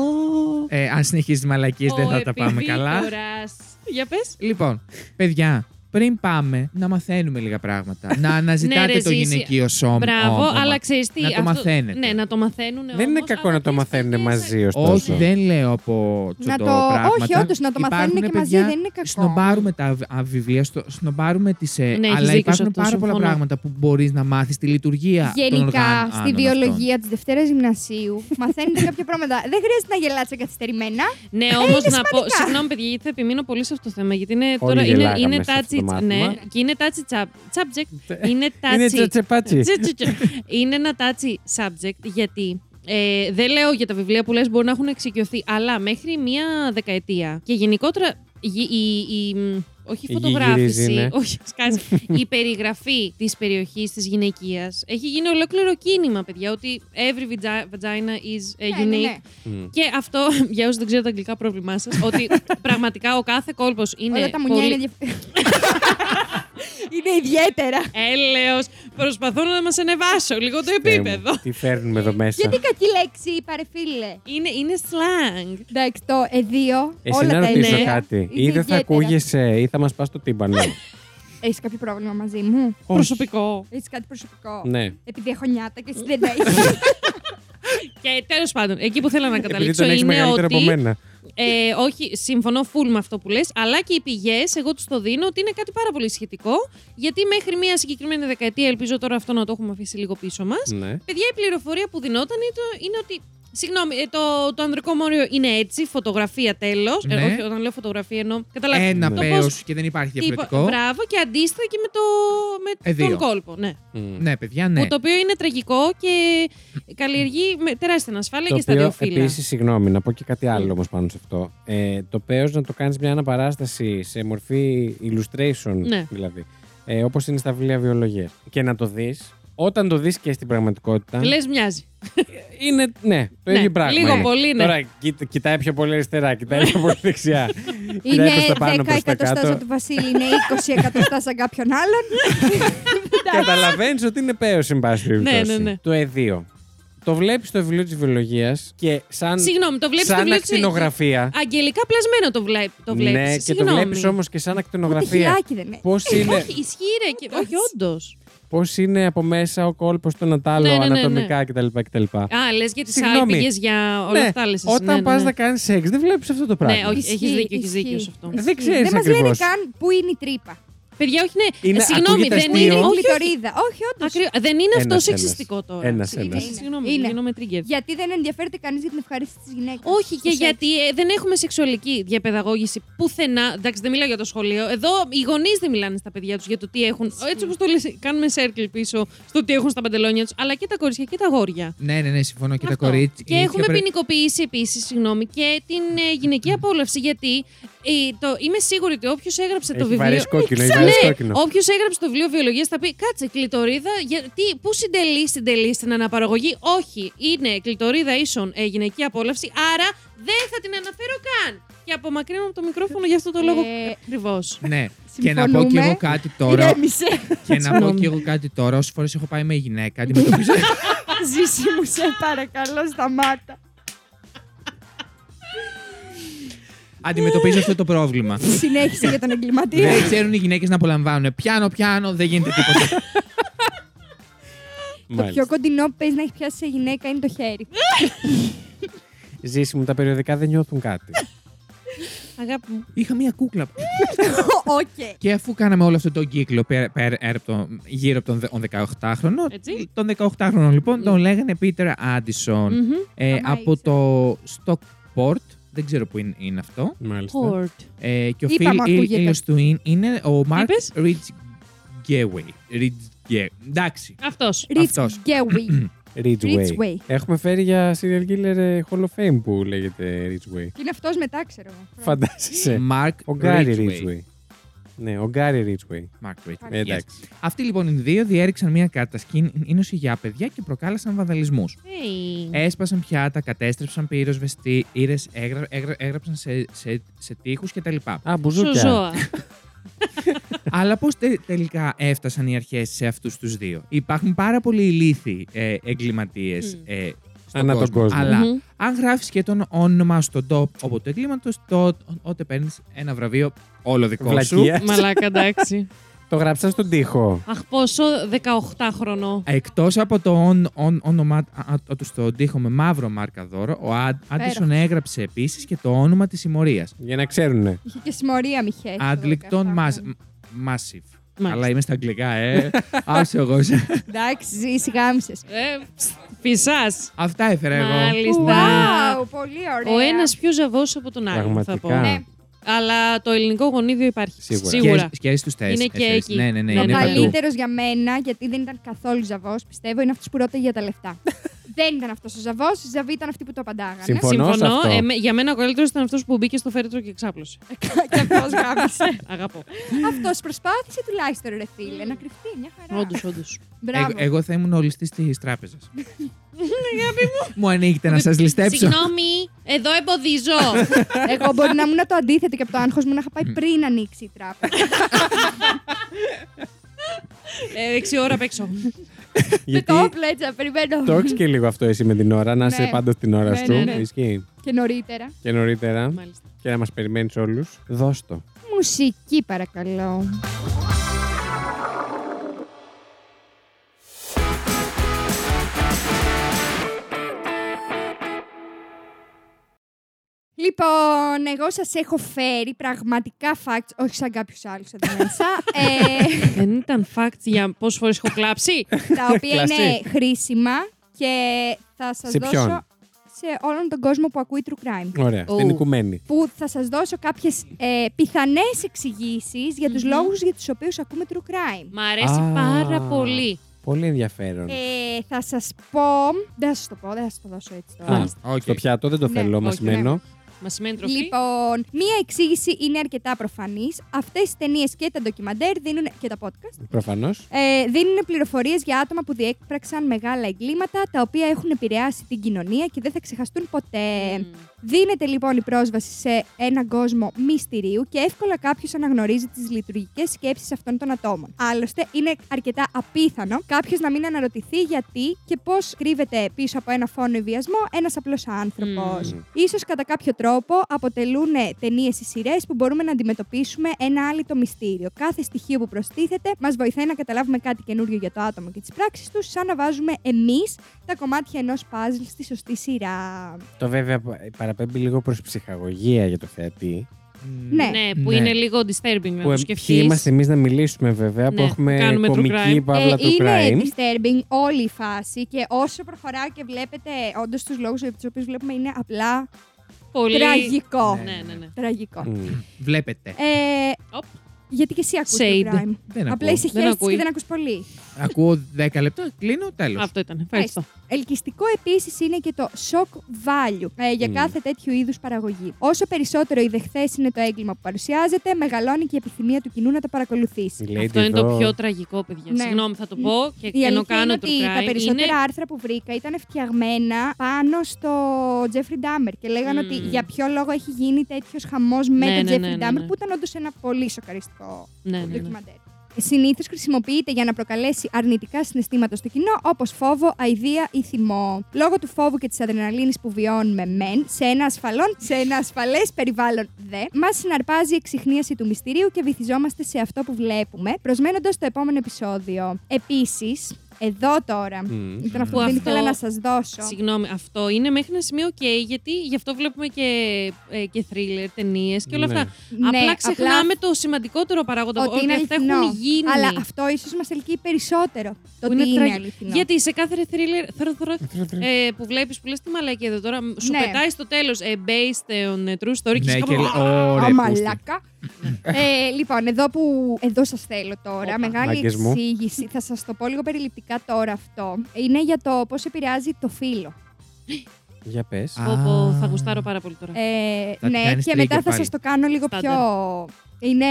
Speaker 3: Ε, αν συνεχίζεις τις μαλακίες, δεν
Speaker 2: ο
Speaker 3: θα τα πάμε καλά.
Speaker 2: επιδόρας. Για πες.
Speaker 3: Λοιπόν, παιδιά, πριν πάμε να μαθαίνουμε λίγα πράγματα, να
Speaker 2: (laughs) Ναι,
Speaker 3: αναζητάτε
Speaker 2: ρε,
Speaker 3: το
Speaker 2: Ζήση.
Speaker 3: γυναικείο σώμα.
Speaker 2: Μπράβο,
Speaker 3: όνομα.
Speaker 2: αλλά ξέρεις τι.
Speaker 3: Να το
Speaker 2: αυτό-
Speaker 3: μαθαίνετε.
Speaker 2: Ναι, να το μαθαίνουν.
Speaker 1: Δεν είναι κακό να το μαθαίνουν μαζί, ωστόσο.
Speaker 3: Όχι, δεν λέω από
Speaker 4: Να
Speaker 3: τσουντό
Speaker 4: το-
Speaker 3: πράγματα.
Speaker 4: όχι, όντως, να το μαθαίνουν
Speaker 3: Υπάρχουνε,
Speaker 4: και μαζί,
Speaker 3: παιδιά,
Speaker 4: δεν είναι κακό.
Speaker 3: Σνομπάρουμε τα α, βιβλία, στο, σνομπάρουμε τις... ε,
Speaker 2: Ναι, έχεις
Speaker 3: αλλά
Speaker 2: δίκιο σε
Speaker 3: υπάρχουν
Speaker 2: αυτό,
Speaker 3: πάρα πολλά
Speaker 2: συμφωνώ.
Speaker 3: πράγματα που μπορείς να μάθεις τη λειτουργία των
Speaker 4: Γενικά,
Speaker 3: οργάνων
Speaker 4: στη
Speaker 3: αυτών.
Speaker 4: βιολογία της Δευτέρας Γυμνασίου (laughs) μαθαίνετε κάποια πράγματα. Δεν χρειάζεται να γελάτε καθυστερημένα.
Speaker 2: Ναι, όμω να πω.
Speaker 4: σημαντικά.
Speaker 2: Συγγνώμη, παιδιά, γιατί θα επιμείνω πολύ σε αυτό το θέμα. Γιατί είναι
Speaker 1: Όλοι
Speaker 2: τώρα. Είναι,
Speaker 1: γελάγαμε
Speaker 2: είναι
Speaker 1: σε αυτό το
Speaker 2: touchy-
Speaker 1: μάθημα. Ναι.
Speaker 2: Ναι, και είναι touchy chap- subject. Είναι
Speaker 1: Είναι
Speaker 2: touchy.
Speaker 1: τσετσεπάτσι.
Speaker 2: Τσι, τσι, τσι. είναι ένα touchy subject γιατί ε, δεν λέω για τα βιβλία που λες μπορεί να έχουν εξοικειωθεί, αλλά μέχρι μία δεκαετία και γενικότερα η, η, η- μ, όχι η
Speaker 1: Η
Speaker 2: φωτογράφηση,
Speaker 1: γυρίζει, ναι.
Speaker 2: όχι σκάζει, η περιγραφή της περιοχής της γυναικείας έχει γίνει ολόκληρο κίνημα, παιδιά, ότι every vagi- vagina is a
Speaker 4: Ναι,
Speaker 2: unique.
Speaker 4: ναι, ναι.
Speaker 1: Μμ.
Speaker 2: Και αυτό, (laughs) για όσους δεν ξέρετε αγγλικά πρόβλημά σας, ότι πραγματικά ο κάθε κόλπος είναι
Speaker 4: (laughs) Όλα τα μουνιά
Speaker 2: πολύ...
Speaker 4: είναι διαφορετικά. είναι ιδιαίτερα.
Speaker 2: έλεος. Προσπαθώ να μας ανεβάσω λίγο το
Speaker 1: Θεέ μου,
Speaker 2: επίπεδο.
Speaker 1: Τι φέρνουμε εδώ μέσα.
Speaker 4: Γιατί κακή λέξη είπα, ρε φίλε.
Speaker 2: Είναι, είναι slang.
Speaker 4: Εντάξει, το εδίο.
Speaker 1: Εσύ
Speaker 4: όλα
Speaker 1: να
Speaker 4: τα
Speaker 1: ρωτήσω
Speaker 4: εδία.
Speaker 1: κάτι.
Speaker 4: Είναι
Speaker 1: Ή δεν θα
Speaker 4: ιδιαίτερα. Ναι,
Speaker 1: ακούγεσαι ή θα μας πας το τύμπανο.
Speaker 4: Έχεις κάποιο πρόβλημα μαζί μου.
Speaker 2: Προσωπικό.
Speaker 4: Έχεις κάτι προσωπικό.
Speaker 1: Ναι.
Speaker 4: Επειδή έχω νιάτα και εσύ
Speaker 1: (laughs)
Speaker 4: δεν έχεις.
Speaker 2: Και τέλος πάντων, εκεί που θέλω να
Speaker 4: δηλαδή
Speaker 1: Επειδή
Speaker 2: καταλήξω
Speaker 1: τον έχεις
Speaker 2: είναι
Speaker 1: μεγαλύτερο
Speaker 2: ότι.
Speaker 1: από μένα.
Speaker 2: Ε, όχι, συμφωνώ full με αυτό που λες, αλλά και οι πηγές, εγώ τους το δίνω ότι είναι κάτι πάρα πολύ σχετικό. Γιατί μέχρι μία συγκεκριμένη δεκαετία, ελπίζω τώρα αυτό να το έχουμε αφήσει λίγο πίσω μας.
Speaker 1: Ναι.
Speaker 2: Παιδιά, η πληροφορία που δινόταν είναι, το- είναι ότι. Συγγνώμη, ε, το, το ανδρικό μόριο είναι έτσι, φωτογραφία τέλος.
Speaker 3: Ναι.
Speaker 2: Εγώ όταν λέω φωτογραφία εννοώ. Καταλάβατε.
Speaker 3: Ένα
Speaker 1: το
Speaker 3: πέος
Speaker 2: πώς-
Speaker 3: και δεν υπάρχει
Speaker 2: Τύπο-
Speaker 3: διαφορετικό.
Speaker 2: Μπράβο, και αντίστοιχα και με, το, με
Speaker 3: Ε, δύο.
Speaker 2: τον κόλπο. Ναι.
Speaker 1: Μμ.
Speaker 3: Ναι, παιδιά, ναι.
Speaker 2: Που το οποίο είναι τραγικό και καλλιεργεί με τεράστια ανασφάλεια
Speaker 1: Το
Speaker 2: και στα δύο
Speaker 1: οποίο
Speaker 2: φύλλα.
Speaker 1: επίσης, συγγνώμη, να πω και κάτι
Speaker 4: Ναι.
Speaker 1: άλλο όμως πάνω σε αυτό. Ε, το παίο να το κάνεις μια αναπαράσταση σε μορφή illustration,
Speaker 2: Ναι.
Speaker 1: δηλαδή. Ε, Όπως είναι στα βιβλία βιολογία. Και να το δεις. Όταν το δεις και στην πραγματικότητα.
Speaker 2: Λες, μοιάζει.
Speaker 1: Είναι, ναι, το
Speaker 2: Ναι,
Speaker 1: ίδιο πράγμα.
Speaker 2: λίγο
Speaker 1: είναι.
Speaker 2: πολύ, ναι.
Speaker 1: Τώρα κοίτα- κοιτάει πιο πολύ αριστερά, κοιτάει πιο πολύ
Speaker 2: (laughs)
Speaker 1: δεξιά.
Speaker 4: Είναι
Speaker 1: προς τα πάνω,
Speaker 4: 10
Speaker 1: προς τα
Speaker 4: εκατοστάς
Speaker 1: κάτω.
Speaker 4: του Βασίλη, είναι 20 εκατοστάς σαν κάποιον
Speaker 2: (laughs)
Speaker 4: άλλον.
Speaker 1: Καταλαβαίνεις ότι είναι παίο, εν πάση περιπτώσει.
Speaker 2: ναι, ναι.
Speaker 1: Το εδίο. Το βλέπεις στο βιβλίο της βιολογίας και σαν,
Speaker 2: Συγγνώμη, το βλέπεις.
Speaker 1: σαν ακτινογραφία.
Speaker 2: Αγγελικά πλασμένο το, βλέ... το βλέπεις.
Speaker 1: Ναι, και το βλέπεις όμως και σαν
Speaker 4: Ούτε
Speaker 1: ακτινογραφία.
Speaker 4: χιλάκι δεν έχει.
Speaker 1: Πώ είναι,
Speaker 2: Ε, Όχι, ισχύει ρε. Και... Όχι, όντως.
Speaker 1: πώς είναι από μέσα ο κόλπος των Ατάλων
Speaker 2: Ναι, ναι, ναι, ναι.
Speaker 1: ανατομικά κτλ. κτλ.
Speaker 2: Α, λες για τις
Speaker 1: Συγγνώμη.
Speaker 2: άλπιγε, για όλα
Speaker 1: Ναι,
Speaker 2: αυτά λες.
Speaker 1: Όταν πα να κάνεις σεξ, δεν βλέπεις αυτό το πράγμα.
Speaker 2: Ναι, όχι, έχεις
Speaker 4: Ισχύει,
Speaker 2: δίκιο, έχεις
Speaker 4: ισχύει.
Speaker 2: δίκιο σε αυτό.
Speaker 1: Δεν ξέρεις
Speaker 4: Δεν μας λένε
Speaker 1: ακριβώς.
Speaker 4: καν πού είναι η τρύπα.
Speaker 2: Παιδιά, όχι, ναι.
Speaker 1: Είναι-
Speaker 2: Συγγνώμη,
Speaker 1: ακούγεται
Speaker 2: δεν
Speaker 4: Πού
Speaker 1: αστείο.
Speaker 2: είναι.
Speaker 4: είναι η
Speaker 2: Όχι, όχι.
Speaker 4: κλειτορίδα. Όχι, όντως.
Speaker 2: Ακριβ- Δεν είναι αυτό
Speaker 1: Ένας,
Speaker 2: σεξιστικό τώρα.
Speaker 1: Ένας,
Speaker 2: Είναι,
Speaker 1: ένας.
Speaker 2: είναι, Συγγνώμη,
Speaker 4: Είναι.
Speaker 2: γίνομαι triggered.
Speaker 4: Γιατί δεν ενδιαφέρεται κανείς για την ευχαρίστηση της γυναίκας.
Speaker 2: Όχι, και γιατί ε, δεν έχουμε σεξουαλική διαπαιδαγώγηση πουθενά. Εντάξει, δεν μιλάω για το σχολείο. Εδώ οι γονείς δεν μιλάνε στα παιδιά τους για το τι έχουν. Έτσι όπως το λες, κάνουμε circle πίσω στο τι έχουν στα παντελόνια τους. Αλλά και τα κορίτσια και τα αγόρια.
Speaker 3: Ναι, ναι, ναι, συμφωνώ και τα
Speaker 2: Αυτό.
Speaker 3: κορίτσια.
Speaker 2: Και έχουμε ποινικοποιήσει επίσης, συγγνώμη, και την ε, γυναική απόλαυση. Γιατί ε, το, είμαι σίγουρη ότι όποιος έγραψε το
Speaker 1: Έχει
Speaker 2: βιβλίο.
Speaker 1: βαρύς κόκκινο, έχει
Speaker 2: Ναι,
Speaker 1: βαρύς κόκκινο.
Speaker 2: Όποιος έγραψε το βιβλίο βιολογίας θα πει Κάτσε, κλητορίδα. Γιατί, πού συντελεί, συντελεί στην αναπαραγωγή. Όχι, είναι κλητορίδα ίσον ε, γυναική απόλαυση. Άρα δεν θα την αναφέρω καν. Και απομακρύνω από το μικρόφωνο για αυτό το λόγο.
Speaker 4: Ε,
Speaker 2: Ακριβώς.
Speaker 3: Ναι, και να πω κι
Speaker 4: Συμφωνούμε.
Speaker 3: εγώ κάτι τώρα.
Speaker 4: Ηρέμησε.
Speaker 3: και να πω κι εγώ κάτι τώρα. Όσες φορές έχω πάει με γυναίκα, αντιμετωπίζω.
Speaker 4: Ζήση μου, σε παρακαλώ, σταμάτα.
Speaker 3: αντιμετωπίζω αυτό το πρόβλημα.
Speaker 4: Συνέχισε για τον εγκληματία.
Speaker 3: δεν ξέρουν οι γυναίκες να απολαμβάνουν. Πιάνω, πιάνω, δεν γίνεται τίποτα.
Speaker 4: Το πιο κοντινό που παίζεις να έχεις πιάσει σε γυναίκα είναι το χέρι.
Speaker 1: Ζήση μου, τα περιοδικά δεν νιώθουν
Speaker 2: (laughs)
Speaker 1: κάτι.
Speaker 2: Αγάπη μου.
Speaker 3: Είχα μία κούκλα.
Speaker 4: Οκ.
Speaker 3: και αφού κάναμε όλο αυτό τον κύκλο πέρα- πέρα- έρ- το- γύρω από τον δε- τον 18χρονο.
Speaker 2: Έτσι. Mm.
Speaker 3: Τον 18χρονο λοιπόν τον λέγανε Peter
Speaker 1: Λοιπόν,
Speaker 3: Addison.
Speaker 2: Μμμ.
Speaker 3: Ε,
Speaker 4: Αμά,
Speaker 3: από
Speaker 4: ήξερα.
Speaker 3: το Stockport. Δεν ξέρω που είναι, είναι αυτό.
Speaker 1: Μάλιστα.
Speaker 2: Court.
Speaker 3: Ε, και ο
Speaker 4: Είπα, μου
Speaker 3: Phil
Speaker 4: ακούγεται.
Speaker 3: Ήλιος του είναι- είναι ο Mark
Speaker 2: Είπες?
Speaker 3: Ridgeway. Ridge- Εντάξει.
Speaker 2: Αυτός.
Speaker 3: Αυτός.
Speaker 4: Ρίτς
Speaker 3: (clears throat)
Speaker 4: Γκέουι.
Speaker 1: Ridgeway.
Speaker 4: Ridgeway.
Speaker 1: Έχουμε φέρει για serial killer ε, Hall of Fame που λέγεται Ridgeway.
Speaker 4: Και είναι αυτός μετά, ξέρω εγώ.
Speaker 1: Φαντάζεσαι.
Speaker 3: Mark
Speaker 1: Ο Γκάρι
Speaker 3: Ridgeway.
Speaker 1: Ridgeway. Ναι, ο Γκάρι Ridgeway.
Speaker 3: Mark Ridgeway.
Speaker 1: Ε, Εντάξει.
Speaker 3: Yes. Αυτοί λοιπόν οι δύο διέριξαν μια κατασκήνωση για παιδιά και προκάλεσαν βανδαλισμού.
Speaker 2: Mm.
Speaker 1: Ε,
Speaker 2: Hey.
Speaker 3: Έσπασαν πιάτα, κατέστρεψαν πυροσβεστήρε, έγρα, έγρα- έγραψαν σε, σε, σε τείχους κτλ.
Speaker 1: Α,
Speaker 2: Σου
Speaker 1: μπουζούκια. (laughs)
Speaker 2: ζώα.
Speaker 3: Αλλά πώς τελικά έφτασαν οι αρχές σε αυτούς τους δύο. Υπάρχουν πάρα πολλοί ηλίθιοι ε, εγκληματίες
Speaker 2: Μμ.
Speaker 3: ε, στον
Speaker 1: Ανά τον κόσμο.
Speaker 3: Αλλά
Speaker 2: Μμμ.
Speaker 3: αν γράφεις και τον όνομα στον top όπου του εγκλήματο, τότε παίρνεις ένα βραβείο όλο δικό σου.
Speaker 1: Βλακία.
Speaker 2: Μαλάκα, εντάξει.
Speaker 1: Το γράψαν στον τοίχο.
Speaker 2: Αχ, πόσο 18χρονο.
Speaker 3: Εκτός από το όν- όν- όνομα α- α- του στον τοίχο με μαύρο μάρκα δώρο, ο Άν- Άντισον έγραψε επίσης και το όνομα της συμμορίας.
Speaker 1: Για να ξέρουνε.
Speaker 4: Είχε και συμμορία, Μιχαήλ.
Speaker 3: Αντλικτόν Massive. Αλλά είμαι στα αγγλικά, ε. Άσε εγώ.
Speaker 2: (laughs)
Speaker 4: Εντάξει, ζήσει, γάμισες.
Speaker 2: Ε, φυσάς.
Speaker 3: Αυτά έφερα εγώ.
Speaker 2: Μάλιστα.
Speaker 3: Ναι.
Speaker 4: Wow, πολύ ωραία.
Speaker 2: Ο ένας πιο ζαβός από τον άλλο, θα πω.
Speaker 1: Πραγματικά.
Speaker 4: Ναι.
Speaker 2: Αλλά το ελληνικό γονίδιο υπάρχει.
Speaker 1: Σίγουρα.
Speaker 3: Σκέρι τους τεστ.
Speaker 2: Είναι και εκεί.
Speaker 3: Ναι, ναι, ναι.
Speaker 2: Το
Speaker 4: Ο
Speaker 3: είναι παντού.
Speaker 4: καλύτερος για μένα, γιατί δεν ήταν καθόλου ζαβός, πιστεύω, είναι αυτός που ρώταγε για τα λεφτά. δεν ήταν αυτός ο ζαβός, οι ζαβοί ήταν αυτοί που το απαντάγανε.
Speaker 1: Συμφωνώ. σε
Speaker 2: Συμφωνώ.
Speaker 1: αυτό.
Speaker 2: Ε, με- για μένα ο καλύτερος ήταν αυτός που μπήκε στο φέρετρο και ξάπλωσε.
Speaker 4: (laughs) και αυτός γάμισε.
Speaker 2: Αγαπώ.
Speaker 4: αυτός προσπάθησε τουλάχιστον, ρε φίλε, να κρυφτεί. Μια χαρά.
Speaker 2: Όντως, όντως.
Speaker 4: Μπράβο.
Speaker 3: Ε, Εγώ- Εγώ θα ήμουν ολιστή τη τράπεζα. (laughs) Μου ανοίγετε να σας ληστέψω.
Speaker 2: Συγγνώμη, εδώ
Speaker 1: (laughs)
Speaker 2: εμποδίζω.
Speaker 4: Εγώ μπορεί να ήμουν το αντίθετο και από το άγχος μου να είχα πάει πριν ανοίξει η τράπεζα.
Speaker 2: Ε, Έξι ώρα απ' έξω.
Speaker 4: Με
Speaker 1: Γιατί
Speaker 4: το όπλο έτσι, να περιμένω.
Speaker 1: το έχεις και λίγο αυτό εσύ με την ώρα, να είσαι
Speaker 4: Ναι.
Speaker 1: πάντα στην ώρα
Speaker 4: Ναι,
Speaker 1: σου.
Speaker 4: ναι, ναι.
Speaker 1: Ισχύει.
Speaker 4: Και νωρίτερα.
Speaker 1: Και νωρίτερα.
Speaker 2: Μάλιστα.
Speaker 1: Και να μας περιμένεις όλους. Δώσ' το.
Speaker 4: Μουσική, παρακαλώ. Λοιπόν, εγώ σας έχω φέρει πραγματικά facts, όχι σαν κάποιους άλλους εδώ μέσα, ε,
Speaker 2: Δεν ήταν facts για πόσες φορές έχω κλάψει.
Speaker 4: τα οποία είναι
Speaker 1: Κλασί.
Speaker 4: χρήσιμα και θα σας
Speaker 1: Σε ποιον? Ναι.
Speaker 4: δώσω σε όλον τον κόσμο που ακούει True Crime.
Speaker 1: Ωραία.
Speaker 2: Ου.
Speaker 1: Την οικουμένη.
Speaker 4: που θα σας δώσω κάποιες ε, πιθανές εξηγήσεις για τους
Speaker 2: Μμμ.
Speaker 4: λόγους για τους οποίους ακούμε true crime.
Speaker 2: Μ' αρέσει
Speaker 1: Α.
Speaker 2: πάρα πολύ.
Speaker 1: Πολύ ενδιαφέρον.
Speaker 4: Ε, θα σας πω... Δεν θα σας το πω, δεν θα σας το δώσω έτσι τώρα.
Speaker 1: Α,
Speaker 3: Οκ.
Speaker 1: Στο πιάτο δεν το
Speaker 4: Ναι,
Speaker 1: θέλω, μα
Speaker 2: όχι,
Speaker 4: ναι.
Speaker 1: μένω.
Speaker 2: Μα σημαίνει τροφή.
Speaker 4: Λοιπόν, μία εξήγηση είναι αρκετά προφανής. Αυτές οι ταινίες και τα ντοκιμαντέρ δίνουν, και τα podcast
Speaker 1: Προφανώς.
Speaker 4: ε, δίνουν πληροφορίες για άτομα που διέκπραξαν μεγάλα εγκλήματα τα οποία έχουν επηρεάσει την κοινωνία και δεν θα ξεχαστούν ποτέ.
Speaker 2: Μμμ.
Speaker 4: Δίνεται λοιπόν η πρόσβαση σε έναν κόσμο μυστηρίου και εύκολα κάποιος αναγνωρίζει τις λειτουργικές σκέψεις αυτών των ατόμων. Άλλωστε, είναι αρκετά απίθανο κάποιος να μην αναρωτηθεί γιατί και πώς κρύβεται πίσω από ένα φόνο ή βιασμό ένας απλός άνθρωπος.
Speaker 1: Μμμ.
Speaker 4: Ίσως κατά κάποιο τρόπο αποτελούν ταινίες ή σειρές που μπορούμε να αντιμετωπίσουμε ένα άλυτο μυστήριο. Κάθε στοιχείο που προστίθεται μας βοηθάει να καταλάβουμε κάτι καινούριο για το άτομο και τις πράξεις τους, σαν να βάζουμε εμείς τα κομμάτια ενός παζλ στη σωστή σειρά.
Speaker 1: Το βέβαια παραπέμπει λίγο προς ψυχαγωγία για το θεατή.
Speaker 4: Ναι.
Speaker 2: Ναι, που
Speaker 3: Ναι.
Speaker 2: είναι λίγο disturbing να
Speaker 1: Που
Speaker 2: το
Speaker 1: εμ-
Speaker 2: σκεφτείς.
Speaker 1: ποιοι είμαστε εμείς να μιλήσουμε, βέβαια, που
Speaker 2: Ναι,
Speaker 1: έχουμε
Speaker 2: κάνουμε true
Speaker 1: κομική
Speaker 2: crime.
Speaker 1: παύλα του
Speaker 4: Ε, είναι
Speaker 1: crime.
Speaker 4: disturbing όλη η φάση και όσο προχωράω και βλέπετε, όντως τους λόγους για τους οποίους βλέπουμε είναι απλά
Speaker 2: Πολύ.
Speaker 4: τραγικό.
Speaker 2: Ναι, ναι, ναι.
Speaker 4: Τραγικό.
Speaker 1: Μμ.
Speaker 3: Βλέπετε.
Speaker 4: Ε,
Speaker 2: Οπ.
Speaker 4: γιατί και εσύ ακούς
Speaker 2: Shade.
Speaker 4: το crime.
Speaker 3: Δεν
Speaker 4: Απλά
Speaker 3: ακούω.
Speaker 4: είσαι
Speaker 2: Δεν
Speaker 4: χέρι
Speaker 2: ακούει.
Speaker 4: και δεν ακούς πολύ.
Speaker 3: Ακούω 10 λεπτά, κλείνω, τέλος.
Speaker 2: Αυτό ήταν. Ευχαριστώ.
Speaker 4: Ελκυστικό επίσης είναι και το shock value ε, για
Speaker 1: Mm.
Speaker 4: κάθε τέτοιου είδους παραγωγή. Όσο περισσότερο ιδεχθές είναι το έγκλημα που παρουσιάζεται, μεγαλώνει και η επιθυμία του κοινού να τα παρακολουθήσει.
Speaker 1: Η lady
Speaker 2: Αυτό είναι το
Speaker 1: εδώ.
Speaker 2: πιο τραγικό, παιδιά.
Speaker 4: Ναι.
Speaker 2: Συγγνώμη, θα το πω και
Speaker 4: Η
Speaker 2: ενώ
Speaker 4: αλήθεια
Speaker 2: κάνω
Speaker 4: είναι
Speaker 2: true
Speaker 4: ότι τα
Speaker 2: crime,
Speaker 4: περισσότερα
Speaker 2: είναι-
Speaker 4: άρθρα που βρήκα ήταν φτιαγμένα πάνω στο Τζέφρι Ντάμερ και λέγανε
Speaker 2: Μμμ.
Speaker 4: ότι για ποιο λόγο έχει γίνει τέτοιος χαμός με
Speaker 2: Ναι,
Speaker 4: τον
Speaker 2: ναι,
Speaker 4: Τζέφρι
Speaker 2: ναι, ναι,
Speaker 4: Ντάμερ,
Speaker 2: ναι.
Speaker 4: που ήταν όντως ένα πολύ σοκαριστικό
Speaker 2: Ναι, ναι, ναι.
Speaker 4: ντοκιμαντέρ. Συνήθως χρησιμοποιείται για να προκαλέσει αρνητικά συναισθήματα στο κοινό όπως φόβο, αηδία ή θυμό. Λόγω του φόβου και της αδρεναλίνης που βιώνουμε μεν σε ένα ασφαλόν, σε ένα ασφαλές περιβάλλον δε, μας συναρπάζει η εξυχνίαση του μυστηρίου και βυθιζόμαστε σε αυτό που βλέπουμε, προσμένοντας το επόμενο επεισόδιο. Επίσης, εδώ τώρα.
Speaker 1: Μμ.
Speaker 4: Ήταν αυτό
Speaker 2: Που
Speaker 4: που δεν
Speaker 2: αυτό-
Speaker 4: ήθελα να σας δώσω.
Speaker 2: Συγγνώμη, αυτό είναι μέχρι ένα σημείο οκ, γιατί γι' αυτό βλέπουμε και, ε, και thriller, ταινίες και όλα
Speaker 1: Ναι.
Speaker 2: αυτά.
Speaker 4: Ναι,
Speaker 2: απλά ξεχνάμε το σημαντικότερο παράγοντα
Speaker 4: ότι είναι
Speaker 2: αυτά
Speaker 4: αληθινό.
Speaker 2: έχουν γίνει.
Speaker 4: Αλλά αυτό ίσως μας ελκύει περισσότερο. Το
Speaker 2: Που
Speaker 4: ότι είναι,
Speaker 2: τραγ-
Speaker 4: αληθινό.
Speaker 2: Γιατί σε κάθε thriller θρο- θρο- ε, που βλέπεις που λες τι μαλακή εδώ τώρα, σου
Speaker 4: Ναι.
Speaker 2: πετάει στο τέλος based on ε, true story και
Speaker 3: Ναι,
Speaker 2: είσαι
Speaker 3: και
Speaker 2: κάπου-
Speaker 3: λέ- ωραία,
Speaker 4: Α,
Speaker 3: πούστη.
Speaker 4: μαλάκα. ε, λοιπόν, εδώ που εδώ σας θέλω τώρα,
Speaker 2: Όπα.
Speaker 4: μεγάλη
Speaker 1: Μάγκες μου.
Speaker 4: εξήγηση, θα σας το πω λίγο περιληπτικά τώρα αυτό, είναι για το πώς επηρεάζει το φύλλο.
Speaker 1: Για πες.
Speaker 2: Πω, πω, θα
Speaker 3: Α.
Speaker 2: γουστάρω πάρα πολύ τώρα.
Speaker 4: Ε,
Speaker 3: Θα τη
Speaker 4: ναι,
Speaker 3: κάνεις
Speaker 4: και μετά
Speaker 3: trigger
Speaker 4: θα
Speaker 3: πάλι.
Speaker 4: σας το κάνω λίγο
Speaker 2: Στάνταρ.
Speaker 4: πιο... Είναι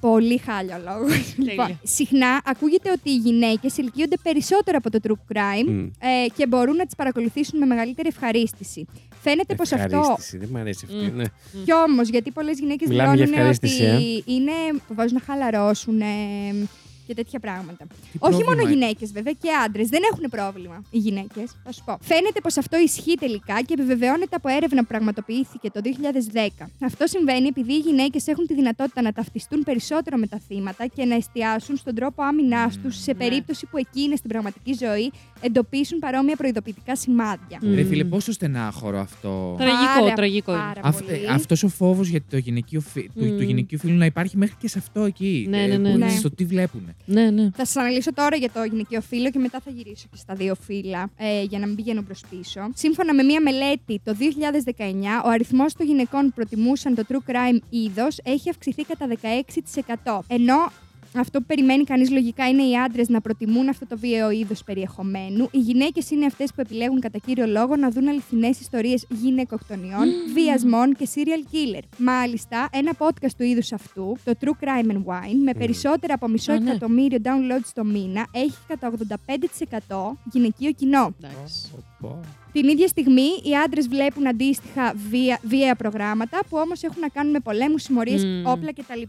Speaker 4: πολύ χάλιο λόγο. λοιπόν, συχνά ακούγεται ότι οι γυναίκες ηλικίονται περισσότερο από το true crime
Speaker 1: Μμ.
Speaker 4: ε, και μπορούν να τις παρακολουθήσουν με μεγαλύτερη ευχαρίστηση. Φαίνεται πως αυτό
Speaker 1: Ευχαρίστηση, Δεν μ' αρέσει αυτή.
Speaker 2: Μ.
Speaker 1: ναι.
Speaker 4: Κι όμως, γιατί πολλές γυναίκες
Speaker 1: Μιλάμε για
Speaker 4: δηλώνουν ότι
Speaker 1: ευχαρίστηση,
Speaker 4: είναι που βάζουν να χαλαρώσουν ε, και τέτοια πράγματα.
Speaker 3: Τι
Speaker 4: Όχι
Speaker 3: πρόβλημα
Speaker 4: μόνο
Speaker 3: είναι.
Speaker 4: γυναίκες, βέβαια, και άντρες. Δεν έχουν πρόβλημα οι γυναίκες. Θα σου πω. Φαίνεται πως αυτό ισχύει τελικά και επιβεβαιώνεται από έρευνα που πραγματοποιήθηκε το 2010. Αυτό συμβαίνει επειδή οι γυναίκες έχουν τη δυνατότητα να ταυτιστούν περισσότερο με τα θύματα και να εστιάσουν στον τρόπο άμυνάς τους σε
Speaker 2: Ναι.
Speaker 4: περίπτωση που εκείνες στην πραγματική ζωή εντοπίσουν παρόμοια προειδοποιητικά σημάδια.
Speaker 2: Μμ.
Speaker 3: Ρε φίλε, πόσο στενάχωρο αυτό.
Speaker 2: Τραγικό,
Speaker 4: Πάρα,
Speaker 2: τραγικό είναι.
Speaker 4: πάρα
Speaker 3: ε,
Speaker 4: πολύ.
Speaker 3: Αυτός ο φόβος για το γυναικείο, φι- του,
Speaker 2: Μμ.
Speaker 3: του γυναικείου φίλου να υπάρχει μέχρι και σε αυτό εκεί.
Speaker 2: Ναι,
Speaker 3: ε,
Speaker 2: ναι, ναι,
Speaker 3: που-
Speaker 4: ναι.
Speaker 3: Στο τι βλέπουν.
Speaker 2: Ναι, ναι.
Speaker 4: Θα σας αναλύσω τώρα για το γυναικείο φύλλο και μετά θα γυρίσω και στα δύο φύλλα ε, για να μην πηγαίνω προς πίσω. Σύμφωνα με μία μελέτη το 2019, ο αριθμός των γυναικών που προτιμούσαν το true crime είδος έχει αυξηθεί κατά 16%. Ενώ αυτό που περιμένει κανείς λογικά είναι οι άντρες να προτιμούν αυτό το βίαιο είδος περιεχομένου. Οι γυναίκες είναι αυτές που επιλέγουν κατά κύριο λόγο να δουν αληθινές ιστορίες γυναικοκτονιών, βιασμών και serial killer. Μάλιστα, ένα podcast του είδους αυτού, το True Crime and Wine, με
Speaker 1: Μμμ.
Speaker 4: περισσότερα από μισό
Speaker 2: Α, ναι.
Speaker 4: εκατομμύριο downloads το μήνα, έχει κατά 85% γυναικείο κοινό.
Speaker 2: Εντάξει.
Speaker 4: Την ίδια στιγμή, οι άντρες βλέπουν αντίστοιχα βία, βία προγράμματα που όμως έχουν να κάνουν με πολέμους, συμμορίες,
Speaker 2: Μμμ.
Speaker 4: όπλα κτλ.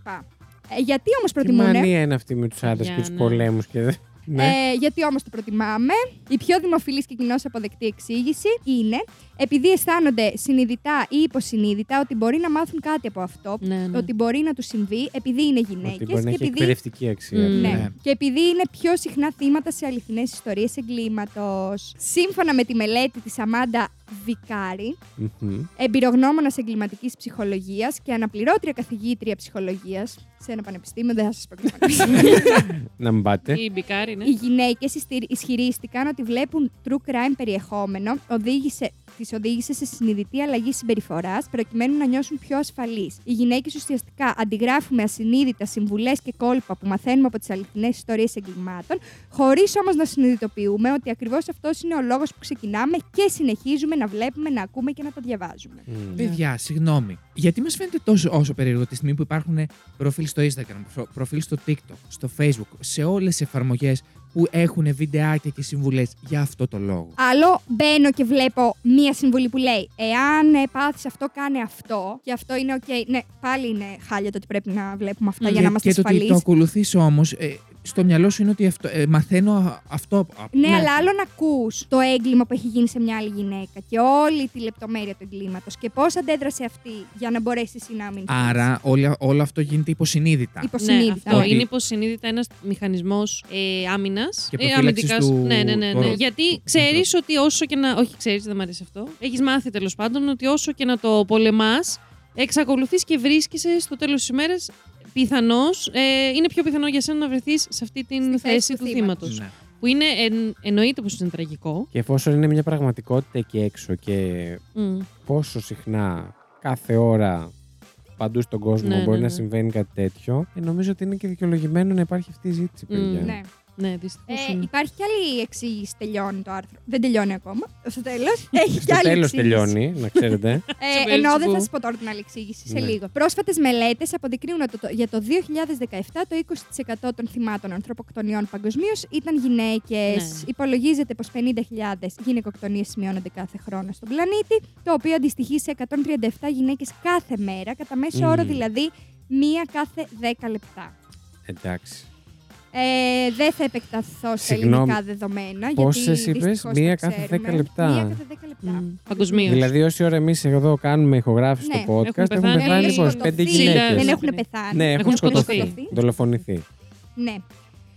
Speaker 4: Ε, γιατί όμως
Speaker 1: Τι
Speaker 4: προτιμούν.
Speaker 1: μανία είναι αυτή με τους άντρες και
Speaker 2: Για
Speaker 1: τους
Speaker 2: να.
Speaker 1: πολέμους και δεν. Ναι.
Speaker 4: Ε, γιατί όμως το προτιμάμε. Η πιο δημοφιλής και κοινώς αποδεκτή εξήγηση είναι επειδή αισθάνονται συνειδητά ή υποσυνείδητα ότι μπορεί να μάθουν κάτι από αυτό,
Speaker 2: Ναι, ναι.
Speaker 4: ότι μπορεί να τους συμβεί επειδή είναι
Speaker 1: Ότι
Speaker 4: γυναίκε
Speaker 1: μπορεί να
Speaker 4: ναι, και
Speaker 1: έχει
Speaker 4: επειδή.
Speaker 1: εκπαιδευτική αξία.
Speaker 2: Μμ.
Speaker 4: Ναι.
Speaker 3: Ναι.
Speaker 4: Και επειδή είναι πιο συχνά θύματα σε αληθινές ιστορίες εγκλήματος. Σύμφωνα με τη μελέτη της Αμάντα Βικάρη,
Speaker 1: Μμμ.
Speaker 4: εμπειρογνώμονας εγκληματικής ψυχολογίας και αναπληρώτρια καθηγήτρια ψυχολογίας σε ένα πανεπιστήμιο, δεν θα σας πω και το πανεπιστήμιο.
Speaker 1: Να μην πάτε.
Speaker 3: Ε.
Speaker 2: Η μπικάρι, ναι.
Speaker 4: Οι γυναίκες ισχυρίστηκαν ότι βλέπουν true crime περιεχόμενο, οδήγησε τι οδήγησε σε συνειδητή αλλαγή συμπεριφοράς προκειμένου να νιώσουν πιο ασφαλείς. Οι γυναίκες ουσιαστικά αντιγράφουμε ασυνείδητα συμβουλές και κόλπα που μαθαίνουμε από τις αληθινές ιστορίες εγκλημάτων, χωρίς όμως να συνειδητοποιούμε ότι ακριβώς αυτός είναι ο λόγος που ξεκινάμε και συνεχίζουμε να βλέπουμε, να ακούμε και να τα διαβάζουμε.
Speaker 1: Μμ.
Speaker 3: Ναι. Παιδιά, συγγνώμη. Γιατί μας φαίνεται τόσο όσο περίεργο τη στιγμή που υπάρχουν προφίλ στο Instagram, προ- προφίλ στο TikTok, στο Facebook, σε όλες τις εφαρμογές που έχουν βιντεάκια και συμβουλές για αυτό το λόγο.
Speaker 4: Άλλο μπαίνω και βλέπω μία συμβουλή που λέει Εάν ε, πάθεις αυτό, κάνε αυτό. Και αυτό είναι οκ. Ναι, πάλι είναι χάλια το ότι πρέπει να βλέπουμε αυτά
Speaker 2: Μμ.
Speaker 4: για να είμαστε
Speaker 3: Ναι, και το ότι
Speaker 4: ασφαλείς.
Speaker 3: το ακολουθείς όμως, στο μυαλό σου είναι ότι αυτό, ε, μαθαίνω α- αυτό. α-
Speaker 4: Ναι, αλλά άλλο να ακούς το έγκλημα που έχει γίνει σε μια άλλη γυναίκα και όλη τη λεπτομέρεια του εγκλήματος και πώς αντέδρασε αυτή για να μπορέσει εσύ να αμυνθείς.
Speaker 3: Άρα όλα- όλο αυτό γίνεται υποσυνείδητα.
Speaker 2: Ναι,
Speaker 4: Υποσυνείδητα.
Speaker 2: αυτό.
Speaker 3: Ότι-
Speaker 2: Είναι υποσυνείδητα ένας μηχανισμός ε, άμυνας.
Speaker 3: Και προφύλαξης του-
Speaker 2: Ναι, ναι, ναι.
Speaker 3: του
Speaker 2: ναι.
Speaker 3: όρου.
Speaker 2: Γιατί ξέρεις ότι όσο και να. Όχι, ξέρεις, δεν μου αρέσει αυτό. Έχεις μάθει τέλος πάντων ότι όσο και να το πολεμάς, εξακολουθείς και βρίσκεσαι στο τέλος της ημέρας. Πιθανώς, ε, είναι πιο πιθανό για σένα να βρεθείς σε αυτή την
Speaker 4: Στη
Speaker 2: θέση,
Speaker 4: θέση του
Speaker 2: του θύματος.
Speaker 4: θύματος.
Speaker 3: Ναι.
Speaker 2: Που είναι, εν- εννοείται πως είναι τραγικό.
Speaker 1: Και εφόσον είναι μια πραγματικότητα εκεί έξω και
Speaker 2: Μμ.
Speaker 1: πόσο συχνά κάθε ώρα παντού στον κόσμο
Speaker 2: Ναι, ναι,
Speaker 1: μπορεί
Speaker 2: ναι.
Speaker 1: να συμβαίνει κάτι τέτοιο, ε, νομίζω ότι είναι και δικαιολογημένο να υπάρχει αυτή η ζήτηση,
Speaker 2: Μμ.
Speaker 1: παιδιά.
Speaker 4: Ναι.
Speaker 2: Ναι, δυστυχώς.
Speaker 4: Ε, υπάρχει κι άλλη εξήγηση. Τελειώνει το άρθρο. Δεν τελειώνει ακόμα. Στο τέλος. Έχει κι
Speaker 1: Στο
Speaker 4: άλλη
Speaker 1: τέλος
Speaker 4: εξήγηση.
Speaker 1: τελειώνει, να ξέρετε.
Speaker 2: Σε
Speaker 4: Ε, ενώ δεν
Speaker 2: περίπου.
Speaker 4: θα σας πω τώρα την άλλη εξήγηση σε
Speaker 1: Ναι.
Speaker 4: λίγο. Πρόσφατες μελέτες αποδεικνύουν ότι το- για το 2017 το 20% των θυμάτων ανθρωποκτονιών παγκοσμίως ήταν γυναίκες.
Speaker 2: Ναι.
Speaker 4: Υπολογίζεται πως 50.000 γυναικοκτονίες σημειώνονται κάθε χρόνο στον πλανήτη, το οποίο αντιστοιχεί σε 137 γυναίκες κάθε μέρα, κατά μέσο
Speaker 1: Μμμ.
Speaker 4: όρο δηλαδή μία κάθε 10 λεπτά.
Speaker 1: Εντάξει.
Speaker 4: Ε, δεν θα επεκταθώ στα
Speaker 1: Συγγνώμη.
Speaker 4: ελληνικά δεδομένα.
Speaker 1: Πόσες
Speaker 4: γιατί
Speaker 1: είπες?
Speaker 4: δυστυχώς
Speaker 1: Μία
Speaker 4: τα
Speaker 1: κάθε
Speaker 4: ξέρουμε.
Speaker 1: 10 λεπτά.
Speaker 4: Μία κάθε 10 λεπτά.
Speaker 2: Παγκοσμίως.
Speaker 1: Δηλαδή, όση ώρα εμείς εδώ κάνουμε ηχογράφηση
Speaker 4: Ναι.
Speaker 1: στο podcast,
Speaker 2: Έχουν
Speaker 1: έχουν
Speaker 2: πεθάνει
Speaker 1: πεθάνει 25
Speaker 4: σκοτωθεί.
Speaker 1: γυναίκε.
Speaker 4: Δεν
Speaker 2: Ναι.
Speaker 4: έχουν πεθάνει.
Speaker 1: Ναι, έχουν
Speaker 2: Έχουν
Speaker 1: σκοτωθεί.
Speaker 4: σκοτωθεί.
Speaker 1: Δολοφονηθεί.
Speaker 4: Ναι.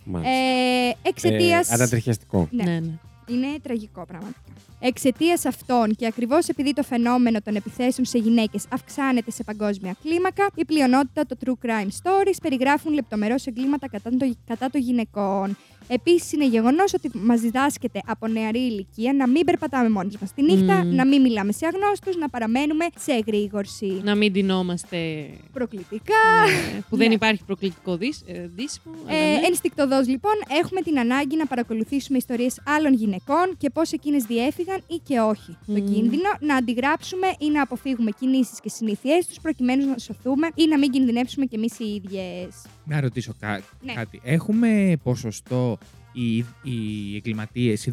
Speaker 1: Μάλιστα.
Speaker 4: Ε,
Speaker 1: Ε,
Speaker 4: Εξαιτία.
Speaker 1: Ανατριχιαστικό.
Speaker 4: ναι.
Speaker 2: ναι, ναι.
Speaker 4: Είναι τραγικό πραγματικά. Εξαιτίας αυτών και ακριβώς επειδή το φαινόμενο των επιθέσεων σε γυναίκες αυξάνεται σε παγκόσμια κλίμακα, η πλειονότητα των true crime stories περιγράφουν λεπτομερώς εγκλήματα κατά των κατά των γυναικών. Επίσης, είναι γεγονός ότι μας διδάσκεται από νεαρή ηλικία να μην περπατάμε μόνοι μας τη νύχτα,
Speaker 2: Μμμ.
Speaker 4: να μην μιλάμε σε αγνώστους, να παραμένουμε σε
Speaker 1: Ναι.
Speaker 4: εγρήγορση.
Speaker 2: Να μην τεινόμαστε
Speaker 4: Προκλητικά.
Speaker 2: Ναι, που δεν υπάρχει προκλητικό δύσ- ε, δύσιμο. αλλά
Speaker 4: Ε,
Speaker 2: ναι.
Speaker 4: ενστικτοδός, λοιπόν, έχουμε την ανάγκη να παρακολουθήσουμε ιστορίες άλλων γυναικών και πώς εκείνες διέφυγαν ή και όχι το
Speaker 2: Μμμ.
Speaker 4: κίνδυνο, να αντιγράψουμε ή να αποφύγουμε κινήσεις και συνήθειές τους προκειμένου να σωθούμε ή να μην κινδυνεύσουμε κι εμείς οι ίδιες.
Speaker 3: Να ρωτήσω κά-
Speaker 4: Ναι.
Speaker 3: κάτι. Έχουμε ποσοστό οι, οι εγκληματίες, οι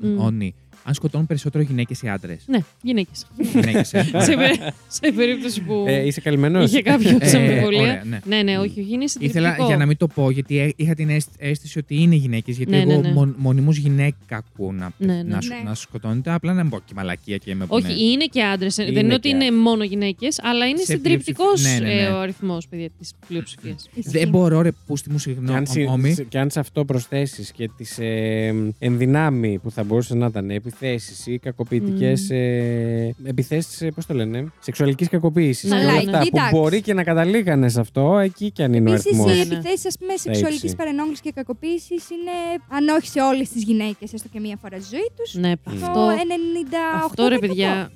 Speaker 3: δολοφόνοι, αν σκοτώνουν περισσότερο γυναίκες ή άντρες.
Speaker 2: Ναι, γυναίκες.
Speaker 3: Γυναίκες, ε.
Speaker 2: (laughs) σε, περί- σε περίπτωση που
Speaker 1: Ε, είσαι καλυμμένος.
Speaker 2: Ναι. είχε κάποιο
Speaker 3: Ε,
Speaker 2: αμφιβολία.
Speaker 3: ωραία, ναι.
Speaker 2: ναι, ναι, όχι, όχι, είναι
Speaker 3: Ήθελα
Speaker 2: συντριπτικό.
Speaker 3: για να μην το πω, γιατί ε- είχα την αίσθη- αίσθηση ότι είναι γυναίκες. Γιατί
Speaker 2: Ναι,
Speaker 3: εγώ
Speaker 2: ναι, ναι.
Speaker 3: μον, μονίμως γυναίκα ακούω να,
Speaker 2: Ναι, ναι.
Speaker 3: να, σου-
Speaker 4: Ναι.
Speaker 3: να σκοτώνεται. Απλά να μην πω ναι. και μαλακία και με
Speaker 2: Όχι,
Speaker 3: πούνε.
Speaker 2: είναι και άντρες. Δεν
Speaker 1: Είναι
Speaker 2: είναι
Speaker 1: και
Speaker 2: ότι είναι μόνο γυναίκες, αλλά είναι
Speaker 3: Σε
Speaker 2: συντριπτικός
Speaker 3: πλειοψηφ- ναι, Mm. ναι, ναι.
Speaker 2: ο αριθμός της πλειοψηφίας.
Speaker 3: Δεν μπορώ, ρε, πούστη μου,
Speaker 1: Ναι. Και αν, συ-
Speaker 3: συγγνώμη.
Speaker 1: σε- και αν σε αυτό προσθέσεις και τις ε, ενδυνάμει που θα μπορούσαν να ήταν επιθέσεις ή κακοποιητικές.
Speaker 2: Μμμ.
Speaker 1: Ε, επιθέσεις, πώς το λένε, σεξουαλικής κακοποίησης.
Speaker 2: Ναι,
Speaker 1: και όλα
Speaker 2: ναι,
Speaker 1: αυτά
Speaker 4: ναι.
Speaker 1: που
Speaker 4: Κοίταξε.
Speaker 1: μπορεί και να καταλήγανε σε αυτό, εκεί και αν είναι ο
Speaker 4: Επίσης,
Speaker 1: αριθμό.
Speaker 4: οι
Speaker 2: αριθμός.
Speaker 4: επιθέσεις, ας πούμε, σεξουαλική
Speaker 1: ύψη.
Speaker 4: παρενόχλησης και κακοποίησης είναι, αν όχι σε όλες τις γυναίκες, έστω και μία φορά στη ζωή τους,
Speaker 2: ναι,
Speaker 4: το
Speaker 2: αυτό,
Speaker 4: 98%.
Speaker 2: αυτό ρε παιδιά.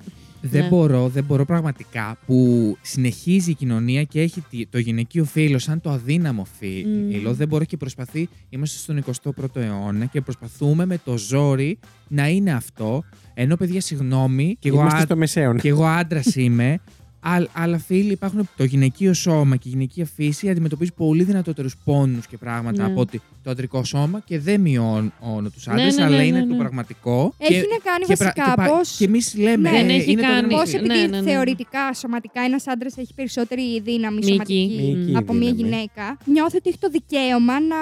Speaker 3: Δεν
Speaker 2: Ναι.
Speaker 3: μπορώ, δεν μπορώ πραγματικά που συνεχίζει η κοινωνία και έχει τη- το γυναικείο φύλλο σαν το αδύναμο φύλλο.
Speaker 2: Μμμ.
Speaker 3: Δεν μπορώ και προσπαθεί. Είμαστε στον 21ο αιώνα και προσπαθούμε με το ζόρι να είναι αυτό. Ενώ, παιδιά, συγγνώμη, και εγώ,
Speaker 1: Είμαστε
Speaker 3: άν- (laughs)
Speaker 1: στο μεσαίωνα.
Speaker 3: κι εγώ άντρας είμαι. Α- αλλά φίλοι υπάρχουν. Το γυναικείο σώμα και η γυναικεία φύση αντιμετωπίζει πολύ δυνατότερους πόνους και πράγματα
Speaker 2: Ναι.
Speaker 3: από ότι το αντρικό σώμα και δεν μειώνω τους
Speaker 2: Ναι,
Speaker 3: άντρες,
Speaker 2: ναι,
Speaker 3: αλλά
Speaker 2: ναι,
Speaker 3: είναι
Speaker 2: ναι,
Speaker 3: το
Speaker 2: ναι.
Speaker 3: πραγματικό.
Speaker 4: Έχει
Speaker 3: και,
Speaker 4: να κάνει
Speaker 3: και, πρα-
Speaker 4: βασικά
Speaker 3: και, πα-
Speaker 4: πώς-
Speaker 3: και εμείς λέμε.
Speaker 4: Ναι,
Speaker 3: ε,
Speaker 4: δεν
Speaker 2: έχει
Speaker 3: είναι το
Speaker 2: κάνει.
Speaker 3: δυνατό
Speaker 4: Πώ
Speaker 2: Πώς
Speaker 3: σου.
Speaker 4: επειδή
Speaker 2: Ναι, ναι, ναι.
Speaker 4: θεωρητικά σωματικά ένας άντρας έχει περισσότερη δύναμη
Speaker 2: Μυϊκή.
Speaker 4: σωματική
Speaker 1: Μυϊκή
Speaker 4: από μια
Speaker 1: δύναμη.
Speaker 4: γυναίκα, νιώθει ότι έχει το δικαίωμα να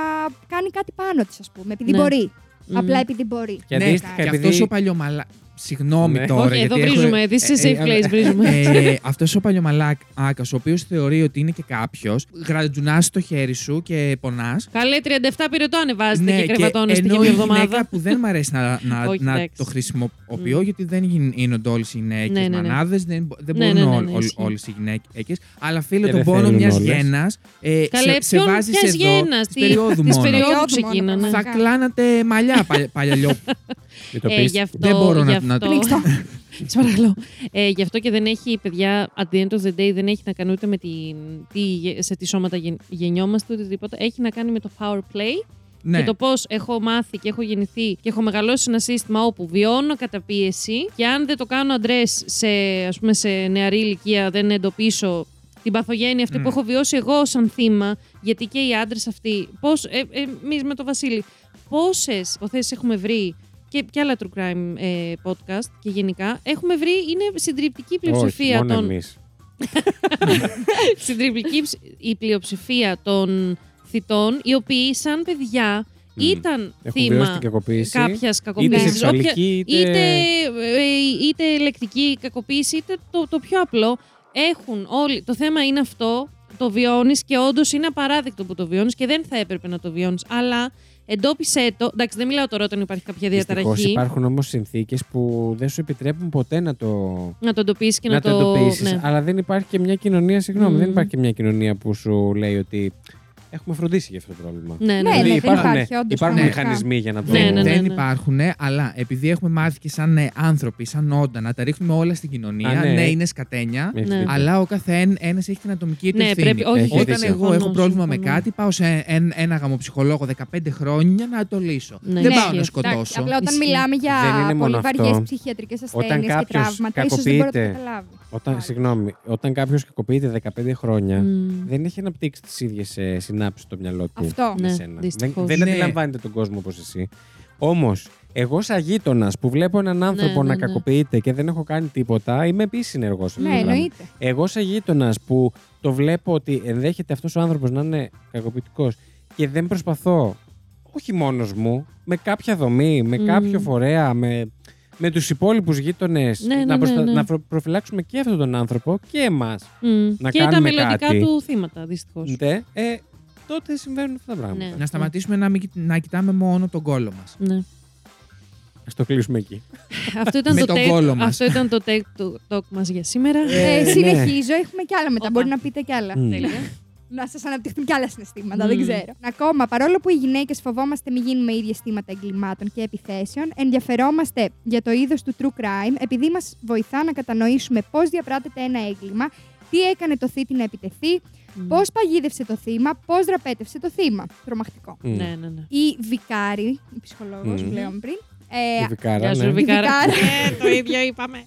Speaker 4: κάνει κάτι πάνω της, ας πούμε, επειδή
Speaker 2: Ναι.
Speaker 4: μπορεί.
Speaker 2: Μμμ.
Speaker 4: Απλά επειδή μπορεί.
Speaker 1: Και
Speaker 3: Ναι,
Speaker 1: αντίστοιχα,
Speaker 3: και
Speaker 1: επειδή-
Speaker 3: αυτό ο παλιωμαλά. Συγγνώμη
Speaker 1: Ναι.
Speaker 3: τώρα.
Speaker 2: Όχι, εδώ
Speaker 3: γιατί
Speaker 2: βρίζουμε.
Speaker 3: έχω-
Speaker 2: This is
Speaker 3: ε,
Speaker 2: safe
Speaker 3: ε,
Speaker 2: place,
Speaker 3: ε,
Speaker 2: βρίζουμε. (laughs)
Speaker 3: Ε, αυτός ο παλιωμαλάκα, ο οποίος θεωρεί ότι είναι και κάποιος, γρατζουνάς το χέρι σου και πονάς.
Speaker 2: Καλέ, 37 πυρετών βάζετε και κρεβατώνεστε
Speaker 3: Ναι, ενώ
Speaker 2: και μια
Speaker 3: η γυναίκα
Speaker 2: εβδομάδα.
Speaker 3: που δεν μ' αρέσει να, να,
Speaker 2: (laughs) Όχι,
Speaker 3: να
Speaker 2: εντάξει.
Speaker 3: το χρησιμοποιώ, γιατί δεν γιν- γίνονται όλε οι γυναίκες
Speaker 2: Ναι, ναι, ναι.
Speaker 3: μανάδες, δεν, μπο- δεν
Speaker 2: Ναι,
Speaker 3: μπορούν
Speaker 2: ναι, ναι, ναι, ισχύει.
Speaker 3: όλες οι γυναίκες. Αλλά φίλο
Speaker 1: Και
Speaker 3: τον
Speaker 1: Ε, δεν
Speaker 3: πόνο
Speaker 1: θέλουν
Speaker 3: μιας
Speaker 1: όλες.
Speaker 3: γέννα, ε,
Speaker 2: Καλέ,
Speaker 3: σε, σε
Speaker 2: ποιον-
Speaker 3: βάζεις
Speaker 2: ποιας
Speaker 3: εδώ.
Speaker 2: γένας,
Speaker 3: της
Speaker 2: τι-
Speaker 3: περίοδου
Speaker 2: της
Speaker 3: μόνο.
Speaker 2: περίοδου
Speaker 4: Μόνο,
Speaker 2: ξεκίνανε.
Speaker 4: μόνο.
Speaker 3: Θα κλάνατε μαλλιά παλι-
Speaker 2: (laughs)
Speaker 3: παλιαλιό.
Speaker 1: Μην το
Speaker 2: Ε,
Speaker 1: πεις.
Speaker 2: γι' αυτό,
Speaker 3: Δεν μπορώ να-
Speaker 2: γι'
Speaker 3: να-
Speaker 2: αυτό-
Speaker 4: Ανοίξτε το.
Speaker 2: Σε παρακαλώ. Ε, γι' αυτό και δεν έχει, παιδιά, at the end of the day, δεν έχει να κάνει ούτε με την, τι, σε τι σώματα γεν, γεννιόμαστε, ούτε τίποτα. Έχει να κάνει με το power play
Speaker 3: ναι.
Speaker 2: και το πώς έχω μάθει και έχω γεννηθεί και έχω μεγαλώσει σε ένα σύστημα όπου βιώνω καταπίεση και αν δεν το κάνω αντρές σε, ας πούμε, σε νεαρή ηλικία, δεν εντοπίσω την παθογένεια αυτή
Speaker 1: Ναι.
Speaker 3: Mm.
Speaker 2: που έχω βιώσει εγώ σαν θύμα, γιατί και οι άντρες αυτοί. Πώς. Ε, Εμείς με τον Βασίλη, πόσες υποθέσεις έχουμε βρει και, και άλλα true crime ε, podcast και γενικά έχουμε βρει είναι συντριπτική πλειοψηφία
Speaker 1: Όχι, μόνο
Speaker 2: των.
Speaker 1: εμείς.
Speaker 2: συντριπτική ψ- η πλειοψηφία των θητών, οι οποίοι σαν παιδιά
Speaker 1: Μμμ.
Speaker 2: ήταν
Speaker 1: Έχουν βιώσει
Speaker 2: θύμα
Speaker 1: την κακοποίηση.
Speaker 2: κάποιας
Speaker 1: Είτε
Speaker 2: κακοποίησης.
Speaker 1: σεξουαλική,
Speaker 2: είτε,
Speaker 1: είτε...
Speaker 2: ε, είτε λεκτική κακοποίηση, είτε το, το πιο απλό. Έχουν όλοι. Το θέμα είναι αυτό. Το βιώνεις και όντως είναι απαράδεκτο που το βιώνεις και δεν θα έπρεπε να το βιώνεις. Αλλά εντόπισε το. Εντάξει, δεν μιλάω τώρα όταν υπάρχει κάποια
Speaker 1: Δυστυχώς
Speaker 2: διαταραχή.
Speaker 1: υπάρχουν όμως συνθήκες που δεν σου επιτρέπουν ποτέ να το,
Speaker 2: Να το ναι. εντοπίσεις και να,
Speaker 1: να το εντοπίσει. Αλλά δεν υπάρχει και μια κοινωνία, συγγνώμη,
Speaker 2: Μμμ.
Speaker 1: δεν υπάρχει και μια κοινωνία που σου λέει ότι έχουμε φροντίσει για αυτό το πρόβλημα.
Speaker 2: Ναι, ναι,
Speaker 4: Ναι,
Speaker 2: ναι.
Speaker 4: δεν
Speaker 1: υπάρχουν,
Speaker 4: υπάρχει, όντως,
Speaker 1: υπάρχουν
Speaker 4: πραγματικά.
Speaker 1: μηχανισμοί για να το.
Speaker 2: Ναι, ναι, ναι.
Speaker 3: Δεν υπάρχουν, αλλά επειδή έχουμε μάθει και σαν ε, άνθρωποι, σαν όντα, να τα ρίχνουμε όλα στην κοινωνία,
Speaker 1: Α, ναι.
Speaker 3: ναι, είναι σκατένια,
Speaker 1: Έχεις
Speaker 2: Ναι.
Speaker 1: δίκιο.
Speaker 3: αλλά ο καθένα έχει την ατομική του
Speaker 2: Ναι,
Speaker 3: ευθύνη.
Speaker 2: πρέπει- όχι,
Speaker 1: Έχεις
Speaker 3: Όταν
Speaker 1: δίκιο.
Speaker 3: εγώ έχω
Speaker 2: Συμφωνώ,
Speaker 3: πρόβλημα με
Speaker 2: συμφωνώ.
Speaker 3: κάτι, πάω σε εν- ένα γαμοψυχολόγο 15 χρόνια να το λύσω.
Speaker 2: Ναι,
Speaker 3: Δεν
Speaker 2: ναι,
Speaker 3: πάω να
Speaker 2: εντάξει,
Speaker 4: Εντάξει,
Speaker 3: σκοτώσω.
Speaker 4: απλά όταν
Speaker 2: Ισχύει.
Speaker 4: μιλάμε
Speaker 1: Δεν είναι
Speaker 4: για πολύ
Speaker 1: μόνο αυτό.
Speaker 4: βαριέ ψυχιατρικέ ασθένειες και
Speaker 1: κάποιος
Speaker 4: τραύματα, ίσως δεν μπορεί να το
Speaker 1: κακοποιείται,
Speaker 4: καταλάβει.
Speaker 1: Όταν,
Speaker 4: Πάλι.
Speaker 1: συγγνώμη, όταν κάποιος κακοποιείται 15 χρόνια,
Speaker 2: Μμμ.
Speaker 1: δεν έχει αναπτύξει τις ίδιες συνάψεις στο μυαλό του.
Speaker 4: Αυτό.
Speaker 1: με
Speaker 2: Ναι,
Speaker 1: σένα. δεν
Speaker 2: δυστυχώς.
Speaker 1: δεν
Speaker 3: Ναι.
Speaker 1: αντιλαμβάνεται τον κόσμο όπως εσύ. Όμως, εγώ, σαν γείτονας που βλέπω έναν άνθρωπο
Speaker 2: ναι,
Speaker 1: να
Speaker 2: ναι.
Speaker 1: κακοποιείται και δεν έχω κάνει τίποτα, είμαι επίση συνεργό σε αυτό
Speaker 4: Ναι,
Speaker 1: το πράγμα.
Speaker 4: εννοείται.
Speaker 1: Εγώ, σαν γείτονας που το βλέπω ότι ενδέχεται αυτός ο άνθρωπος να είναι κακοποιητικός και δεν προσπαθώ, όχι μόνος μου, με κάποια δομή, με
Speaker 2: Μμμ.
Speaker 1: κάποιο φορέα, με, με τους υπόλοιπους γείτονες,
Speaker 2: Ναι, ναι,
Speaker 1: να,
Speaker 2: ναι, ναι.
Speaker 1: να προ- προφυλάξουμε και αυτόν τον άνθρωπο και εμάς.
Speaker 2: Μμ.
Speaker 1: να
Speaker 2: και τα
Speaker 1: κάνουμε
Speaker 2: μελλοντικά
Speaker 1: κάτι.
Speaker 2: του θύματα, δυστυχώς.
Speaker 1: Ναι, ε, τότε συμβαίνουν αυτά τα πράγματα.
Speaker 2: Ναι.
Speaker 3: Να σταματήσουμε να, μην κοι- να κοιτάμε μόνο τον κόλο μας.
Speaker 2: Ναι.
Speaker 1: Ας το κλείσουμε εκεί.
Speaker 2: Αυτό ήταν
Speaker 3: Με
Speaker 2: το
Speaker 3: τον
Speaker 2: take-
Speaker 3: κόλο μας.
Speaker 2: Αυτό ήταν το take του talk μας για σήμερα.
Speaker 4: Ε,
Speaker 1: ναι.
Speaker 4: συνεχίζω, έχουμε κι άλλα μετά.
Speaker 2: Όπα.
Speaker 4: Μπορεί να πείτε κι άλλα.
Speaker 1: Μμ.
Speaker 2: Τέλεια.
Speaker 4: να σας αναπτυχθούν κι άλλα συναισθήματα,
Speaker 2: Μμμ.
Speaker 4: δεν ξέρω. Ακόμα, παρόλο που οι γυναίκες φοβόμαστε μην γίνουμε ίδια στήματα εγκλημάτων και επιθέσεων, ενδιαφερόμαστε για το είδος του true crime, επειδή μας βοηθά να κατανοήσουμε πώς διαπράτεται ένα έγκλημα, τι έκανε το θήτη να επιτεθεί, πώς παγίδευσε το θύμα, πώς δραπέτευσε το θύμα. Τρομακτικό.
Speaker 1: Μμ.
Speaker 2: Ναι, ναι, ναι.
Speaker 4: Η Βικάρη, η ψυχολόγος
Speaker 1: Μμμ.
Speaker 4: που λέγαμε πριν,
Speaker 1: Η
Speaker 4: ε,
Speaker 1: Βικάρα,
Speaker 2: Γεια
Speaker 1: ναι.
Speaker 2: σου, Βικάρα.
Speaker 4: Βικάρα.
Speaker 2: Ε, Το ίδιο είπαμε.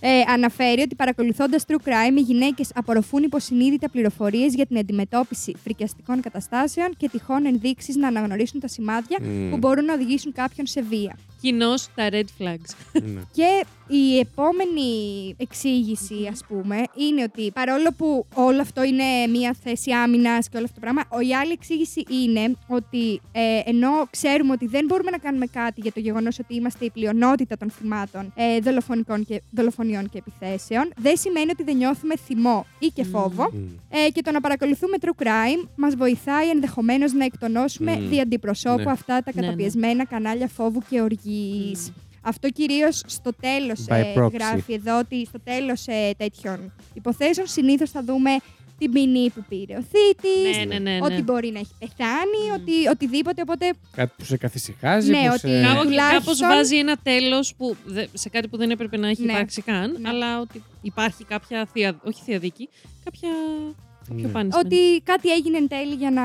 Speaker 4: ε, αναφέρει ότι παρακολουθώντας true crime, οι γυναίκες απορροφούν υποσυνείδητα πληροφορίες για την αντιμετώπιση φρικιαστικών καταστάσεων και τυχόν ενδείξεις να αναγνωρίσουν τα σημάδια
Speaker 1: Μμ.
Speaker 4: που μπορούν να οδηγήσουν κάποιον σε βία.
Speaker 2: Κοινώς τα red flags.
Speaker 1: Ναι.
Speaker 4: Και η επόμενη εξήγηση, ας πούμε, είναι ότι παρόλο που όλο αυτό είναι μία θέση άμυνας και όλο αυτό το πράγμα, ο- η άλλη εξήγηση είναι ότι ε, ενώ ξέρουμε ότι δεν μπορούμε να κάνουμε κάτι για το γεγονός ότι είμαστε η πλειονότητα των θυμάτων ε, δολοφονικών και, δολοφονιών και επιθέσεων, δεν σημαίνει ότι δεν νιώθουμε θυμό ή και φόβο.
Speaker 1: Μμ.
Speaker 4: Ε, και το να παρακολουθούμε true crime μας βοηθάει ενδεχομένως να εκτονώσουμε
Speaker 1: Μμμ.
Speaker 4: δι' αντιπροσώπου
Speaker 1: Ναι.
Speaker 4: αυτά τα
Speaker 2: Ναι, ναι.
Speaker 4: καταπιεσμένα κανάλια φόβου και οργής. Αυτό κυρίως στο τέλος
Speaker 1: By
Speaker 4: ε,
Speaker 1: proxy.
Speaker 4: γράφει εδώ ότι στο τέλος ε, τέτοιων υποθέσεων συνήθως θα δούμε την ποινή που πήρε ο θήτης,
Speaker 2: Ναι, ναι, ναι. ναι.
Speaker 4: ότι μπορεί να έχει πεθάνει,
Speaker 2: Μμ.
Speaker 4: ότι οτιδήποτε, οπότε
Speaker 1: Κάτι που σε καθησυχάζει.
Speaker 4: Ναι,
Speaker 1: που
Speaker 4: ότι-
Speaker 1: σε...
Speaker 2: Κάπως
Speaker 4: τουλάχιστον-
Speaker 2: βάζει ένα τέλος σε κάτι που δεν έπρεπε να έχει
Speaker 4: Ναι.
Speaker 2: υπάρξει καν,
Speaker 4: Ναι.
Speaker 2: αλλά ότι υπάρχει κάποια. Θεία, όχι θεία δίκη, κάποια.
Speaker 1: Ναι.
Speaker 2: Πιο πάνη.
Speaker 4: ότι κάτι έγινε εν τέλει για να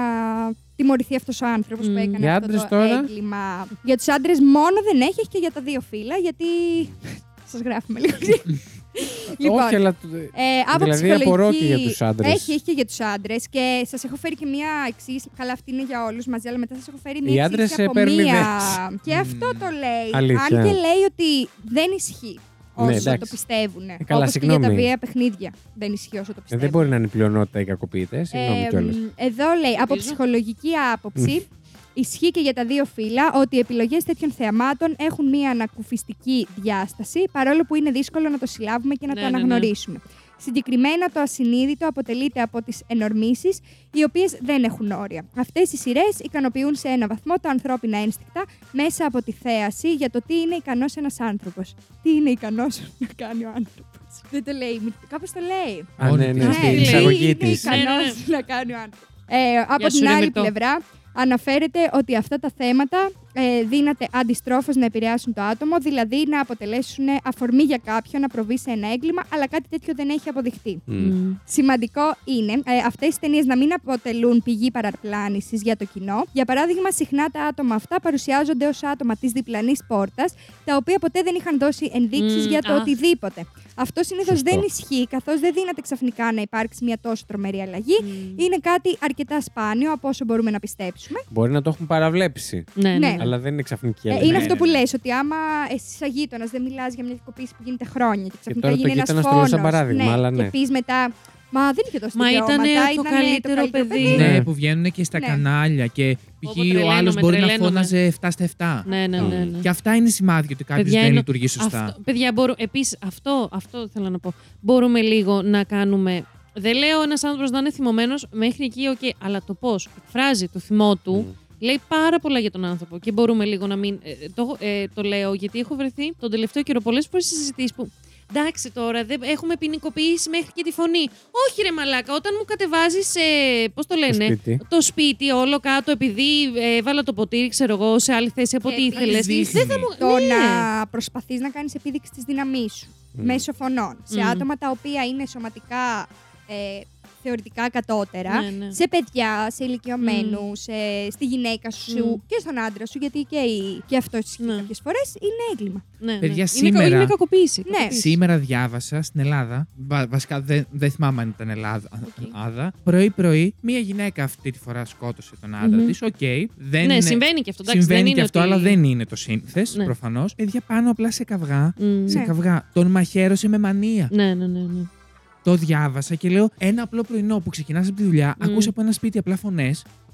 Speaker 4: τιμωρηθεί αυτός ο άνθρωπος
Speaker 2: Μμ.
Speaker 4: που έκανε
Speaker 1: Για
Speaker 4: αυτό
Speaker 1: άντρες
Speaker 4: το
Speaker 1: τώρα.
Speaker 4: έγκλημα. Για τους
Speaker 1: (laughs)
Speaker 4: άντρες μόνο δεν έχει, έχει και για τα δύο φύλλα, γιατί... Σας γράφουμε λίγο. Λοιπόν, (laughs)
Speaker 1: Όχι, αλλά.
Speaker 4: Ε, άποψη
Speaker 1: Δηλαδή,
Speaker 4: ψυχολογική-
Speaker 1: απορώ και για τους άντρες.
Speaker 4: Έχει, έχει και για τους άντρες. Και σας έχω φέρει και μία εξής. Καλά, αυτή είναι για όλους μαζί, αλλά μετά σας έχω φέρει μία
Speaker 1: Οι
Speaker 4: εξήγηση
Speaker 1: άντρες, ε,
Speaker 4: από
Speaker 1: παίρνουν
Speaker 4: μία.
Speaker 1: ιδέες.
Speaker 4: Και αυτό
Speaker 3: Μμμ.
Speaker 4: το λέει.
Speaker 1: Αλήθεια.
Speaker 4: Αν και λέει ότι δεν ισχύει
Speaker 1: Ναι,
Speaker 4: όσο το
Speaker 1: εντάξει. Ε,
Speaker 4: πιστεύουν.
Speaker 1: καλά,
Speaker 4: Όπως και για τα
Speaker 1: συγγνώμη.
Speaker 4: βία παιχνίδια. Δεν ισχύει όσο το
Speaker 1: Ε,
Speaker 4: πιστεύουν.
Speaker 1: δεν μπορεί να είναι η πλειονότητα οι κακοποιητές. Συγγνώμη
Speaker 4: Ε,
Speaker 1: κιόλα.
Speaker 4: μ, Εδώ λέει από
Speaker 2: Ελπίζω.
Speaker 4: ψυχολογική άποψη. Ισχύει και για τα δύο φύλλα ότι οι επιλογές τέτοιων θεαμάτων έχουν μία ανακουφιστική διάσταση, παρόλο που είναι δύσκολο να το συλλάβουμε και να
Speaker 2: Ναι,
Speaker 4: το
Speaker 2: ναι, ναι.
Speaker 4: αναγνωρίσουμε. Συγκεκριμένα, το ασυνείδητο αποτελείται από τις ενορμήσεις, οι οποίες δεν έχουν όρια. Αυτές οι σειρές ικανοποιούν σε ένα βαθμό τα ανθρώπινα ένστικτα μέσα από τη θέαση για το τι είναι ικανός ένας άνθρωπος. Τι είναι ικανός να κάνει ο άνθρωπος. Δεν το λέει. Κάπως το λέει.
Speaker 1: Α, ναι, ναι,
Speaker 2: Ναι,
Speaker 1: στην
Speaker 2: λέει,
Speaker 1: εισαγωγή
Speaker 4: Είναι
Speaker 1: τη.
Speaker 2: Ναι, ναι,
Speaker 4: ικανός να κάνει ο άνθρωπος. Ε, από
Speaker 2: Γεια σου,
Speaker 4: την
Speaker 2: ρε
Speaker 4: άλλη
Speaker 2: Μυρτώ.
Speaker 4: πλευρά, αναφέρεται ότι αυτά τα θέματα ε, δύναται αντιστρόφως να επηρεάσουν το άτομο, δηλαδή να αποτελέσουν αφορμή για κάποιον να προβεί σε ένα έγκλημα, αλλά κάτι τέτοιο δεν έχει
Speaker 1: Ναι.
Speaker 4: αποδειχτεί. Σημαντικό είναι ε, αυτές οι ταινίες να μην αποτελούν πηγή παραπλάνησης για το κοινό. Για παράδειγμα, συχνά τα άτομα αυτά παρουσιάζονται ως άτομα της διπλανής πόρτας, τα οποία ποτέ δεν είχαν δώσει ενδείξεις
Speaker 2: Μμμ,
Speaker 4: για το
Speaker 2: αχ.
Speaker 4: οτιδήποτε. Αυτό συνήθως
Speaker 1: Σωστό.
Speaker 4: δεν ισχύει, καθώς δεν δύναται ξαφνικά να υπάρξει μια τόσο τρομερή αλλαγή. Είναι κάτι αρκετά σπάνιο από όσο μπορούμε να πιστέψουμε.
Speaker 1: Μπορεί να το έχουν παραβλέψει.
Speaker 2: Ναι,
Speaker 4: Ναι.
Speaker 2: ναι.
Speaker 1: Αλλά δεν είναι ξαφνική
Speaker 4: Ε,
Speaker 1: αλλαγή.
Speaker 4: είναι
Speaker 3: ναι,
Speaker 4: αυτό
Speaker 3: ναι,
Speaker 4: που
Speaker 3: ναι.
Speaker 4: λες, ότι άμα εσύ σαν γείτονας δεν μιλάς για μια κακοποίηση που γίνεται χρόνια και ξαφνικά
Speaker 1: τώρα το
Speaker 4: γίνει ένας
Speaker 1: γείτονας το λέω
Speaker 4: φόνο.
Speaker 1: σαν παράδειγμα, αλλά ναι.
Speaker 4: Και πεις μετά. Μα δεν είχε δώσει
Speaker 2: Μα
Speaker 4: δικαιώματα,
Speaker 2: ήτανε το
Speaker 4: ήτανε
Speaker 2: καλύτερο παιδί.
Speaker 3: Ναι,
Speaker 1: Ναι.
Speaker 3: που βγαίνουν και στα
Speaker 4: Ναι.
Speaker 3: κανάλια και
Speaker 2: Όπου
Speaker 3: π.χ. ο άλλος
Speaker 2: τρελαίνομαι,
Speaker 3: μπορεί να
Speaker 2: τρελαίνομαι.
Speaker 3: φώναζε 7 στα 7.
Speaker 2: Ναι, ναι, ναι, ναι.
Speaker 3: Και αυτά είναι σημάδια ότι κάποιος
Speaker 2: Παιδιά,
Speaker 3: δεν
Speaker 2: είναι-
Speaker 3: λειτουργεί σωστά.
Speaker 2: Αυτό, παιδιά, μπορούμε. Επίσης, αυτό, αυτό θέλω να πω. Μπορούμε λίγο να κάνουμε. Δεν λέω ένας άνθρωπος να είναι θυμωμένος μέχρι εκεί, οκ, αλλά το πώς εκφράζει το θυμό του. Λέει πάρα πολλά για τον άνθρωπο και μπορούμε λίγο να μην. ε, το, έχω- ε, το λέω γιατί έχω βρεθεί τον τελευταίο καιρό πολλές φορές σε συζητήσεις που. Εντάξει τώρα, δεν, έχουμε ποινικοποιήσει μέχρι και τη φωνή. Όχι ρε μαλάκα, όταν μου κατεβάζεις. Ε, Πώς το λένε,
Speaker 1: σπίτι.
Speaker 2: το σπίτι όλο κάτω επειδή ε, έβαλα το ποτήρι, ξέρω εγώ, σε άλλη θέση από
Speaker 4: Και
Speaker 2: ό,τι
Speaker 4: επίσης
Speaker 2: ήθελες.
Speaker 3: δείχνει.
Speaker 2: Δεν θα μου.
Speaker 4: Το
Speaker 2: ναι.
Speaker 4: να προσπαθείς να κάνεις επίδειξη της δύναμή σου
Speaker 1: Ναι.
Speaker 4: μέσω φωνών σε
Speaker 2: Μμμ.
Speaker 4: άτομα τα οποία είναι σωματικά ε, θεωρητικά κατώτερα.
Speaker 2: Ναι, Mm. ναι.
Speaker 4: Σε παιδιά, σε ηλικιωμένου, σε, στη γυναίκα σου
Speaker 2: Μμ.
Speaker 4: και στον άντρα σου, γιατί και, η- και αυτό ισχύει
Speaker 2: Mm. Ναι.
Speaker 4: κάποιες φορές, είναι έγκλημα.
Speaker 2: Ναι, ναι.
Speaker 3: Παιδιά,
Speaker 2: Είναι κα-
Speaker 3: σήμερα-
Speaker 2: Είναι, κακοποίηση.
Speaker 4: Ναι.
Speaker 2: κακοποίηση.
Speaker 3: Σήμερα διάβασα στην Ελλάδα. βα- βασικά δεν, δεν θυμάμαι αν ήταν Ελλάδα.
Speaker 2: Οκ.
Speaker 3: Ελλάδα. Πρωί-πρωί, μία γυναίκα αυτή τη φορά σκότωσε τον άντρα
Speaker 2: Μμμ.
Speaker 3: της. τη. Οκ, δεν
Speaker 2: Ναι,
Speaker 3: είναι-
Speaker 2: συμβαίνει και αυτό. Εντάξει,
Speaker 3: συμβαίνει
Speaker 2: δεν
Speaker 3: και
Speaker 2: είναι
Speaker 3: αυτό,
Speaker 2: ότι...
Speaker 3: αλλά δεν είναι το σύνθε
Speaker 2: Ναι.
Speaker 3: ναι. προφανώς. Παιδιά πάνω απλά σε καυγά.
Speaker 2: Μμ,
Speaker 3: Σε
Speaker 4: Ναι.
Speaker 3: καυγά. Τον μαχαίρωσε με μανία.
Speaker 2: Ναι, ναι, ναι. ναι.
Speaker 3: Το διάβασα και λέω ένα απλό πρωινό που ξεκινάς από τη δουλειά,
Speaker 2: Μμ.
Speaker 3: ακούσα από ένα σπίτι απλά φωνές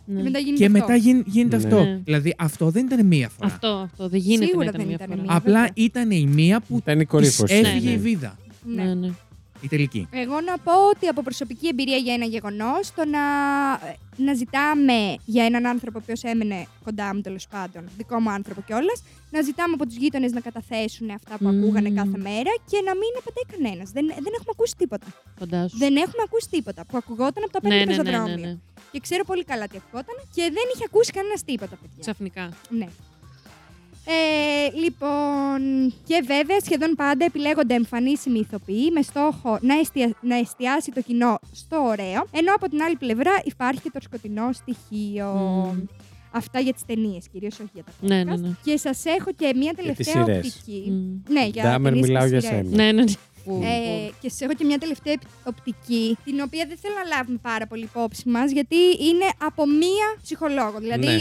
Speaker 2: ναι.
Speaker 4: Και μετά γίνεται
Speaker 3: και
Speaker 4: αυτό.
Speaker 3: μετά γίν- γίνεται
Speaker 1: Ναι.
Speaker 3: αυτό.
Speaker 2: Ναι.
Speaker 3: Δηλαδή αυτό δεν ήταν μία φορά.
Speaker 2: Αυτό, αυτό. Δεν γίνεται
Speaker 4: Σίγουρα
Speaker 2: να ήταν
Speaker 4: δεν
Speaker 2: μια
Speaker 4: ήταν
Speaker 2: φορά.
Speaker 4: μία.
Speaker 3: Απλά
Speaker 4: βέβαια.
Speaker 3: ήταν η μία που
Speaker 1: Ήταν η
Speaker 3: της
Speaker 1: κορύφωση.
Speaker 3: έφυγε
Speaker 2: ναι.
Speaker 3: η βίδα.
Speaker 4: Ναι.
Speaker 2: Ναι, ναι.
Speaker 3: Η τελική.
Speaker 4: Εγώ να πω ότι από προσωπική εμπειρία για ένα γεγονός, το να, ε, να ζητάμε για έναν άνθρωπο ο οποίος έμενε κοντά μου τέλος πάντων, δικό μου άνθρωπο κιόλας, να ζητάμε από τους γείτονες να καταθέσουν αυτά που
Speaker 2: Μμμ.
Speaker 4: ακούγανε κάθε μέρα και να μην απαντάει κανένας. Δεν, δεν έχουμε ακούσει τίποτα.
Speaker 2: Φαντάσου.
Speaker 4: Δεν έχουμε ακούσει τίποτα που ακουγόταν από τα πέντε
Speaker 2: ναι, ναι, ναι, ναι,
Speaker 4: πεζοδρόμια.
Speaker 2: ναι.
Speaker 4: Και ξέρω πολύ καλά τι ακουγόταν και δεν είχε ακούσει κανένας τίποτα, παιδιά.
Speaker 2: Ξαφνικά.
Speaker 4: Ναι. Ε, λοιπόν, και βέβαια σχεδόν πάντα επιλέγονται εμφανίσιμοι ηθοποιοί με στόχο να, εστια... να εστιάσει το κοινό στο ωραίο, ενώ από την άλλη πλευρά υπάρχει και το σκοτεινό στοιχείο.
Speaker 2: Μμμ.
Speaker 4: Αυτά για τις ταινίες κυρίως, όχι για τα podcast.
Speaker 2: Ναι, ναι, ναι.
Speaker 4: Και σας έχω και μία
Speaker 1: τις
Speaker 4: τελευταία
Speaker 1: σειρές.
Speaker 4: οπτική.
Speaker 2: Μμ.
Speaker 4: Ναι, για
Speaker 1: Dahmer,
Speaker 4: ταινίες και
Speaker 1: μιλάω για
Speaker 4: σειρές.
Speaker 1: σένα.
Speaker 2: Ναι, ναι, ναι.
Speaker 1: Που-
Speaker 4: Ε, και σε έχω και μια τελευταία επι- οπτική, την οποία δεν θέλω να λάβουμε πάρα πολύ υπόψη μας, γιατί είναι από μία ψυχολόγο. Δηλαδή
Speaker 1: Ναι.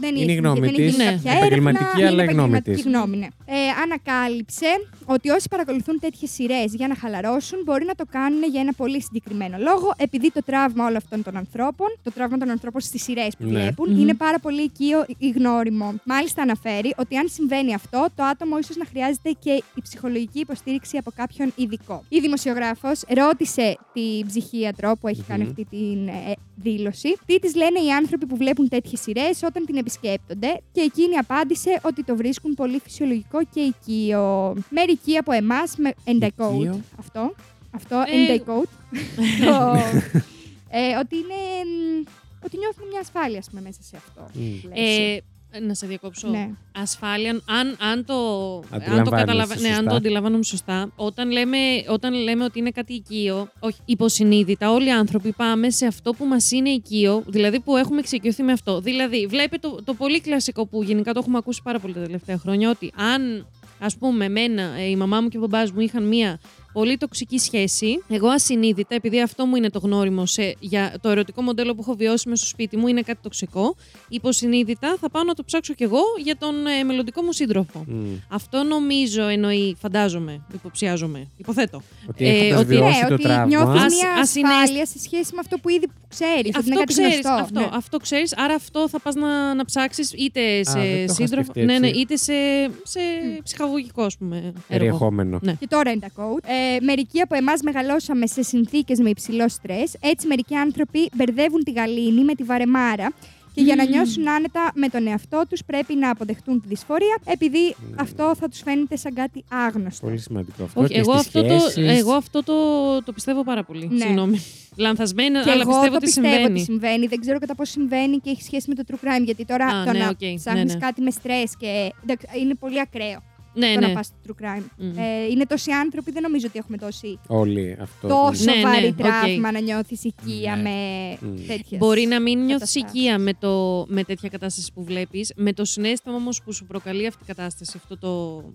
Speaker 4: δεν
Speaker 1: Είναι η γνώμη
Speaker 4: δεν έχει
Speaker 1: της.
Speaker 4: γίνει
Speaker 2: Ναι.
Speaker 4: κάποια
Speaker 1: Επαγγελματική,
Speaker 4: έρευνα,
Speaker 1: αλλά η
Speaker 4: είναι
Speaker 1: γνώμη
Speaker 4: επαγγελματική
Speaker 1: της.
Speaker 4: γνώμη, ναι. Ε, ανακάλυψε ότι όσοι παρακολουθούν τέτοιες σειρές για να χαλαρώσουν μπορεί να το κάνουν για ένα πολύ συγκεκριμένο λόγο, επειδή το τραύμα όλων αυτών των ανθρώπων, το τραύμα των ανθρώπων στις σειρές που
Speaker 1: Ναι.
Speaker 4: βλέπουν,
Speaker 2: Μμμ.
Speaker 4: είναι πάρα πολύ οικείο ή γνώριμο. Μάλιστα αναφέρει ότι αν συμβαίνει αυτό, το άτομο ίσως να χρειάζεται και η ψυχολογική υποστήριξη από κάποιον ειδικό. Η δημοσιογράφος ρώτησε την ψυχίατρο που έχει
Speaker 1: Μμμ.
Speaker 4: κάνει αυτή την ε, δήλωση, τι της λένε οι άνθρωποι που βλέπουν τέτοιες σειρές όταν την επισκέπτονται, και εκείνη απάντησε ότι το βρίσκουν πολύ φυσιολογικό και οικείο. Μερικοί από εμάς, με
Speaker 1: Οικείο.
Speaker 4: endicode, αυτό. Αυτό,
Speaker 2: Ε,
Speaker 4: endicode. το, ε, ότι είναι. μ, Ότι νιώθουν μια ασφάλεια ας πούμε, μέσα σε αυτό. ναι,
Speaker 1: Μμ.
Speaker 4: πλαίσιο.
Speaker 2: Ε, να σε διακόψω.
Speaker 4: Ναι.
Speaker 2: Ασφάλεια, αν, αν το, αν το,
Speaker 1: Αντιλαμβάνεσαι
Speaker 2: καταλαβα... ναι, αν
Speaker 1: σωστά.
Speaker 2: το αντιλαμβάνομαι σωστά, όταν λέμε, όταν λέμε ότι είναι κάτι οικείο, όχι, υποσυνείδητα, όλοι οι άνθρωποι πάμε σε αυτό που μας είναι οικείο, δηλαδή που έχουμε εξοικειωθεί με αυτό. Δηλαδή, βλέπετε το, το πολύ κλασικό που γενικά το έχουμε ακούσει πάρα πολύ τα τελευταία χρόνια, ότι αν, ας πούμε, εμένα, ε, η μαμά μου και ο μπαμπάς μου είχαν μία πολύ τοξική σχέση. Εγώ ασυνείδητα, επειδή αυτό μου είναι το γνώριμο σε, για το ερωτικό μοντέλο που έχω βιώσει μέσα στο σπίτι μου, είναι κάτι τοξικό. Υποσυνείδητα θα πάω να το ψάξω κι εγώ για τον ε, μελλοντικό μου σύντροφο.
Speaker 1: Μμ.
Speaker 2: Αυτό νομίζω εννοεί, φαντάζομαι, υποψιάζομαι, υποθέτω.
Speaker 1: Ότι
Speaker 2: Ε,
Speaker 1: έχοντας
Speaker 2: ότι-
Speaker 1: βιώσει
Speaker 4: ναι,
Speaker 1: το
Speaker 4: ότι
Speaker 1: τραύμα.
Speaker 4: νιώθεις
Speaker 2: Ας-
Speaker 4: μια
Speaker 2: ας είναι-
Speaker 4: ασφάλεια σε σχέση με αυτό που ήδη ξέρεις. ότι είναι κάτι
Speaker 2: ξέρεις,
Speaker 4: γνωστό.
Speaker 2: αυτό,
Speaker 4: Ναι.
Speaker 2: αυτό ξέρεις, άρα αυτό θα πας να, να ψάξεις είτε
Speaker 1: δεν το
Speaker 2: σε
Speaker 1: είχα
Speaker 2: σύντροφο,
Speaker 1: σκεφτεί
Speaker 2: ναι, ναι,
Speaker 1: έτσι.
Speaker 2: είτε σε, σε ψυχαγωγικό, ας πούμε, έργο.
Speaker 1: Περιεχόμενο.
Speaker 2: Ναι.
Speaker 4: Και τώρα είναι τα coach. Ε, μερικοί από εμάς μεγαλώσαμε σε συνθήκες με υψηλό στρες. Έτσι, μερικοί άνθρωποι μπερδεύουν τη γαλήνη με τη βαρεμάρα. Και για να νιώσουν άνετα με τον εαυτό τους, πρέπει να αποδεχτούν τη δυσφορία, επειδή αυτό θα τους φαίνεται σαν κάτι άγνωστο.
Speaker 1: Πολύ σημαντικό αυτό.
Speaker 2: Όχι,
Speaker 1: και
Speaker 2: εγώ
Speaker 1: στις
Speaker 2: αυτό,
Speaker 1: σχέσεις.
Speaker 2: το, εγώ αυτό το, το πιστεύω πάρα πολύ.
Speaker 4: Ναι.
Speaker 2: Συγγνώμη. Λανθασμένα,
Speaker 4: Και
Speaker 2: αλλά
Speaker 4: εγώ
Speaker 2: πιστεύω
Speaker 4: το
Speaker 2: ότι
Speaker 4: πιστεύω
Speaker 2: συμβαίνει.
Speaker 4: ότι συμβαίνει. Δεν ξέρω κατά πόσο συμβαίνει και έχει σχέση με το true crime. Γιατί τώρα
Speaker 2: Α,
Speaker 4: το
Speaker 2: ναι,
Speaker 4: να
Speaker 2: οκ. Ναι,
Speaker 4: ψάχνεις
Speaker 2: ναι.
Speaker 4: κάτι με στρε και. εντάξει, είναι πολύ ακραίο
Speaker 2: Ναι,
Speaker 4: το
Speaker 2: ναι.
Speaker 4: να πας στο true crime.
Speaker 2: Μμμ.
Speaker 4: Ε, είναι τόσοι άνθρωποι, δεν νομίζω ότι έχουμε τόση
Speaker 1: Όλοι αυτό.
Speaker 4: τόσο
Speaker 2: Ναι, ναι,
Speaker 4: βαρύ
Speaker 2: οκ.
Speaker 4: τραύμα να νιώθεις οικία
Speaker 3: Ναι.
Speaker 4: με
Speaker 1: Μμ.
Speaker 4: τέτοιες
Speaker 2: Μπορεί να μην νιώθεις
Speaker 4: καταστάσεις.
Speaker 2: οικία με, το, με τέτοια κατάσταση που βλέπεις. Με το συνέστημα όμως που σου προκαλεί αυτή η κατάσταση, αυτό το.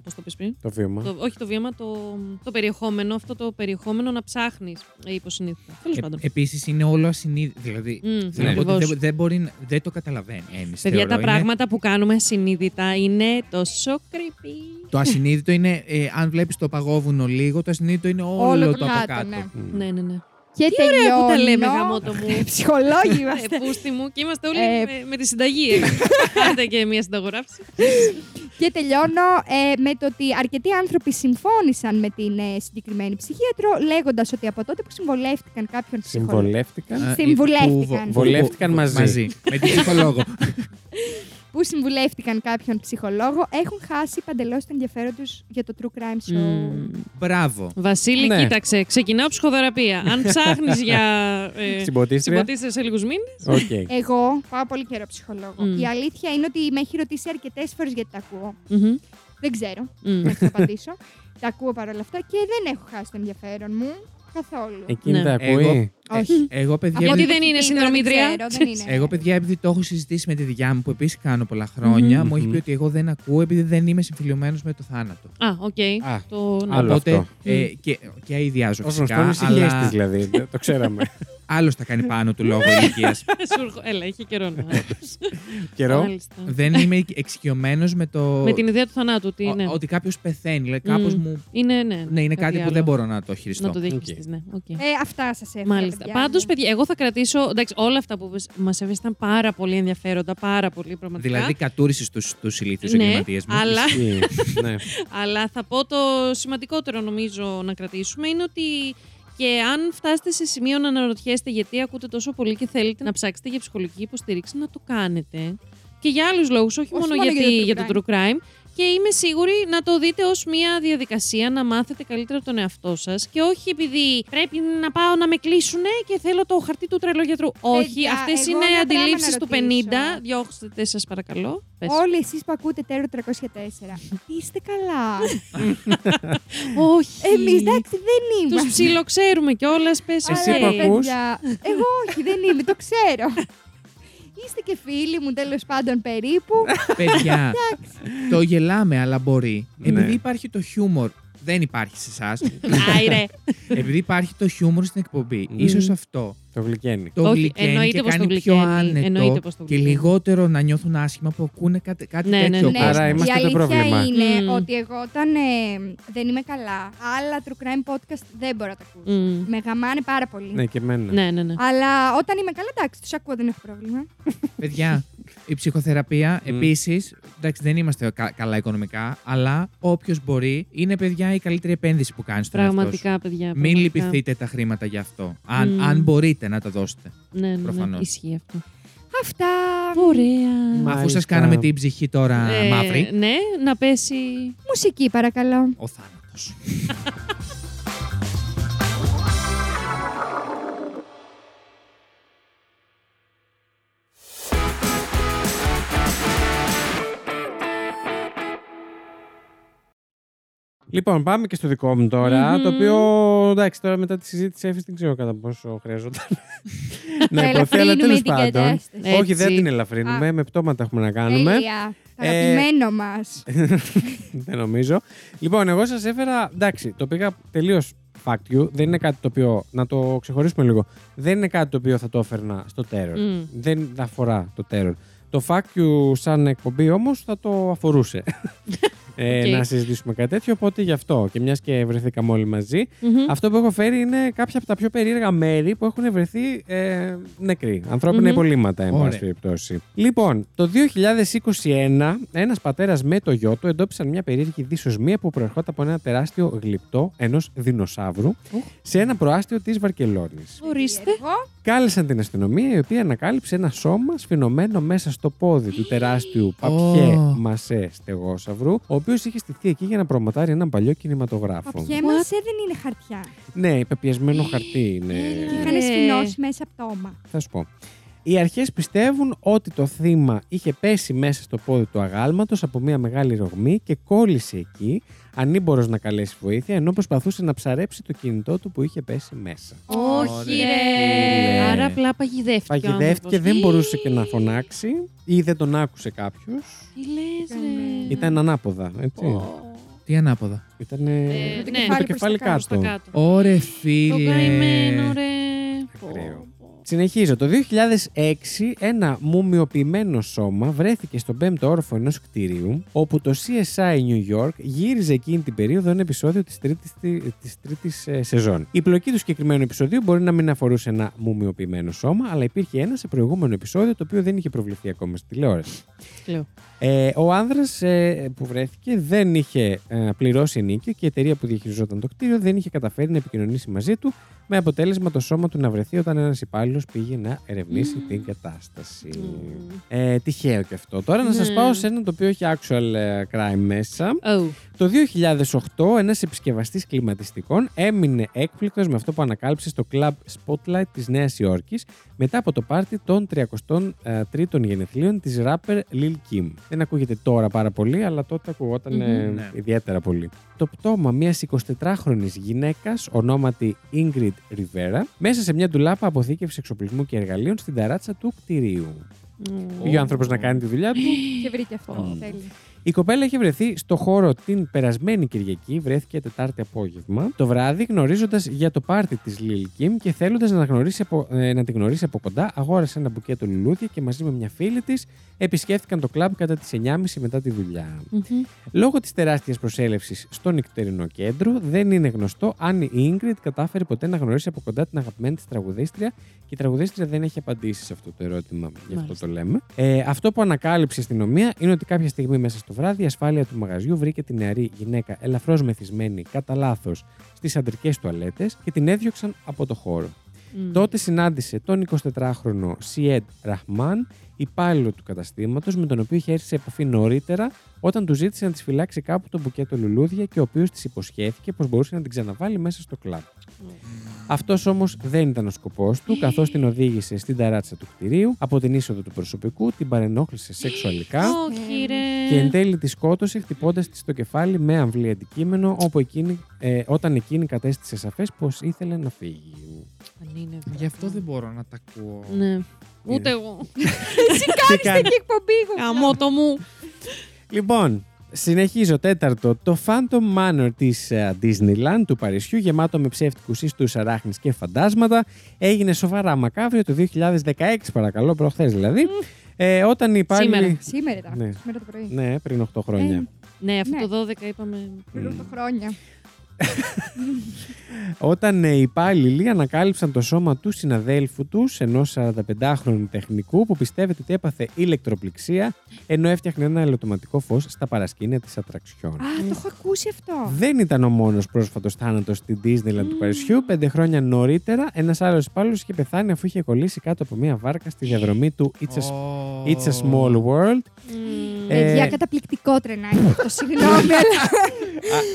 Speaker 2: Πώς το πεις πριν.
Speaker 1: Το βήμα.
Speaker 2: Το, όχι το βήμα, το, το περιεχόμενο, αυτό το περιεχόμενο να ψάχνεις υποσυνείδητα. Τέλος πάντων.
Speaker 3: Επίσης Ε, είναι όλο ασυνείδητο. Δηλαδή,
Speaker 2: Μμ,
Speaker 3: θέλω να πω ότι
Speaker 2: ακριβώς.
Speaker 3: δεν, δεν, μπορεί, να- δεν το καταλαβαίνει. Εμείς,
Speaker 2: Παιδιά,
Speaker 3: θεωρώ,
Speaker 2: τα
Speaker 3: είναι-
Speaker 2: πράγματα που κάνουμε συνείδητα είναι τόσο creepy.
Speaker 3: Το ασυνείδητο είναι, ε, αν βλέπεις το παγόβουνο λίγο, το ασυνείδητο είναι όλο,
Speaker 4: Όλο το
Speaker 3: το από
Speaker 4: κάτω,
Speaker 3: κάτω.
Speaker 4: ναι.
Speaker 1: Μμ.
Speaker 2: Ναι, ναι, ναι.
Speaker 4: Και
Speaker 2: Τι ωραία που τα λέμε,
Speaker 4: τελειώνω.
Speaker 2: γαμότο
Speaker 4: (laughs)
Speaker 2: μου. (laughs)
Speaker 4: Ψυχολόγοι
Speaker 2: Ε,
Speaker 4: είμαστε.
Speaker 2: πούστη μου και είμαστε όλοι
Speaker 4: Ε,
Speaker 2: με, με τη συνταγή.
Speaker 4: (laughs)
Speaker 2: ε. Κάντε και μια συνταγοράφηση.
Speaker 4: και τελειώνω ε, με το ότι αρκετοί άνθρωποι συμφώνησαν με την ε, συγκεκριμένη ψυχίατρο, λέγοντας ότι από τότε που συμβολεύτηκαν κάποιον ψυχολόγο.
Speaker 1: Συμβολεύτηκαν.
Speaker 3: Ε,
Speaker 4: Συμβουλεύτηκαν.
Speaker 3: που-
Speaker 1: Βολεύτηκαν
Speaker 3: που-
Speaker 1: μαζί.
Speaker 3: Με την ψυχολόγο.
Speaker 4: Που συμβουλεύτηκαν κάποιον ψυχολόγο, έχουν χάσει παντελώς το ενδιαφέρον τους για το true crime show.
Speaker 3: (laughs) Μπράβο.
Speaker 2: Βασίλη,
Speaker 1: Ναι.
Speaker 2: κοίταξε. Ξεκινάω ψυχοθεραπεία. Αν ψάχνεις για. Ε,
Speaker 1: Συμποτίστρια.
Speaker 2: συμποτίστρια σε λίγους μήνες.
Speaker 1: Οκ.
Speaker 4: Ε, Εγώ πάω πολύ καιρό ψυχολόγο.
Speaker 2: Μμ.
Speaker 4: Η αλήθεια είναι ότι με έχει ρωτήσει αρκετές φορές γιατί τα ακούω. Δεν ξέρω. να σου απαντήσω. τα ακούω παρόλα αυτά και δεν έχω χάσει το ενδιαφέρον μου καθόλου.
Speaker 1: Εκείνη
Speaker 2: Ναι.
Speaker 1: τα ακούει.
Speaker 4: Όχι.
Speaker 3: Ε, εγώ, παιδιά,
Speaker 4: Από
Speaker 2: Γιατί
Speaker 3: επειδή-
Speaker 4: ό,τι
Speaker 2: δεν
Speaker 4: μου
Speaker 2: είναι
Speaker 4: έχει πει τώρα,
Speaker 2: συνδρομήτρια.
Speaker 4: Δεν ξέρω, δεν είναι.
Speaker 3: Εγώ, (laughs) παιδιά, επειδή το έχω συζητήσει με τη δικιά μου που επίσης κάνω πολλά χρόνια,
Speaker 1: Μμμ.
Speaker 3: μου έχει πει
Speaker 1: Μμμ.
Speaker 3: ότι εγώ δεν ακούω επειδή δεν είμαι συμφιλειωμένος με το θάνατο.
Speaker 2: Α, οκ.
Speaker 1: Α,
Speaker 2: Το... ναι.
Speaker 1: Άλλο
Speaker 3: Οπότε
Speaker 1: αυτό.
Speaker 3: ε, και, και αειδιάζω
Speaker 1: Ως γνωστό, είναι
Speaker 3: φυσικά.
Speaker 1: συγγέ τη
Speaker 3: Αλλά
Speaker 1: δηλαδή. Δεν Το ξέραμε.
Speaker 3: άλλος τα κάνει πάνω του λόγω ηλικίας.
Speaker 2: (laughs) (laughs) Σου έρχο- Έλα, είχε καιρό να.
Speaker 1: Καιρό.
Speaker 2: Μάλιστα.
Speaker 3: δεν είμαι εξοικειωμένος με το.
Speaker 2: Με την ιδέα του θανάτου. Ότι,
Speaker 3: ο-
Speaker 2: ναι.
Speaker 3: Ότι κάποιος πεθαίνει. Δηλαδή, κάπω
Speaker 2: Μμ.
Speaker 3: μου.
Speaker 2: Είναι, ναι,
Speaker 3: Ναι, είναι κάτι, που
Speaker 2: άλλο.
Speaker 3: δεν μπορώ να το χειριστώ.
Speaker 2: να το διαχειριστείς, ναι. οκ.
Speaker 4: Ε, αυτά σας έχω.
Speaker 2: Μάλιστα. Πάντω,
Speaker 4: ναι.
Speaker 2: παιδιά, εγώ θα κρατήσω. Εντάξει, όλα αυτά που μα έφερε ήταν πάρα πολύ ενδιαφέροντα, πάρα πολύ πραγματικά.
Speaker 3: Δηλαδή, κατούρισες τους ηλίθιους
Speaker 2: Ναι,
Speaker 3: εγκληματίες μου.
Speaker 2: αλλά-
Speaker 1: Ισχύει. Ναι.
Speaker 2: Αλλά θα πω το σημαντικότερο νομίζω να κρατήσουμε είναι ότι και αν φτάσετε σε σημείο να αναρωτιέστε γιατί ακούτε τόσο πολύ και θέλετε να ψάξετε για ψυχολογική υποστήριξη, να το κάνετε. Και για άλλους λόγους, όχι,
Speaker 4: Όχι
Speaker 2: μόνο,
Speaker 4: μόνο
Speaker 2: γιατί,
Speaker 4: για
Speaker 2: για
Speaker 4: το
Speaker 2: το
Speaker 4: true
Speaker 2: true crime. Και είμαι σίγουρη να το δείτε ως μια διαδικασία να μάθετε καλύτερα τον εαυτό σας και όχι επειδή πρέπει να πάω να με κλείσουνε και θέλω το χαρτί του τρελόγιατρου. Όχι, αυτές
Speaker 4: εγώ
Speaker 2: είναι
Speaker 4: μια πράγμα
Speaker 2: αντιλήψεις
Speaker 4: να
Speaker 2: του 50.
Speaker 4: ρωτήσω.
Speaker 2: Διώξτε σας παρακαλώ. Πες.
Speaker 4: Όλοι εσείς που ακούτε Τέρο 304, είστε καλά.
Speaker 2: όχι.
Speaker 4: Εμείς εντάξει δεν
Speaker 2: Του
Speaker 4: είμαστε.
Speaker 2: ψιλοξέρουμε κιόλας, πες
Speaker 1: Ναι. Εσύ
Speaker 4: Αλλά,
Speaker 1: που
Speaker 4: ρε,
Speaker 1: ακούς.
Speaker 4: παιδιά, Εγώ όχι, δεν είμαι, το ξέρω. Είστε και φίλοι μου τέλος πάντων περίπου.
Speaker 3: Παιδιά, το γελάμε, αλλά μπορεί.
Speaker 1: Ναι.
Speaker 3: Επειδή υπάρχει το χιούμορ. Δεν υπάρχει σε
Speaker 1: (laughs)
Speaker 3: εσάς.
Speaker 2: Άιρε.
Speaker 3: Επειδή υπάρχει το χιούμορ στην εκπομπή.
Speaker 1: Ναι.
Speaker 3: Ίσως αυτό
Speaker 1: Το γλυκένει.
Speaker 3: το
Speaker 2: Όχι,
Speaker 3: γλυκαίνει
Speaker 2: εννοείται
Speaker 3: και
Speaker 2: πως το
Speaker 3: κάνει πιο
Speaker 2: γλυκαίνει. Εννοείται
Speaker 3: άνετο
Speaker 2: πως το
Speaker 3: και
Speaker 2: γλυκαίνει.
Speaker 3: λιγότερο να νιώθουν άσχημα που ακούνε κάτι, κάτι
Speaker 2: Ναι, ναι,
Speaker 3: τέτοιο.
Speaker 1: ναι.
Speaker 3: ο κόσμος.
Speaker 1: Άρα είμαστε
Speaker 4: η
Speaker 1: το
Speaker 4: αλήθεια
Speaker 1: πρόβλημα.
Speaker 4: είναι
Speaker 2: Μμμ.
Speaker 4: ότι εγώ όταν ε, δεν είμαι καλά, άλλα true crime podcast δεν μπορώ να τα ακούσω.
Speaker 2: Μμμ.
Speaker 4: Με γαμάνε πάρα πολύ.
Speaker 1: Ναι, και εμένα.
Speaker 2: Ναι, ναι, ναι.
Speaker 4: Αλλά όταν είμαι καλά, εντάξει, τους ακούω, δεν έχω πρόβλημα.
Speaker 3: Παιδιά, η ψυχοθεραπεία
Speaker 1: Μμ.
Speaker 3: επίσης. Εντάξει, δεν είμαστε κα- καλά οικονομικά, αλλά όποιος μπορεί είναι, παιδιά, η καλύτερη επένδυση που κάνει στον εαυτό σου.
Speaker 2: Πραγματικά, παιδιά.
Speaker 3: Μην
Speaker 2: πραγματικά.
Speaker 3: λυπηθείτε τα χρήματα γι' αυτό. Αν,
Speaker 2: Μμ.
Speaker 3: αν μπορείτε να τα δώσετε.
Speaker 2: Ναι, ναι, ναι,
Speaker 3: προφανώς.
Speaker 2: Ισχύει αυτό.
Speaker 4: Αυτά.
Speaker 2: Ωραία.
Speaker 1: Μάλιστα.
Speaker 3: Αφού σας κάναμε την ψυχή τώρα
Speaker 2: Ε,
Speaker 3: μαύρη,
Speaker 2: Ναι, να πέσει.
Speaker 4: Μουσική, παρακαλώ.
Speaker 3: ο θάνατος.
Speaker 1: Λοιπόν, πάμε και στο δικό μου τωρα
Speaker 2: Μμμ.
Speaker 1: Το οποίο εντάξει, τώρα μετά τη συζήτηση έφυγε, δεν ξέρω κατά πόσο χρειαζόταν.
Speaker 4: (laughs)
Speaker 1: υποθεί, αλλά
Speaker 4: Θα ελαφρύνουμε
Speaker 1: τέλος
Speaker 4: την κατάσταση.
Speaker 1: Όχι, δεν
Speaker 2: Έτσι.
Speaker 1: την ελαφρύνουμε.
Speaker 4: Α.
Speaker 1: Με πτώματα έχουμε να κάνουμε. Ε,
Speaker 4: Τέλεια. Το Αγαπημένο μας.
Speaker 1: δεν νομίζω. Λοιπόν, εγώ σας έφερα. Εντάξει, το πήγα τελείως fact you, δεν είναι κάτι το οποίο. Να το ξεχωρίσουμε λίγο. Δεν είναι κάτι το οποίο θα το έφερνα στο terror.
Speaker 2: Μμ.
Speaker 1: Δεν αφορά το terror. Το fact you σαν εκπομπή όμως θα το
Speaker 4: (laughs)
Speaker 1: αφορούσε. ε,
Speaker 2: Οκ.
Speaker 1: Να συζητήσουμε κάτι τέτοιο. Οπότε γι' αυτό και μιας και βρεθήκαμε όλοι μαζί,
Speaker 2: Μμμ.
Speaker 1: αυτό που έχω φέρει είναι κάποια από τα πιο περίεργα μέρη που έχουν βρεθεί ε, νεκροί. Ανθρώπινα
Speaker 2: Μμμ.
Speaker 1: υπολείμματα, εν πάση
Speaker 3: Ωραία.
Speaker 1: περιπτώσει. Λοιπόν, το 2021, ένα πατέρας με το γιο του εντόπισαν μια περίεργη δυσοσμία που προερχόταν από ένα τεράστιο γλυπτό ενός δεινοσαύρου σε ένα προάστιο της Βαρκελόνης.
Speaker 2: Ορίστε.
Speaker 4: Εγώ,
Speaker 1: Κάλεσαν την αστυνομία, η οποία ανακάλυψε ένα σώμα σφινωμένο μέσα στο πόδι του τεράστιου παπιέ
Speaker 3: Ω.
Speaker 1: μασέ στεγόσαυρου, ο οποίος είχε στηθεί εκεί για να προμοτάρει έναν παλιό κινηματογράφο.
Speaker 4: παπιέ μα ε, δεν είναι χαρτιά.
Speaker 1: Ναι, πεπιασμένο
Speaker 2: Ε,
Speaker 1: χαρτί είναι.
Speaker 4: Και
Speaker 2: Έλα.
Speaker 4: είχαν
Speaker 2: Ε.
Speaker 4: σφινώσει μέσα από το όμα.
Speaker 1: Θα σου πω. Οι αρχές πιστεύουν ότι το θύμα είχε πέσει μέσα στο πόδι του αγάλματος από μια μεγάλη ρογμή και κόλλησε εκεί, ανήμπορο να καλέσεις βοήθεια, ενώ προσπαθούσε να ψαρέψει το κινητό του που είχε πέσει μέσα.
Speaker 2: Όχι,
Speaker 3: Ωραία.
Speaker 2: ρε.
Speaker 1: Ναι.
Speaker 2: Άρα απλά παγιδεύτηκε. ο
Speaker 1: Παγιδεύτηκε,
Speaker 2: άνθρωπος.
Speaker 1: δεν
Speaker 2: Τι-
Speaker 1: μπορούσε και να φωνάξει ή δεν τον άκουσε κάποιος.
Speaker 2: Τι λες, ρε.
Speaker 1: Ήταν ανάποδα, έτσι.
Speaker 3: Τι ανάποδα.
Speaker 1: Ήταν
Speaker 2: Ε,
Speaker 4: το
Speaker 2: ναι.
Speaker 1: το
Speaker 4: κεφάλι προς
Speaker 1: κεφάλι
Speaker 4: τα κάτω.
Speaker 2: Προς τα
Speaker 1: κάτω.
Speaker 2: κάτω.
Speaker 3: Ωρε
Speaker 2: Το
Speaker 3: φίλε.
Speaker 2: καημένο, ρε.
Speaker 1: Ακραίο.
Speaker 2: Πω, πω.
Speaker 1: Συνεχίζω. Το 2006 ένα μουμιοποιημένο σώμα βρέθηκε στον πέμπτο όροφο ενός κτηρίου όπου το CSI New York γύριζε εκείνη την περίοδο ένα επεισόδιο της τρίτης, τη- της τρίτης ε, σεζόν. Η πλοκή του συγκεκριμένου επεισοδίου μπορεί να μην αφορούσε ένα μουμιοποιημένο σώμα αλλά υπήρχε ένα σε προηγούμενο επεισόδιο το οποίο δεν είχε προβληθεί ακόμα στη τηλεόραση.
Speaker 2: Λέω.
Speaker 1: Ε, ο άνδρας ε, που βρέθηκε δεν είχε ε, πληρώσει νίκη και η εταιρεία που διαχειριζόταν το κτίριο δεν είχε καταφέρει να επικοινωνήσει μαζί του με αποτέλεσμα το σώμα του να βρεθεί όταν ένας υπάλληλος πήγε να ερευνήσει
Speaker 2: Μμμ.
Speaker 1: την κατάσταση.
Speaker 2: Μμμ.
Speaker 1: Ε, τυχαίο και αυτό. Τώρα να σας
Speaker 2: Ναι.
Speaker 1: πάω σε ένα το οποίο έχει actual ε, crime μέσα.
Speaker 2: Oh.
Speaker 1: Το 2008 ένας επισκευαστής κλιματιστικών έμεινε έκπληκτος με αυτό που ανακάλυψε στο Club Spotlight της Νέας Υόρκης μετά από το πάρτι των 33ων γενεθλίων της rapper Lil Kim. Δεν ακούγεται τώρα πάρα πολύ, αλλά τότε ακουγόταν ε,
Speaker 3: Μμμ, ναι.
Speaker 1: ιδιαίτερα πολύ. Το πτώμα μιας 24χρονης γυναίκας ονόματι Ingrid Rivera μέσα σε μια ντουλάπα αποθήκευσης εξοπλισμού και εργαλείων στην ταράτσα του κτηρίου. Πήγε ο άνθρωπος να κάνει τη δουλειά του,
Speaker 4: Και βρήκε αυτό.
Speaker 1: Mm.
Speaker 4: που θέλει.
Speaker 1: η κοπέλα είχε βρεθεί στο χώρο την περασμένη Κυριακή, βρέθηκε Τετάρτη απόγευμα, το βράδυ, γνωρίζοντας για το πάρτι της Lil Kim και θέλοντας να, γνωρίσει από- ε, να τη γνωρίσει από κοντά, αγόρασε ένα μπουκέτο λουλούδια και μαζί με μια φίλη της επισκέφτηκαν το κλαμπ κατά τις 9.30 μετά τη δουλειά.
Speaker 2: Μμμ.
Speaker 1: Λόγω της τεράστιας προσέλευσης στο νυχτερινό κέντρο, δεν είναι γνωστό αν η Ingrid κατάφερε ποτέ να γνωρίσει από κοντά την αγαπημένη της τραγουδίστρια και η τραγουδίστρια δεν έχει απαντήσει σε αυτό το ερώτημα. Γι' αυτό
Speaker 2: Μάλιστα.
Speaker 1: το λέμε. Ε, αυτό που ανακάλυψε η αστυνομία είναι ότι κάποια στιγμή μέσα στο βράδυ η ασφάλεια του μαγαζιού βρήκε τη νεαρή γυναίκα ελαφρώς μεθυσμένη κατά λάθος στις αντρικές τουαλέτες και την έδιωξαν από το χώρο.
Speaker 2: Μμμ.
Speaker 1: Τότε συνάντησε τον 24χρονο Σιέντ Ραχμάν, υπάλληλο του καταστήματος, με τον οποίο είχε έρθει σε επαφή νωρίτερα όταν του ζήτησε να της φυλάξει κάπου το μπουκέτο λουλούδια και ο οποίος της υποσχέθηκε πως μπορούσε να την ξαναβάλει μέσα στο κλαμπ. Αυτός όμως δεν ήταν ο σκοπός του, καθώς την οδήγησε στην ταράτσα του κτηρίου, από την είσοδο του προσωπικού, την παρενόχλησε σεξουαλικά.
Speaker 2: ναι. Όχι, ρε.
Speaker 1: Και εν τέλει τη σκότωσε χτυπώντας της στο κεφάλι με αμβλή αντικείμενο, όπου εκείνη, ε, όταν εκείνη κατέστησε σαφές πως ήθελε να φύγει.
Speaker 2: Αν είναι
Speaker 3: Γι' αυτό
Speaker 2: δυνατόν.
Speaker 3: δεν μπορώ να τα ακούω.
Speaker 2: Ναι. Ούτε εγώ.
Speaker 1: Τι κάνεις.
Speaker 4: Και εκπομπή εγώ.
Speaker 2: Καμό το μου.
Speaker 1: Λοιπόν, συνεχίζω. Τέταρτο. Το Phantom Manor της Disneyland του Παρισιού, γεμάτο με ψεύτικους ιστού αράχνη και φαντάσματα, έγινε σοβαρά μακάβριο το 2016, παρακαλώ, προχθές δηλαδή. Ε, όταν οι υπάλληλοι.
Speaker 2: Σήμερα.
Speaker 4: Σήμερα ήταν.
Speaker 1: Ναι.
Speaker 4: Σήμερα το πρωί.
Speaker 1: Ναι, πριν 8 χρόνια.
Speaker 4: Ε,
Speaker 2: Ναι, αυτό
Speaker 4: Ναι.
Speaker 2: το 12 είπαμε.
Speaker 4: Πριν το χρόνια.
Speaker 1: Όταν ε, οι υπάλληλοι ανακάλυψαν το σώμα του συναδέλφου τους, ενός 45χρονου τεχνικού, που πιστεύεται ότι έπαθε ηλεκτροπληξία, ενώ έφτιαχνε ένα ελαττωματικό φως στα παρασκήνια της ατραξιών.
Speaker 4: Α, το έχω ακούσει αυτό.
Speaker 1: Δεν ήταν ο μόνος πρόσφατος θάνατος στην Disneyland του Παρισιού. Πέντε χρόνια νωρίτερα, ένας άλλος υπάλληλος είχε πεθάνει αφού είχε κολλήσει κάτω από μία βάρκα στη διαδρομή του It's a,
Speaker 3: Oh.
Speaker 1: It's a Small World.
Speaker 2: Μμμ.
Speaker 1: Ε,
Speaker 4: Παιδιά, καταπληκτικό τρενάκι
Speaker 1: (laughs)
Speaker 4: αυτό. Συγγνώμη, αλλά.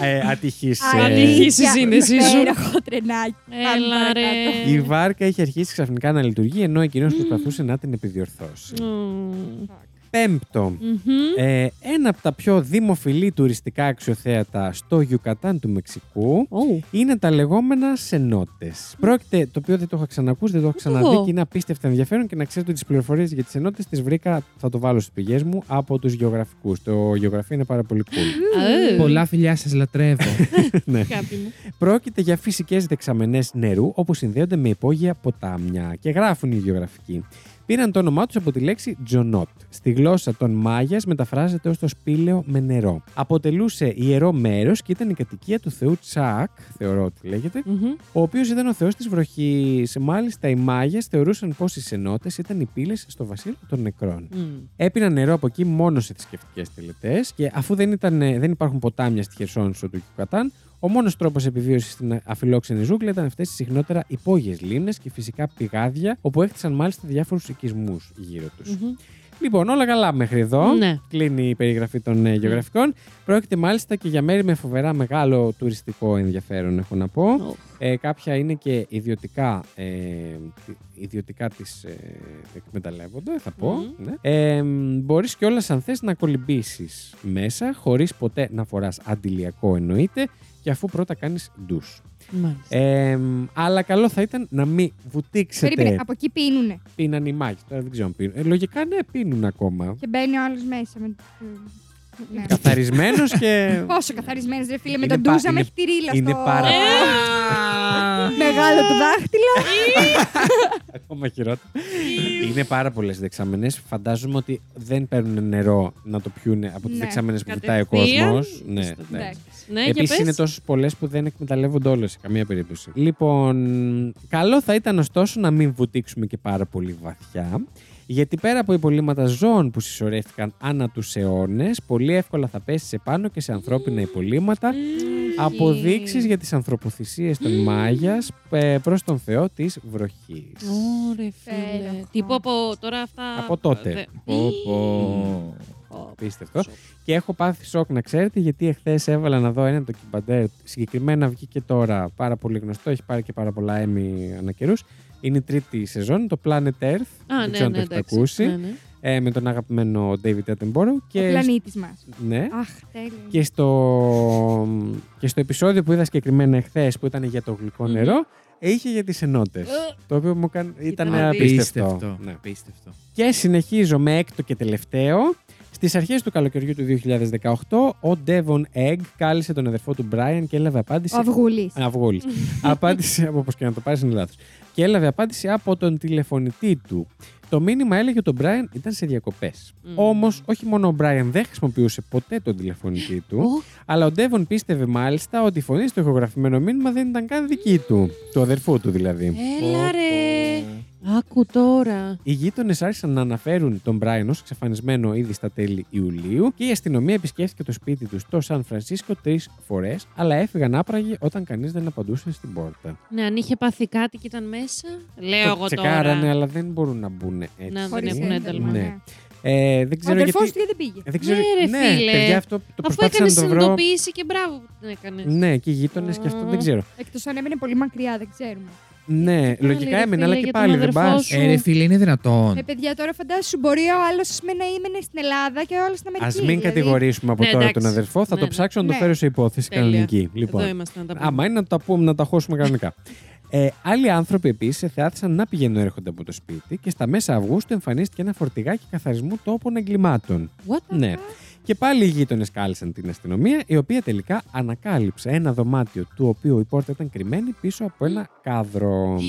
Speaker 1: Α, ε, ατυχής, ε,
Speaker 2: Αλήθεια. η σύνδεσή σου.
Speaker 4: Υπέροχο τρενάκι. Πάμε
Speaker 2: Έλα,
Speaker 4: παρακάτω.
Speaker 2: ρε.
Speaker 1: Η βάρκα είχε αρχίσει ξαφνικά να λειτουργεί ενώ εκείνο προσπαθούσε να την επιδιορθώσει.
Speaker 2: Μμμ.
Speaker 1: Πέμπτο,
Speaker 2: Μμμ.
Speaker 1: ε, ένα από τα πιο δημοφιλή τουριστικά αξιοθέατα στο Ιουκατάν του Μεξικού
Speaker 2: Ου.
Speaker 1: είναι τα λεγόμενα σενότε. Πρόκειται, το οποίο δεν το έχω ξανακούσει, δεν το έχω
Speaker 2: Ούτε
Speaker 1: ξαναδεί
Speaker 2: εγώ.
Speaker 1: και είναι απίστευτα ενδιαφέρον και να ξέρετε ότι τις πληροφορίες για τις σενότε τις βρήκα, θα το βάλω στις πηγές μου από τους γεωγραφικούς. Το γεωγραφείο είναι πάρα πολύ cool.
Speaker 2: Αου.
Speaker 3: Πολλά φιλιά σας λατρεύω.
Speaker 1: (laughs)
Speaker 2: (laughs)
Speaker 1: ναι.
Speaker 2: Αγάπη μου.
Speaker 1: Πρόκειται για φυσικές δεξαμενές νερού όπου συνδέονται με υπόγεια ποτάμια και γράφουν οι γεωγραφικοί. Πήραν το όνομά τους από τη λέξη Τζονότ. Στη γλώσσα των Μάγιας μεταφράζεται ως το σπήλαιο με νερό. Αποτελούσε ιερό μέρος και ήταν η κατοικία του θεού Τσακ, θεωρώ ότι λέγεται,
Speaker 2: Μμμ.
Speaker 1: ο οποίος ήταν ο θεός της βροχής. Μάλιστα, οι Μάγια θεωρούσαν πως οι σενότες ήταν οι πύλες στο βασίλειο των νεκρών.
Speaker 2: Μμ.
Speaker 1: Έπιναν νερό από εκεί μόνο σε θρησκευτικές τελετές και αφού δεν, ήταν, ε, δεν υπάρχουν ποτάμια στη χερσόνησο του Κιουκατάν, ο μόνος τρόπος επιβίωσης στην αφιλόξενη ζούγκλα ήταν αυτές τις συχνότερα υπόγειες λίμνες και φυσικά πηγάδια, όπου έκτισαν μάλιστα διάφορους οικισμούς γύρω τους.
Speaker 2: Μμμ.
Speaker 1: Λοιπόν, όλα καλά μέχρι εδώ.
Speaker 2: Ναι.
Speaker 1: Κλείνει η περιγραφή των ε, γεωγραφικών. Πρόκειται μάλιστα και για μέρη με φοβερά μεγάλο τουριστικό ενδιαφέρον, έχω να πω.
Speaker 2: Ου.
Speaker 1: Ε, κάποια είναι και ιδιωτικά, ε, ιδιωτικά τις ε, εκμεταλλεύονται, θα πω.
Speaker 2: Μμμ.
Speaker 1: Ναι. Ε, μ, μπορείς κιόλας αν θες να κολυμπήσεις μέσα, χωρίς ποτέ να φοράς αντιλιακό εννοείται, και αφού πρώτα κάνεις ντους.
Speaker 2: Μάλιστα.
Speaker 1: Ε, μ, αλλά καλό θα ήταν να μην βουτήξετε.
Speaker 4: Περίμενε, από εκεί πίνουνε.
Speaker 1: Πίναν οι μάγοι, τώρα δεν ξέρω αν πίνουν. Ε, λογικά ναι, πίνουν ακόμα.
Speaker 4: Και μπαίνει ο άλλος μέσα. Με... Ναι.
Speaker 1: Καθαρισμένος
Speaker 4: (laughs)
Speaker 1: και...
Speaker 4: Πόσο καθαρισμένε, ρε φίλε, με
Speaker 1: Είναι
Speaker 4: τον
Speaker 1: πα-
Speaker 4: ντούζα
Speaker 1: είναι-
Speaker 4: μέχρι τη ρίλα
Speaker 1: είναι
Speaker 4: στο
Speaker 1: πάρα-
Speaker 2: Ε!
Speaker 4: μεγάλο του δάχτυλο.
Speaker 1: Ακόμα χειρότερα. Είναι πάρα πολλές δεξαμενές. Φαντάζομαι ότι δεν παίρνουν νερό να το πιούν από τις
Speaker 4: Ναι.
Speaker 1: δεξαμενές που βουτάει ο
Speaker 2: Κατευθείαν
Speaker 1: κόσμος.
Speaker 2: στο-
Speaker 1: Ναι, ναι.
Speaker 4: Ναι.
Speaker 2: Ναι, για πες.
Speaker 1: Επίσης είναι τόσες πολλές που δεν εκμεταλλεύονται όλες σε καμία περίπτωση. Λοιπόν, καλό θα ήταν ωστόσο να μην βουτήξουμε και πάρα πολύ βαθιά. Γιατί πέρα από υπολείμματα ζώων που συσσωρεύτηκαν ανά τους αιώνες, πολύ εύκολα θα πέσεις σε πάνω και σε ανθρώπινα υπολείμματα.
Speaker 2: Μμμ.
Speaker 1: Αποδείξεις για τις ανθρωποθυσίες των Μάγιας ε, προς τον Θεό της βροχής.
Speaker 2: Ωρε φίλε.
Speaker 4: Υπέροχο.
Speaker 2: Τύπου από τώρα αυτά.
Speaker 1: Από τότε.
Speaker 2: Δε-
Speaker 3: Πω, πω.
Speaker 2: Πω,
Speaker 1: Απίστευτο. Και έχω πάθει σοκ να ξέρετε γιατί εχθές έβαλα να δω ένα ντοκιμπαντέρ. Συγκεκριμένα βγήκε τώρα πάρα πολύ γνωστό, έχει πάρει και πάρα πολλά Emmy ανά καιρούς. Είναι η τρίτη σεζόν, το Planet Earth.
Speaker 2: Α,
Speaker 1: δεν
Speaker 2: ναι,
Speaker 1: ξέρω αν
Speaker 2: ναι,
Speaker 1: το έχετε
Speaker 2: εντάξει.
Speaker 1: ακούσει.
Speaker 2: Ναι, ναι.
Speaker 1: Ε, με τον αγαπημένο David Attenborough.
Speaker 4: Ο
Speaker 1: Και,
Speaker 4: πλανήτης μας.
Speaker 1: ναι,
Speaker 4: Αχ, τέλειος.
Speaker 1: και, στο, και στο επεισόδιο που είδα συγκεκριμένα εχθές που ήταν για το γλυκό
Speaker 2: Μμμ.
Speaker 1: νερό, είχε για τις ενότητε.
Speaker 2: Ε.
Speaker 1: Το οποίο μου κάν- ήταν
Speaker 2: Ήταν
Speaker 1: απίστευτο.
Speaker 3: Απίστευτο.
Speaker 1: Ναι.
Speaker 3: Απίστευτο.
Speaker 1: Και συνεχίζω με έκτο και τελευταίο. Στις αρχές του καλοκαιριού του 2018, ο Devon Egg κάλεσε τον αδερφό του Brian και έλαβε απάντηση.
Speaker 4: Ο Αυγούλης.
Speaker 2: (laughs)
Speaker 1: Αυγούλης. απάντηση, όπως και να το πάρεις, είναι λάθος. Και έλαβε απάντηση από τον τηλεφωνητή του. Το μήνυμα έλεγε ότι ο Brian ήταν σε διακοπές.
Speaker 2: Μμμ.
Speaker 1: Όμως, όχι μόνο ο Brian δεν χρησιμοποιούσε ποτέ τον τηλεφωνητή του,
Speaker 2: Ω,
Speaker 1: αλλά ο Ντέβον πίστευε μάλιστα ότι η φωνή στο ηχογραφημένο μήνυμα δεν ήταν καν δική του. Του αδερφού του δηλαδή.
Speaker 2: Έλα ρε.
Speaker 3: Πω, πω.
Speaker 2: Άκου τώρα.
Speaker 1: Οι γείτονες άρχισαν να αναφέρουν τον Μπράιν ως εξαφανισμένο ήδη στα τέλη Ιουλίου και η αστυνομία επισκέφθηκε το σπίτι του στο Σαν Φρανσίσκο τρεις φορές, αλλά έφυγαν άπραγοι όταν κανείς δεν απαντούσε στην πόρτα.
Speaker 2: Ναι, αν είχε πάθει κάτι και ήταν μέσα. Λέω
Speaker 1: Το
Speaker 2: Ε, εγώ
Speaker 1: τσεκάρανε,
Speaker 2: τώρα.
Speaker 1: αλλά δεν μπορούν να μπουν έτσι.
Speaker 2: Να, δεν
Speaker 4: Χωρίς
Speaker 2: έχουν ένταλμα.
Speaker 4: ένταλμα.
Speaker 1: Ναι.
Speaker 4: ναι.
Speaker 1: Ε, δεν
Speaker 4: Ο
Speaker 1: ξέρω
Speaker 4: αδερφό του
Speaker 1: γιατί.
Speaker 4: γιατί δεν πήγε.
Speaker 1: Δεν ξέρω...
Speaker 2: Ναι, ρε,
Speaker 1: ναι
Speaker 2: φίλε.
Speaker 1: παιδιά, αυτό το
Speaker 2: Αφού
Speaker 1: προσπάθησα
Speaker 2: έκανε
Speaker 1: να το βρω.
Speaker 2: συνειδητοποίηση και μπράβο που την έκανες.
Speaker 1: Ναι, και οι γείτονες και αυτό δεν ξέρω.
Speaker 4: Εκτός αν έμενε πολύ μακριά, δεν ξέρουμε.
Speaker 1: Ναι,
Speaker 2: πάλι,
Speaker 1: λογικά
Speaker 2: ρε
Speaker 1: έμεινε,
Speaker 2: φίλε,
Speaker 1: αλλά
Speaker 2: για
Speaker 1: και
Speaker 2: τον
Speaker 1: πάλι δεν
Speaker 2: αδερφό
Speaker 1: πας.
Speaker 2: σου.
Speaker 3: Ε, ρε φίλε, είναι
Speaker 1: Λοιπόν.
Speaker 3: δυνατόν.
Speaker 4: Ε, παιδιά, τώρα φαντάσου μπορεί ο άλλος να ήμενε στην Ελλάδα και ο άλλος στην
Speaker 1: Α
Speaker 4: Αμερική. δηλαδή.
Speaker 1: μην κατηγορήσουμε από
Speaker 2: Ναι,
Speaker 1: τώρα
Speaker 2: εντάξει.
Speaker 1: τον αδερφό, θα
Speaker 2: Ναι,
Speaker 1: το
Speaker 2: ναι.
Speaker 1: ψάξω να το
Speaker 4: Ναι.
Speaker 1: φέρω σε υπόθεση
Speaker 2: Τέλεια.
Speaker 1: κανονική. Λοιπόν,
Speaker 2: Εδώ είμαστε να τα πούμε.
Speaker 1: Άμα είναι να τα πούμε, να τα χώσουμε
Speaker 2: (laughs)
Speaker 1: κανονικά. Ε, άλλοι άνθρωποι επίσης εθεάθησαν να πηγαίνουν έρχονται από το σπίτι και στα μέσα Αυγούστου εμφανίστηκε ένα φορτηγάκι καθαρισμού τόπων εγκλημάτων.
Speaker 2: What the-
Speaker 1: Ναι. Και πάλι οι γείτονες κάλεσαν την αστυνομία, η οποία τελικά ανακάλυψε ένα δωμάτιο του οποίου η πόρτα ήταν κρυμμένη πίσω από ένα κάδρο.
Speaker 2: (gasps)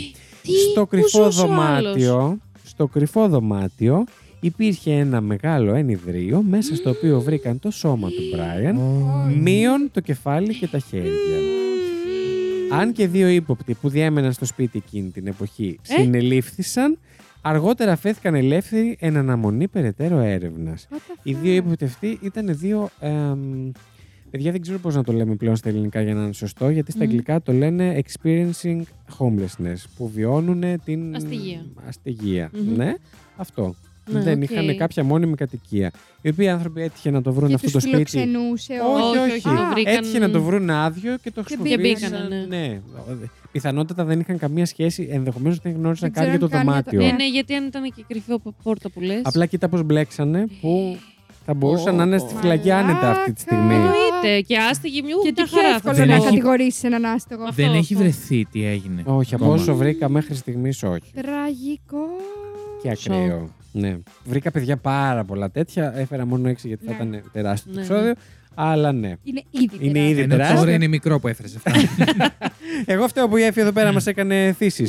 Speaker 2: Τι,
Speaker 1: στο
Speaker 2: πού
Speaker 1: κρυφό
Speaker 2: ζούσε ο άλλος?
Speaker 1: δωμάτιο, στο κρυφό δωμάτιο υπήρχε ένα μεγάλο ενιδρίο μέσα
Speaker 2: (gasps)
Speaker 1: στο οποίο βρήκαν το σώμα του Μπράιαν
Speaker 3: Ω,
Speaker 1: μείον το κεφάλι και τα χέρια. Αν και δύο ύποπτοι που διέμεναν στο σπίτι εκείνη την εποχή
Speaker 2: Ε?
Speaker 1: συνελήφθησαν, αργότερα αφέθηκαν ελεύθεροι εν αναμονή περαιτέρω έρευνας. Οι δύο ύποπτοι αυτοί ήταν δύο. εμ, παιδιά, δεν ξέρω πώς να το λέμε πλέον στα ελληνικά για να είναι σωστό, γιατί στα
Speaker 2: Μμμ.
Speaker 1: αγγλικά το λένε experiencing homelessness, που βιώνουν την.
Speaker 2: Αστιγεία.
Speaker 1: αστιγεια
Speaker 2: Μμμ.
Speaker 1: Ναι, αυτό.
Speaker 2: Ναι,
Speaker 1: δεν
Speaker 2: οκ.
Speaker 1: είχαν κάποια μόνιμη κατοικία. Οι οποίοι άνθρωποι έτυχε να το βρουν
Speaker 4: Και
Speaker 1: αυτό
Speaker 4: τους
Speaker 1: το σπίτι.
Speaker 4: φιλοξενούσε.
Speaker 1: Όχι,
Speaker 4: όλους.
Speaker 1: όχι,
Speaker 2: όχι,
Speaker 4: Α,
Speaker 2: το βρήκαν.
Speaker 1: Έτυχε να το βρουν άδειο και το
Speaker 4: Και
Speaker 1: χρησιμοποίησαν.
Speaker 2: μπήκανε, ναι.
Speaker 1: ναι. Πιθανότατα δεν είχαν καμία σχέση, ενδεχομένως δεν γνώρισαν
Speaker 4: Δεν
Speaker 1: κάτι για το
Speaker 4: ξέραν καν για το-
Speaker 1: δωμάτιο.
Speaker 2: Ναι, ναι, γιατί αν ήταν και κρυφή από πόρτα που λες.
Speaker 1: Απλά κοίτα πώς μπλέξανε που θα μπορούσαν να είναι στη φυλακή
Speaker 4: Μαλάκα.
Speaker 1: άνετα αυτή τη στιγμή.
Speaker 2: Εννοείται. Και άστιγη μου.
Speaker 4: Και
Speaker 2: τα
Speaker 4: τι πιο
Speaker 2: χαρά.
Speaker 4: εύκολο
Speaker 3: Δεν
Speaker 4: να
Speaker 3: έχει-
Speaker 4: κατηγορήσεις έναν άστεγο.
Speaker 2: Αυτό,
Speaker 3: Δεν έχει
Speaker 2: αυτό.
Speaker 3: βρεθεί τι έγινε.
Speaker 1: Όχι, από
Speaker 3: Ακόμα.
Speaker 1: όσο βρήκα μέχρι στιγμής όχι.
Speaker 4: Τραγικό.
Speaker 1: Και ακραίο. Ναι. Βρήκα παιδιά πάρα πολλά τέτοια. Έφερα μόνο έξι γιατί θα
Speaker 4: Ναι.
Speaker 1: ήταν τεράστιο το
Speaker 2: Ναι,
Speaker 1: επεισόδιο. Αλλά ναι.
Speaker 4: Είναι ήδη.
Speaker 1: Είναι
Speaker 4: τεράστιο.
Speaker 1: ήδη
Speaker 3: Ενώ
Speaker 1: τεράστιο.
Speaker 3: τώρα είναι μικρό που έφερες αυτά.
Speaker 1: Εγώ φταίω που η Εφη εδώ
Speaker 2: Ναι.
Speaker 1: πέρα μας έκανε θύσεις.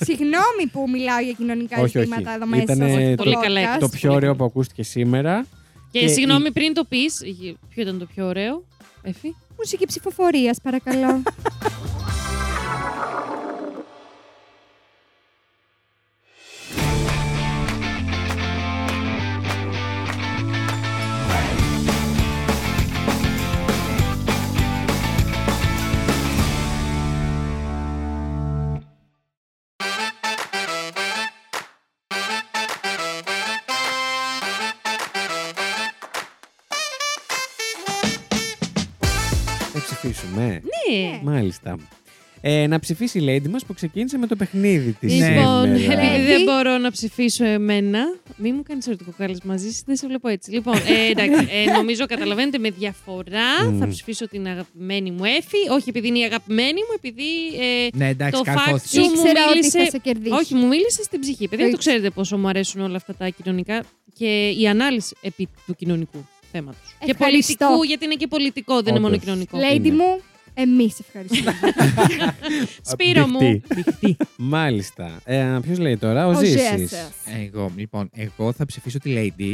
Speaker 4: Συγγνώμη που μιλάω για κοινωνικά
Speaker 1: Όχι, όχι.
Speaker 4: ζητήματα εδώ μέσα.
Speaker 1: Ήτανε το-
Speaker 4: στο
Speaker 1: Πολύ
Speaker 4: podcast.
Speaker 2: καλά έκανες.
Speaker 1: Το πιο ωραίο που ακούστηκε σήμερα.
Speaker 2: Και
Speaker 1: Και
Speaker 2: συγγνώμη, πριν το πεις, ποιο ήταν το πιο ωραίο, Εφη.
Speaker 4: Μουσική ψηφοφορίας, παρακαλώ.
Speaker 1: Θα ψηφίσουμε.
Speaker 2: Ναι.
Speaker 1: Μάλιστα. Ε, να ψηφίσει η Lady μας που ξεκίνησε με το παιχνίδι της
Speaker 2: Λοιπόν,
Speaker 1: σήμερα.
Speaker 2: επειδή
Speaker 4: Λέντι.
Speaker 2: δεν μπορώ να ψηφίσω εμένα, μη μου κάνεις ερωτικό κάλεσμα. Ζήση, δεν σε βλέπω έτσι. Λοιπόν, ε, εντάξει, ε, νομίζω καταλαβαίνετε με διαφορά.
Speaker 1: Μμμ.
Speaker 2: θα ψηφίσω την αγαπημένη μου Εφη. Όχι επειδή είναι η αγαπημένη μου, επειδή. Ε,
Speaker 3: Ναι, εντάξει,
Speaker 2: Το fact
Speaker 3: καρφώθηκε.
Speaker 2: (laughs) σου- μου
Speaker 4: Ήξερα ότι
Speaker 2: μίλησε-
Speaker 4: θα σε κερδίσει.
Speaker 2: όχι, μου μίλησες στην ψυχή. Παιδιά,
Speaker 4: Το
Speaker 2: το ξέρετε πόσο μου αρέσουν όλα αυτά τα κοινωνικά και η ανάλυση επί του κοινωνικού θέματος. Και
Speaker 4: Ευχαριστώ.
Speaker 2: πολιτικού, γιατί είναι και πολιτικό, δεν είναι μόνο
Speaker 1: Όντως.
Speaker 2: κοινωνικό.
Speaker 4: Lady
Speaker 1: Είναι.
Speaker 4: μου, εμείς ευχαριστούμε.
Speaker 2: Σπύρο μου.
Speaker 1: Μπιχτή. Ε, Μάλιστα. Ε, Ποιος λέει τώρα, ο Ζήσης.
Speaker 4: Ζέας.
Speaker 3: Εγώ, λοιπόν, εγώ θα ψηφίσω τη Lady.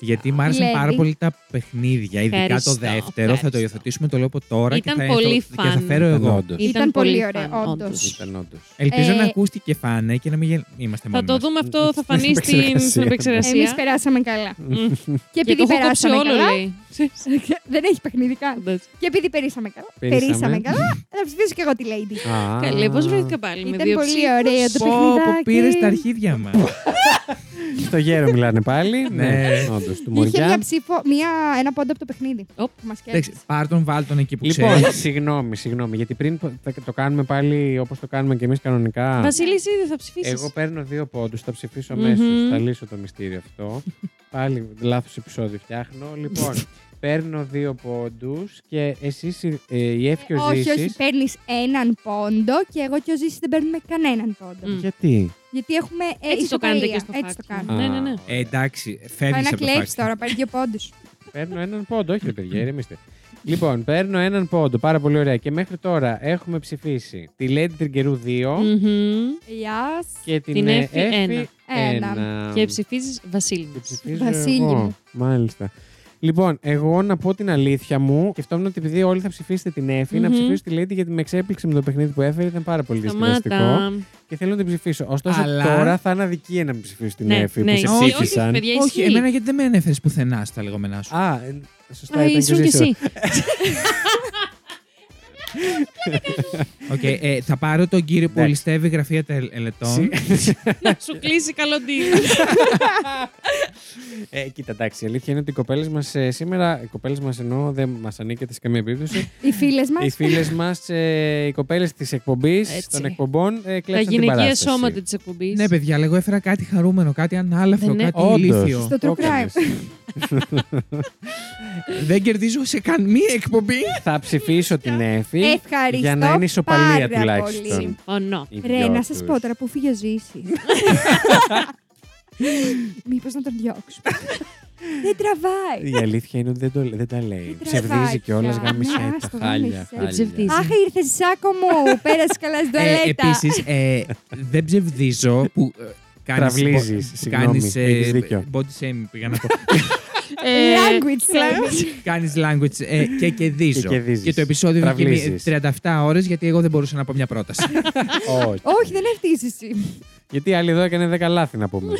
Speaker 3: γιατί μου
Speaker 4: Lady.
Speaker 3: άρεσαν πάρα πολύ τα παιχνίδια, ειδικά
Speaker 2: Ευχαριστώ,
Speaker 3: το δεύτερο. Θα το
Speaker 2: ευχαριστώ.
Speaker 3: υιοθετήσουμε το λέω από τώρα
Speaker 2: Ήταν
Speaker 3: και, θα,
Speaker 2: πολύ
Speaker 3: και θα
Speaker 2: fun.
Speaker 3: φέρω
Speaker 1: Ήταν
Speaker 3: εγώ.
Speaker 1: όντως.
Speaker 4: Ήταν πολύ
Speaker 2: fun,
Speaker 4: ωραίο, όντως.
Speaker 2: όντως.
Speaker 1: Ήταν όντως.
Speaker 3: Ελπίζω
Speaker 4: Ε,
Speaker 3: να ακούστηκε φάνε και να μην γελ- είμαστε
Speaker 2: Θα
Speaker 3: μόνοι
Speaker 2: το
Speaker 3: μας.
Speaker 2: δούμε αυτό, θα φανεί
Speaker 1: Στην
Speaker 2: στην
Speaker 1: επεξεργασία.
Speaker 2: στην
Speaker 4: Εμεί
Speaker 2: επεξεργασία.
Speaker 4: περάσαμε καλά.
Speaker 2: Μμμ.
Speaker 4: Και
Speaker 2: Και το
Speaker 4: επειδή
Speaker 2: έχω κόψει
Speaker 4: περάσαμε
Speaker 2: όλο,
Speaker 4: καλά.
Speaker 2: λέει.
Speaker 4: (laughs) Δεν έχει παιχνιδικά. Και επειδή περίσαμε καλά.
Speaker 1: Περίσαμε.
Speaker 4: Περίσαμε καλά. Θα ψηφίσω και εγώ τη Lady.
Speaker 1: Α,
Speaker 2: Καλέ, πώς βρέθηκα πάλι με
Speaker 4: Ήταν
Speaker 2: δύο
Speaker 4: πολύ
Speaker 2: ψήφους.
Speaker 4: ωραίο το
Speaker 3: Πω, που
Speaker 4: παιχνιδάκι.
Speaker 3: πήρες τα αρχίδια μας.
Speaker 1: Στο γέρο μιλάνε πάλι. ναι,
Speaker 3: Ναι.
Speaker 1: όντως, του
Speaker 4: Είχε μια
Speaker 1: Μωριά.
Speaker 4: ψήφο, μια, ένα πόντο από το παιχνίδι.
Speaker 2: Οπ.
Speaker 4: που μας
Speaker 3: Εντάξει,
Speaker 4: κέρδισε.
Speaker 3: πάρ τον, βάλ τον εκεί που ξέρει.
Speaker 1: Λοιπόν, συγγνώμη, συγγνώμη, γιατί πριν θα το κάνουμε πάλι όπως το κάνουμε και εμείς κανονικά.
Speaker 2: Βασίλισσα, δεν θα ψηφίσεις.
Speaker 1: Εγώ παίρνω δύο πόντους, θα ψηφίσω
Speaker 2: Μμμ.
Speaker 1: αμέσως. Θα λύσω το μυστήριο αυτό. (laughs) Πάλι λάθος επεισόδιο φτιάχνω.
Speaker 2: (laughs)
Speaker 1: Λοιπόν, παίρνω δύο πόντους και εσείς, η Εύη και ο
Speaker 4: όχι, όχι,
Speaker 1: Ζήσης-
Speaker 4: παίρνεις έναν πόντο και εγώ και ο Ζήσης δεν παίρνουμε κανέναν πόντο.
Speaker 2: Μμ.
Speaker 1: Γιατί.
Speaker 4: Γιατί έχουμε ε,
Speaker 2: Έτσι το κάνετε και στο
Speaker 4: ισοπαλία. Έτσι
Speaker 2: fact.
Speaker 4: το κάνουμε.
Speaker 2: Α, Ναι, ναι, ναι.
Speaker 1: Α,
Speaker 3: Ε, εντάξει,
Speaker 4: Θα
Speaker 3: φεύγει
Speaker 4: ένα
Speaker 3: από το
Speaker 4: κλέψει
Speaker 3: φάξι.
Speaker 4: τώρα, παίρνει δύο πόντους.
Speaker 1: Παίρνω έναν πόντο, όχι ρε παιδιά, ηρεμήστε. Λοιπόν, παίρνω έναν πόντο, πάρα πολύ ωραία. Και μέχρι τώρα έχουμε ψηφίσει τη Lady Τριγκερού 2
Speaker 2: Μμμ.
Speaker 4: Γεια σας.
Speaker 1: και την,
Speaker 2: Την
Speaker 1: ε,
Speaker 2: Εύη
Speaker 1: Εύη
Speaker 4: ένα.
Speaker 1: 1.
Speaker 2: Και ψηφίζεις Βασίλη.
Speaker 1: Και ψηφίζω
Speaker 4: Βασίλη
Speaker 1: εγώ.
Speaker 4: μου.
Speaker 1: Μάλιστα. Λοιπόν, εγώ να πω την αλήθεια μου. Σκεφτόμουν ότι επειδή όλοι θα ψηφίσετε την εφη να
Speaker 2: Μμμ.
Speaker 1: ψηφίσω τη Lady γιατί με εξέπληξε με το παιχνίδι που έφερε. Ήταν πάρα πολύ δυσκολευτικό.
Speaker 2: Σταμάτα.
Speaker 1: Και θέλω να την ψηφίσω. Ωστόσο,
Speaker 3: Αλλά-
Speaker 1: τώρα θα είναι αδικία να μην ψηφίσω την
Speaker 2: Ναι,
Speaker 1: εφη
Speaker 2: ναι,
Speaker 1: που σε
Speaker 2: ισχύει.
Speaker 3: όχι,
Speaker 1: ψήφισαν.
Speaker 2: Όχι, παιδιά,
Speaker 3: Όχι,
Speaker 2: ισχύει.
Speaker 3: εμένα γιατί δεν με ανέφερε πουθενά στα λεγόμενά σου.
Speaker 1: Α, ε, σωστά.
Speaker 2: Α,
Speaker 1: ήταν
Speaker 2: ήσουν
Speaker 1: ο
Speaker 2: κι
Speaker 1: Ζήσης.
Speaker 2: εσύ.
Speaker 3: Οκ, ε, θα πάρω τον κύριο που
Speaker 1: Εντάξει.
Speaker 3: ληστεύει γραφεία τελ- τελετών.
Speaker 2: Να σου κλείσει καλό deal.
Speaker 1: Ναι, Ε, κοίτα, εντάξει. Η αλήθεια είναι ότι οι κοπέλες μας σήμερα, οι κοπέλες μας εννοώ, δεν μας ανήκεται σε καμία περίπτωση.
Speaker 4: Οι φίλες μας.
Speaker 1: οι φίλες μας, οι κοπέλες της εκπομπής,
Speaker 2: Έτσι.
Speaker 1: των εκπομπών, ε,
Speaker 2: Τα
Speaker 1: κλέψαν την
Speaker 2: γυναικεία
Speaker 1: παράσταση.
Speaker 2: σώματα της εκπομπής.
Speaker 3: Ναι, παιδιά, αλλά εγώ έφερα κάτι χαρούμενο, κάτι ανάλαφρο,
Speaker 2: Δεν έ-
Speaker 3: κάτι
Speaker 1: Όντως.
Speaker 3: ηλίθιο.
Speaker 4: Στο
Speaker 1: Το
Speaker 4: true crime.
Speaker 1: έκανες.
Speaker 3: Δεν κερδίζω σε καμία εκπομπή.
Speaker 1: Θα ψηφίσω την Εφη.
Speaker 4: Ευχαριστώ.
Speaker 1: Για να είναι ισοπαλία
Speaker 4: πάρα πολύ.
Speaker 1: τουλάχιστον.
Speaker 2: Συμφωνώ.
Speaker 1: Οι
Speaker 4: Ρε,
Speaker 1: δυο
Speaker 4: να
Speaker 1: τους.
Speaker 4: σας πω τώρα που φύγει ο Ζήση.
Speaker 1: (laughs)
Speaker 4: Μήπως να τον διώξουμε.
Speaker 1: (laughs)
Speaker 4: δεν τραβάει.
Speaker 1: Η αλήθεια είναι ότι δεν, το, δεν τα λέει.
Speaker 4: Δεν
Speaker 1: Ψευδίζει
Speaker 4: τραβάει
Speaker 1: κιόλα,
Speaker 4: πια.
Speaker 1: γάμισε
Speaker 4: Να,
Speaker 1: τα
Speaker 4: στο
Speaker 1: χάλια.
Speaker 4: γάμισε.
Speaker 1: χάλια.
Speaker 2: Ψευδίζει.
Speaker 4: Αχ, ήρθε Σάκο μου. Πέρασε καλά στην τουαλέτα.
Speaker 3: Επίσης, Ε, δεν ψευδίζω που. ε, κάνεις-
Speaker 1: Τραυλίζεις,
Speaker 3: που
Speaker 1: συγγνώμη,
Speaker 3: κάνεις, ε,
Speaker 1: έχεις δίκιο.
Speaker 3: Body shaming πήγα να πω. (laughs)
Speaker 2: Ε,
Speaker 4: Language, language.
Speaker 3: Κάνεις language ε, και
Speaker 1: Και
Speaker 3: κερδίζω.
Speaker 1: κερδίζεις.
Speaker 3: το επεισόδιο βγήκε
Speaker 1: Τραυλίζεις.
Speaker 3: 37 ώρες γιατί εγώ δεν μπορούσα να πω μια
Speaker 1: (laughs)
Speaker 3: πρόταση.
Speaker 1: Όχι.
Speaker 4: Όχι, δεν έχει εσύ.
Speaker 1: Γιατί η άλλη εδώ έκανε 10 λάθη να πούμε.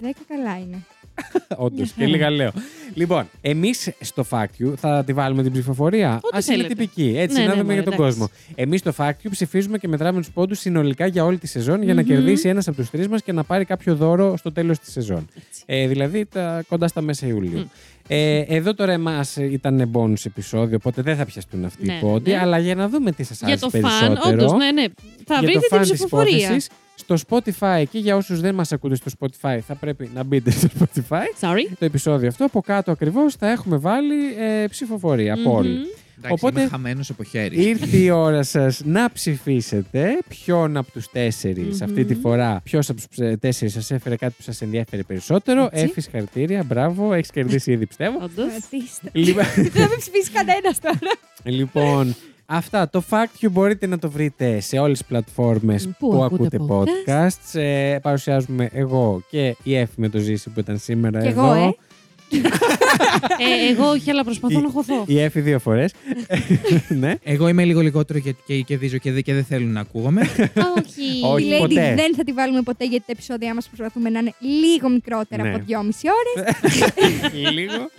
Speaker 4: Δέκα καλά είναι.
Speaker 2: (laughs)
Speaker 1: Όντως. Και λίγα λέω. Λοιπόν, εμείς στο Fact You θα τη βάλουμε την ψηφοφορία.
Speaker 2: Ό,τι
Speaker 1: Ας είναι
Speaker 2: θέλετε.
Speaker 1: τυπική. Έτσι,
Speaker 2: Ναι,
Speaker 1: να
Speaker 2: ναι,
Speaker 1: δούμε
Speaker 2: μωρέ,
Speaker 1: για τον
Speaker 2: εντάξει.
Speaker 1: κόσμο. Εμείς στο Fact You ψηφίζουμε και μετράμε τους πόντους συνολικά για όλη τη σεζόν για να κερδίσει ένας από τους τρεις μας και να πάρει κάποιο δώρο στο τέλος της σεζόν. Ε, δηλαδή τα, κοντά στα μέσα Ιουλίου. Ε, εδώ τώρα εμάς ήταν bonus επεισόδιο, οπότε δεν θα πιαστούν αυτοί
Speaker 2: Ναι,
Speaker 1: οι
Speaker 2: ναι,
Speaker 1: πόντοι.
Speaker 2: ναι.
Speaker 1: Αλλά για να δούμε τι σας
Speaker 2: Για
Speaker 1: άρεσε
Speaker 2: το
Speaker 1: περισσότερο.
Speaker 2: φαν, όντως, ναι, ναι. Θα
Speaker 1: για το
Speaker 2: βρείτε την
Speaker 1: φαν της
Speaker 2: ψηφοφορία.
Speaker 1: υπόθεσης Στο Spotify και για όσους δεν μας ακούτε στο Spotify θα πρέπει να μπείτε στο Spotify.
Speaker 2: Sorry.
Speaker 1: Το επεισόδιο αυτό από κάτω ακριβώς θα έχουμε βάλει ε, ψηφοφορία από όλους.
Speaker 2: Μμμ.
Speaker 3: Εντάξει,
Speaker 1: Οπότε-
Speaker 3: είμαι χαμένος από χέρι.
Speaker 1: Ήρθε η ώρα σας να ψηφίσετε ποιον από τους τέσσερις
Speaker 2: Μμμ.
Speaker 1: αυτή τη φορά, ποιος από τους ε, τέσσερις σας έφερε κάτι που σας ενδιαφέρει περισσότερο.
Speaker 2: Έτσι.
Speaker 1: Έφης χαρτίρια, μπράβο, έχεις κερδίσει ήδη πιστεύω.
Speaker 2: Όντως.
Speaker 4: Κρατήστε.
Speaker 1: Λοιπόν,
Speaker 4: Δεν με ψηφίσει κανένας τώρα.
Speaker 1: (laughs) Λοιπόν, αυτά. Το Fact You μπορείτε να το βρείτε σε όλες τις πλατφόρμες που,
Speaker 2: Που
Speaker 1: ακούτε
Speaker 2: ακούτε
Speaker 1: podcasts. Ε, παρουσιάζουμε εγώ και η Εύη με το Ζήση που ήταν σήμερα
Speaker 4: Κι
Speaker 1: εδώ.
Speaker 4: εγώ, ε.
Speaker 2: Ε, εγώ όχι, αλλά προσπαθώ να χωθώ.
Speaker 1: Η Εύη δύο φορές. (laughs) ναι.
Speaker 3: Εγώ είμαι λίγο λιγότερο γιατί και κερδίζω και, δε- και δεν θέλουν να ακούγομαι.
Speaker 1: (laughs)
Speaker 2: όχι.
Speaker 1: Όχι.
Speaker 4: Τη Lady
Speaker 1: ποτέ.
Speaker 4: δεν θα τη βάλουμε ποτέ γιατί τα επεισόδια μας προσπαθούμε να είναι λίγο μικρότερα
Speaker 1: Ναι.
Speaker 4: από δυόμιση ώρες.
Speaker 1: Λίγο.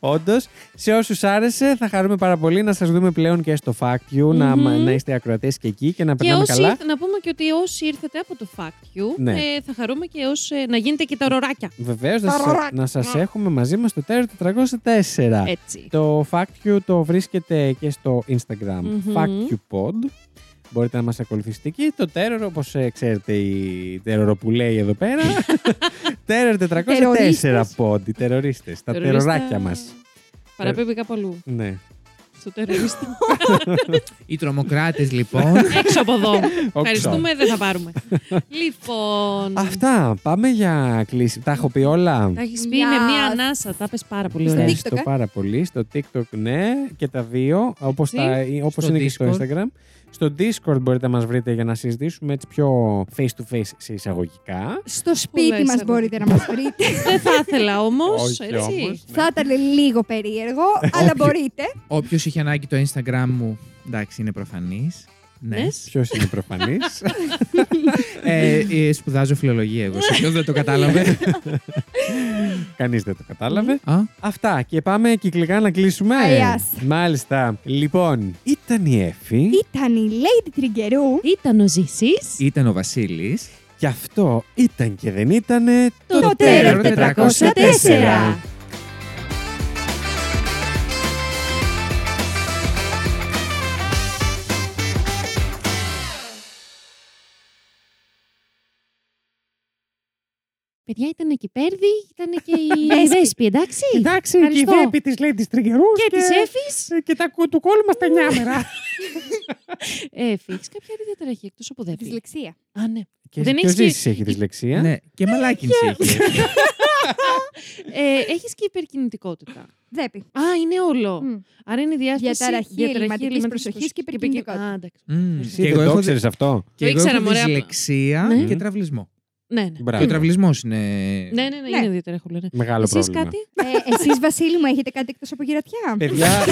Speaker 1: Όντως, σε όσους άρεσε, θα χαρούμε πάρα πολύ να σας δούμε πλέον και στο Fact You, να,
Speaker 2: Μμμ.
Speaker 1: να είστε ακροατές και εκεί και να
Speaker 2: Και
Speaker 1: περνάμε
Speaker 2: όσοι,
Speaker 1: καλά.
Speaker 2: ήρθε- να πούμε και ότι όσοι ήρθετε από το Fact You,
Speaker 1: Ναι.
Speaker 2: ε, θα χαρούμε και ως, ε, να γίνετε και τα ροράκια.
Speaker 1: Βεβαίως,
Speaker 4: Ταραρακ.
Speaker 1: να σας έχουμε μαζί μας το Terror 404.
Speaker 2: Έτσι.
Speaker 1: Το Fact You το βρίσκεται και στο Instagram
Speaker 2: Μμμ.
Speaker 1: Fact You Pod. Μπορείτε να μας ακολουθήσετε εκεί. Το Terror, όπως ε, ξέρετε η Terror που λέει εδώ
Speaker 2: (laughs)
Speaker 1: πέρα. Terror 404
Speaker 4: Τερορίστες.
Speaker 1: Pod. Οι τερορίστες, τα
Speaker 2: Τερορίστα-
Speaker 1: τεροράκια μας.
Speaker 2: Παραπέμπει κάπου αλλού.
Speaker 1: Ναι. (laughs)
Speaker 2: Στο τερορίστα.
Speaker 3: Οι τρομοκράτες λοιπόν.
Speaker 2: Έξω από εδώ.
Speaker 1: Όξο.
Speaker 2: Ευχαριστούμε, δεν θα
Speaker 1: (laughs)
Speaker 2: πάρουμε. λοιπόν.
Speaker 1: Αυτά. Πάμε για κλείσει. Τα έχω πει όλα.
Speaker 2: Τα έχεις πει
Speaker 4: Γεια.
Speaker 2: με μία ανάσα. Τα πες πάρα πολύ
Speaker 4: Στο
Speaker 2: ωραία.
Speaker 4: TikTok.
Speaker 1: Ευχαριστώ πάρα πολύ. Στο TikTok, ναι, και τα δύο, όπως,
Speaker 2: Έτσι.
Speaker 1: τα, όπως
Speaker 3: Στο
Speaker 1: είναι και στο
Speaker 3: Discord.
Speaker 1: Instagram. Στο Discord μπορείτε να μας βρείτε για να συζητήσουμε έτσι πιο face-to-face σε εισαγωγικά.
Speaker 4: Στο
Speaker 2: Πολλά
Speaker 4: σπίτι μας
Speaker 2: εισαγωγικά.
Speaker 4: μπορείτε να μας βρείτε.
Speaker 2: δεν θα ήθελα όμως.
Speaker 1: Όχι όμως.
Speaker 4: θα ήταν λίγο περίεργο, αλλά μπορείτε.
Speaker 3: Όποιος είχε ανάγκη το Instagram μου. Εντάξει, είναι προφανής. Ναι.
Speaker 1: Ποιος είναι προφανής.
Speaker 2: (laughs)
Speaker 3: ε, ε, σπουδάζω φιλολογία εγώ. Σε ποιον δεν το
Speaker 1: (laughs)
Speaker 3: κατάλαβε.
Speaker 1: Κανείς δεν το κατάλαβε.
Speaker 3: Α,
Speaker 1: Αυτά. Και πάμε κυκλικά να κλείσουμε.
Speaker 4: Αγιάς.
Speaker 1: Μάλιστα. Λοιπόν, ήταν η Εφη.
Speaker 4: Ήταν η Lady Τριγκερού.
Speaker 1: Ναι.
Speaker 2: Ήταν ο Ζήσης.
Speaker 3: ήταν ο Βασίλης.
Speaker 1: Γι' αυτό ήταν και δεν ήταν
Speaker 2: Το
Speaker 3: Terror
Speaker 4: 404.
Speaker 2: Παιδιά, ήταν και η Πέρδη, ήταν και η
Speaker 4: Δέσπη.
Speaker 2: Δέσπη, εντάξει.
Speaker 1: Εντάξει, και η
Speaker 2: Ευχαριστώ.
Speaker 1: Βέπη της λέει τη Τριγκερού.
Speaker 2: Και της Έφης.
Speaker 1: ε, Και τα κου- του κόλου μας τα νιάμερα.
Speaker 2: (laughs) Έφη, έχεις Ε, κάποια άλλη διαταραχή εκτός από Δέσπη.
Speaker 4: Δυσλεξία.
Speaker 2: Α, ναι.
Speaker 1: Και
Speaker 2: Δεν
Speaker 1: ποιο
Speaker 2: έχεις και-
Speaker 1: ζήσει έχει δυσλεξία.
Speaker 3: Ναι, και μαλάκινση έχει.
Speaker 2: Ε, έχεις και υπερκινητικότητα.
Speaker 4: Δέπι.
Speaker 2: Α, είναι όλο.
Speaker 4: Μμ.
Speaker 2: Άρα είναι η διάσπαση.
Speaker 4: Διαταραχή ελληματικής προσοχής και υπερκινητικότητα.
Speaker 2: Α, εντάξει.
Speaker 3: Μμμ.
Speaker 2: Εσύ
Speaker 1: Εσύ
Speaker 3: Και
Speaker 1: δεν
Speaker 3: εγώ
Speaker 1: το
Speaker 3: έχω,
Speaker 1: ξέρεις αυτό.
Speaker 3: και εγώ
Speaker 2: ήξερα,
Speaker 3: έχω
Speaker 2: μωρέ, απλά.
Speaker 3: δυσλεξία
Speaker 2: Ναι.
Speaker 3: και τραυλισμό.
Speaker 2: Ναι, ναι.
Speaker 1: Μπράβο.
Speaker 3: Και ο τραυλισμός είναι.
Speaker 2: Ναι, ναι, ναι,
Speaker 4: Ναι.
Speaker 2: είναι διαταραχούλα. ναι.
Speaker 1: Μεγάλο
Speaker 2: Εσείς
Speaker 1: πρόβλημα.
Speaker 2: κάτι.
Speaker 4: Ε, Εσείς Βασίλη μου έχετε κάτι εκτός από γυρατιά.
Speaker 1: Παιδιά.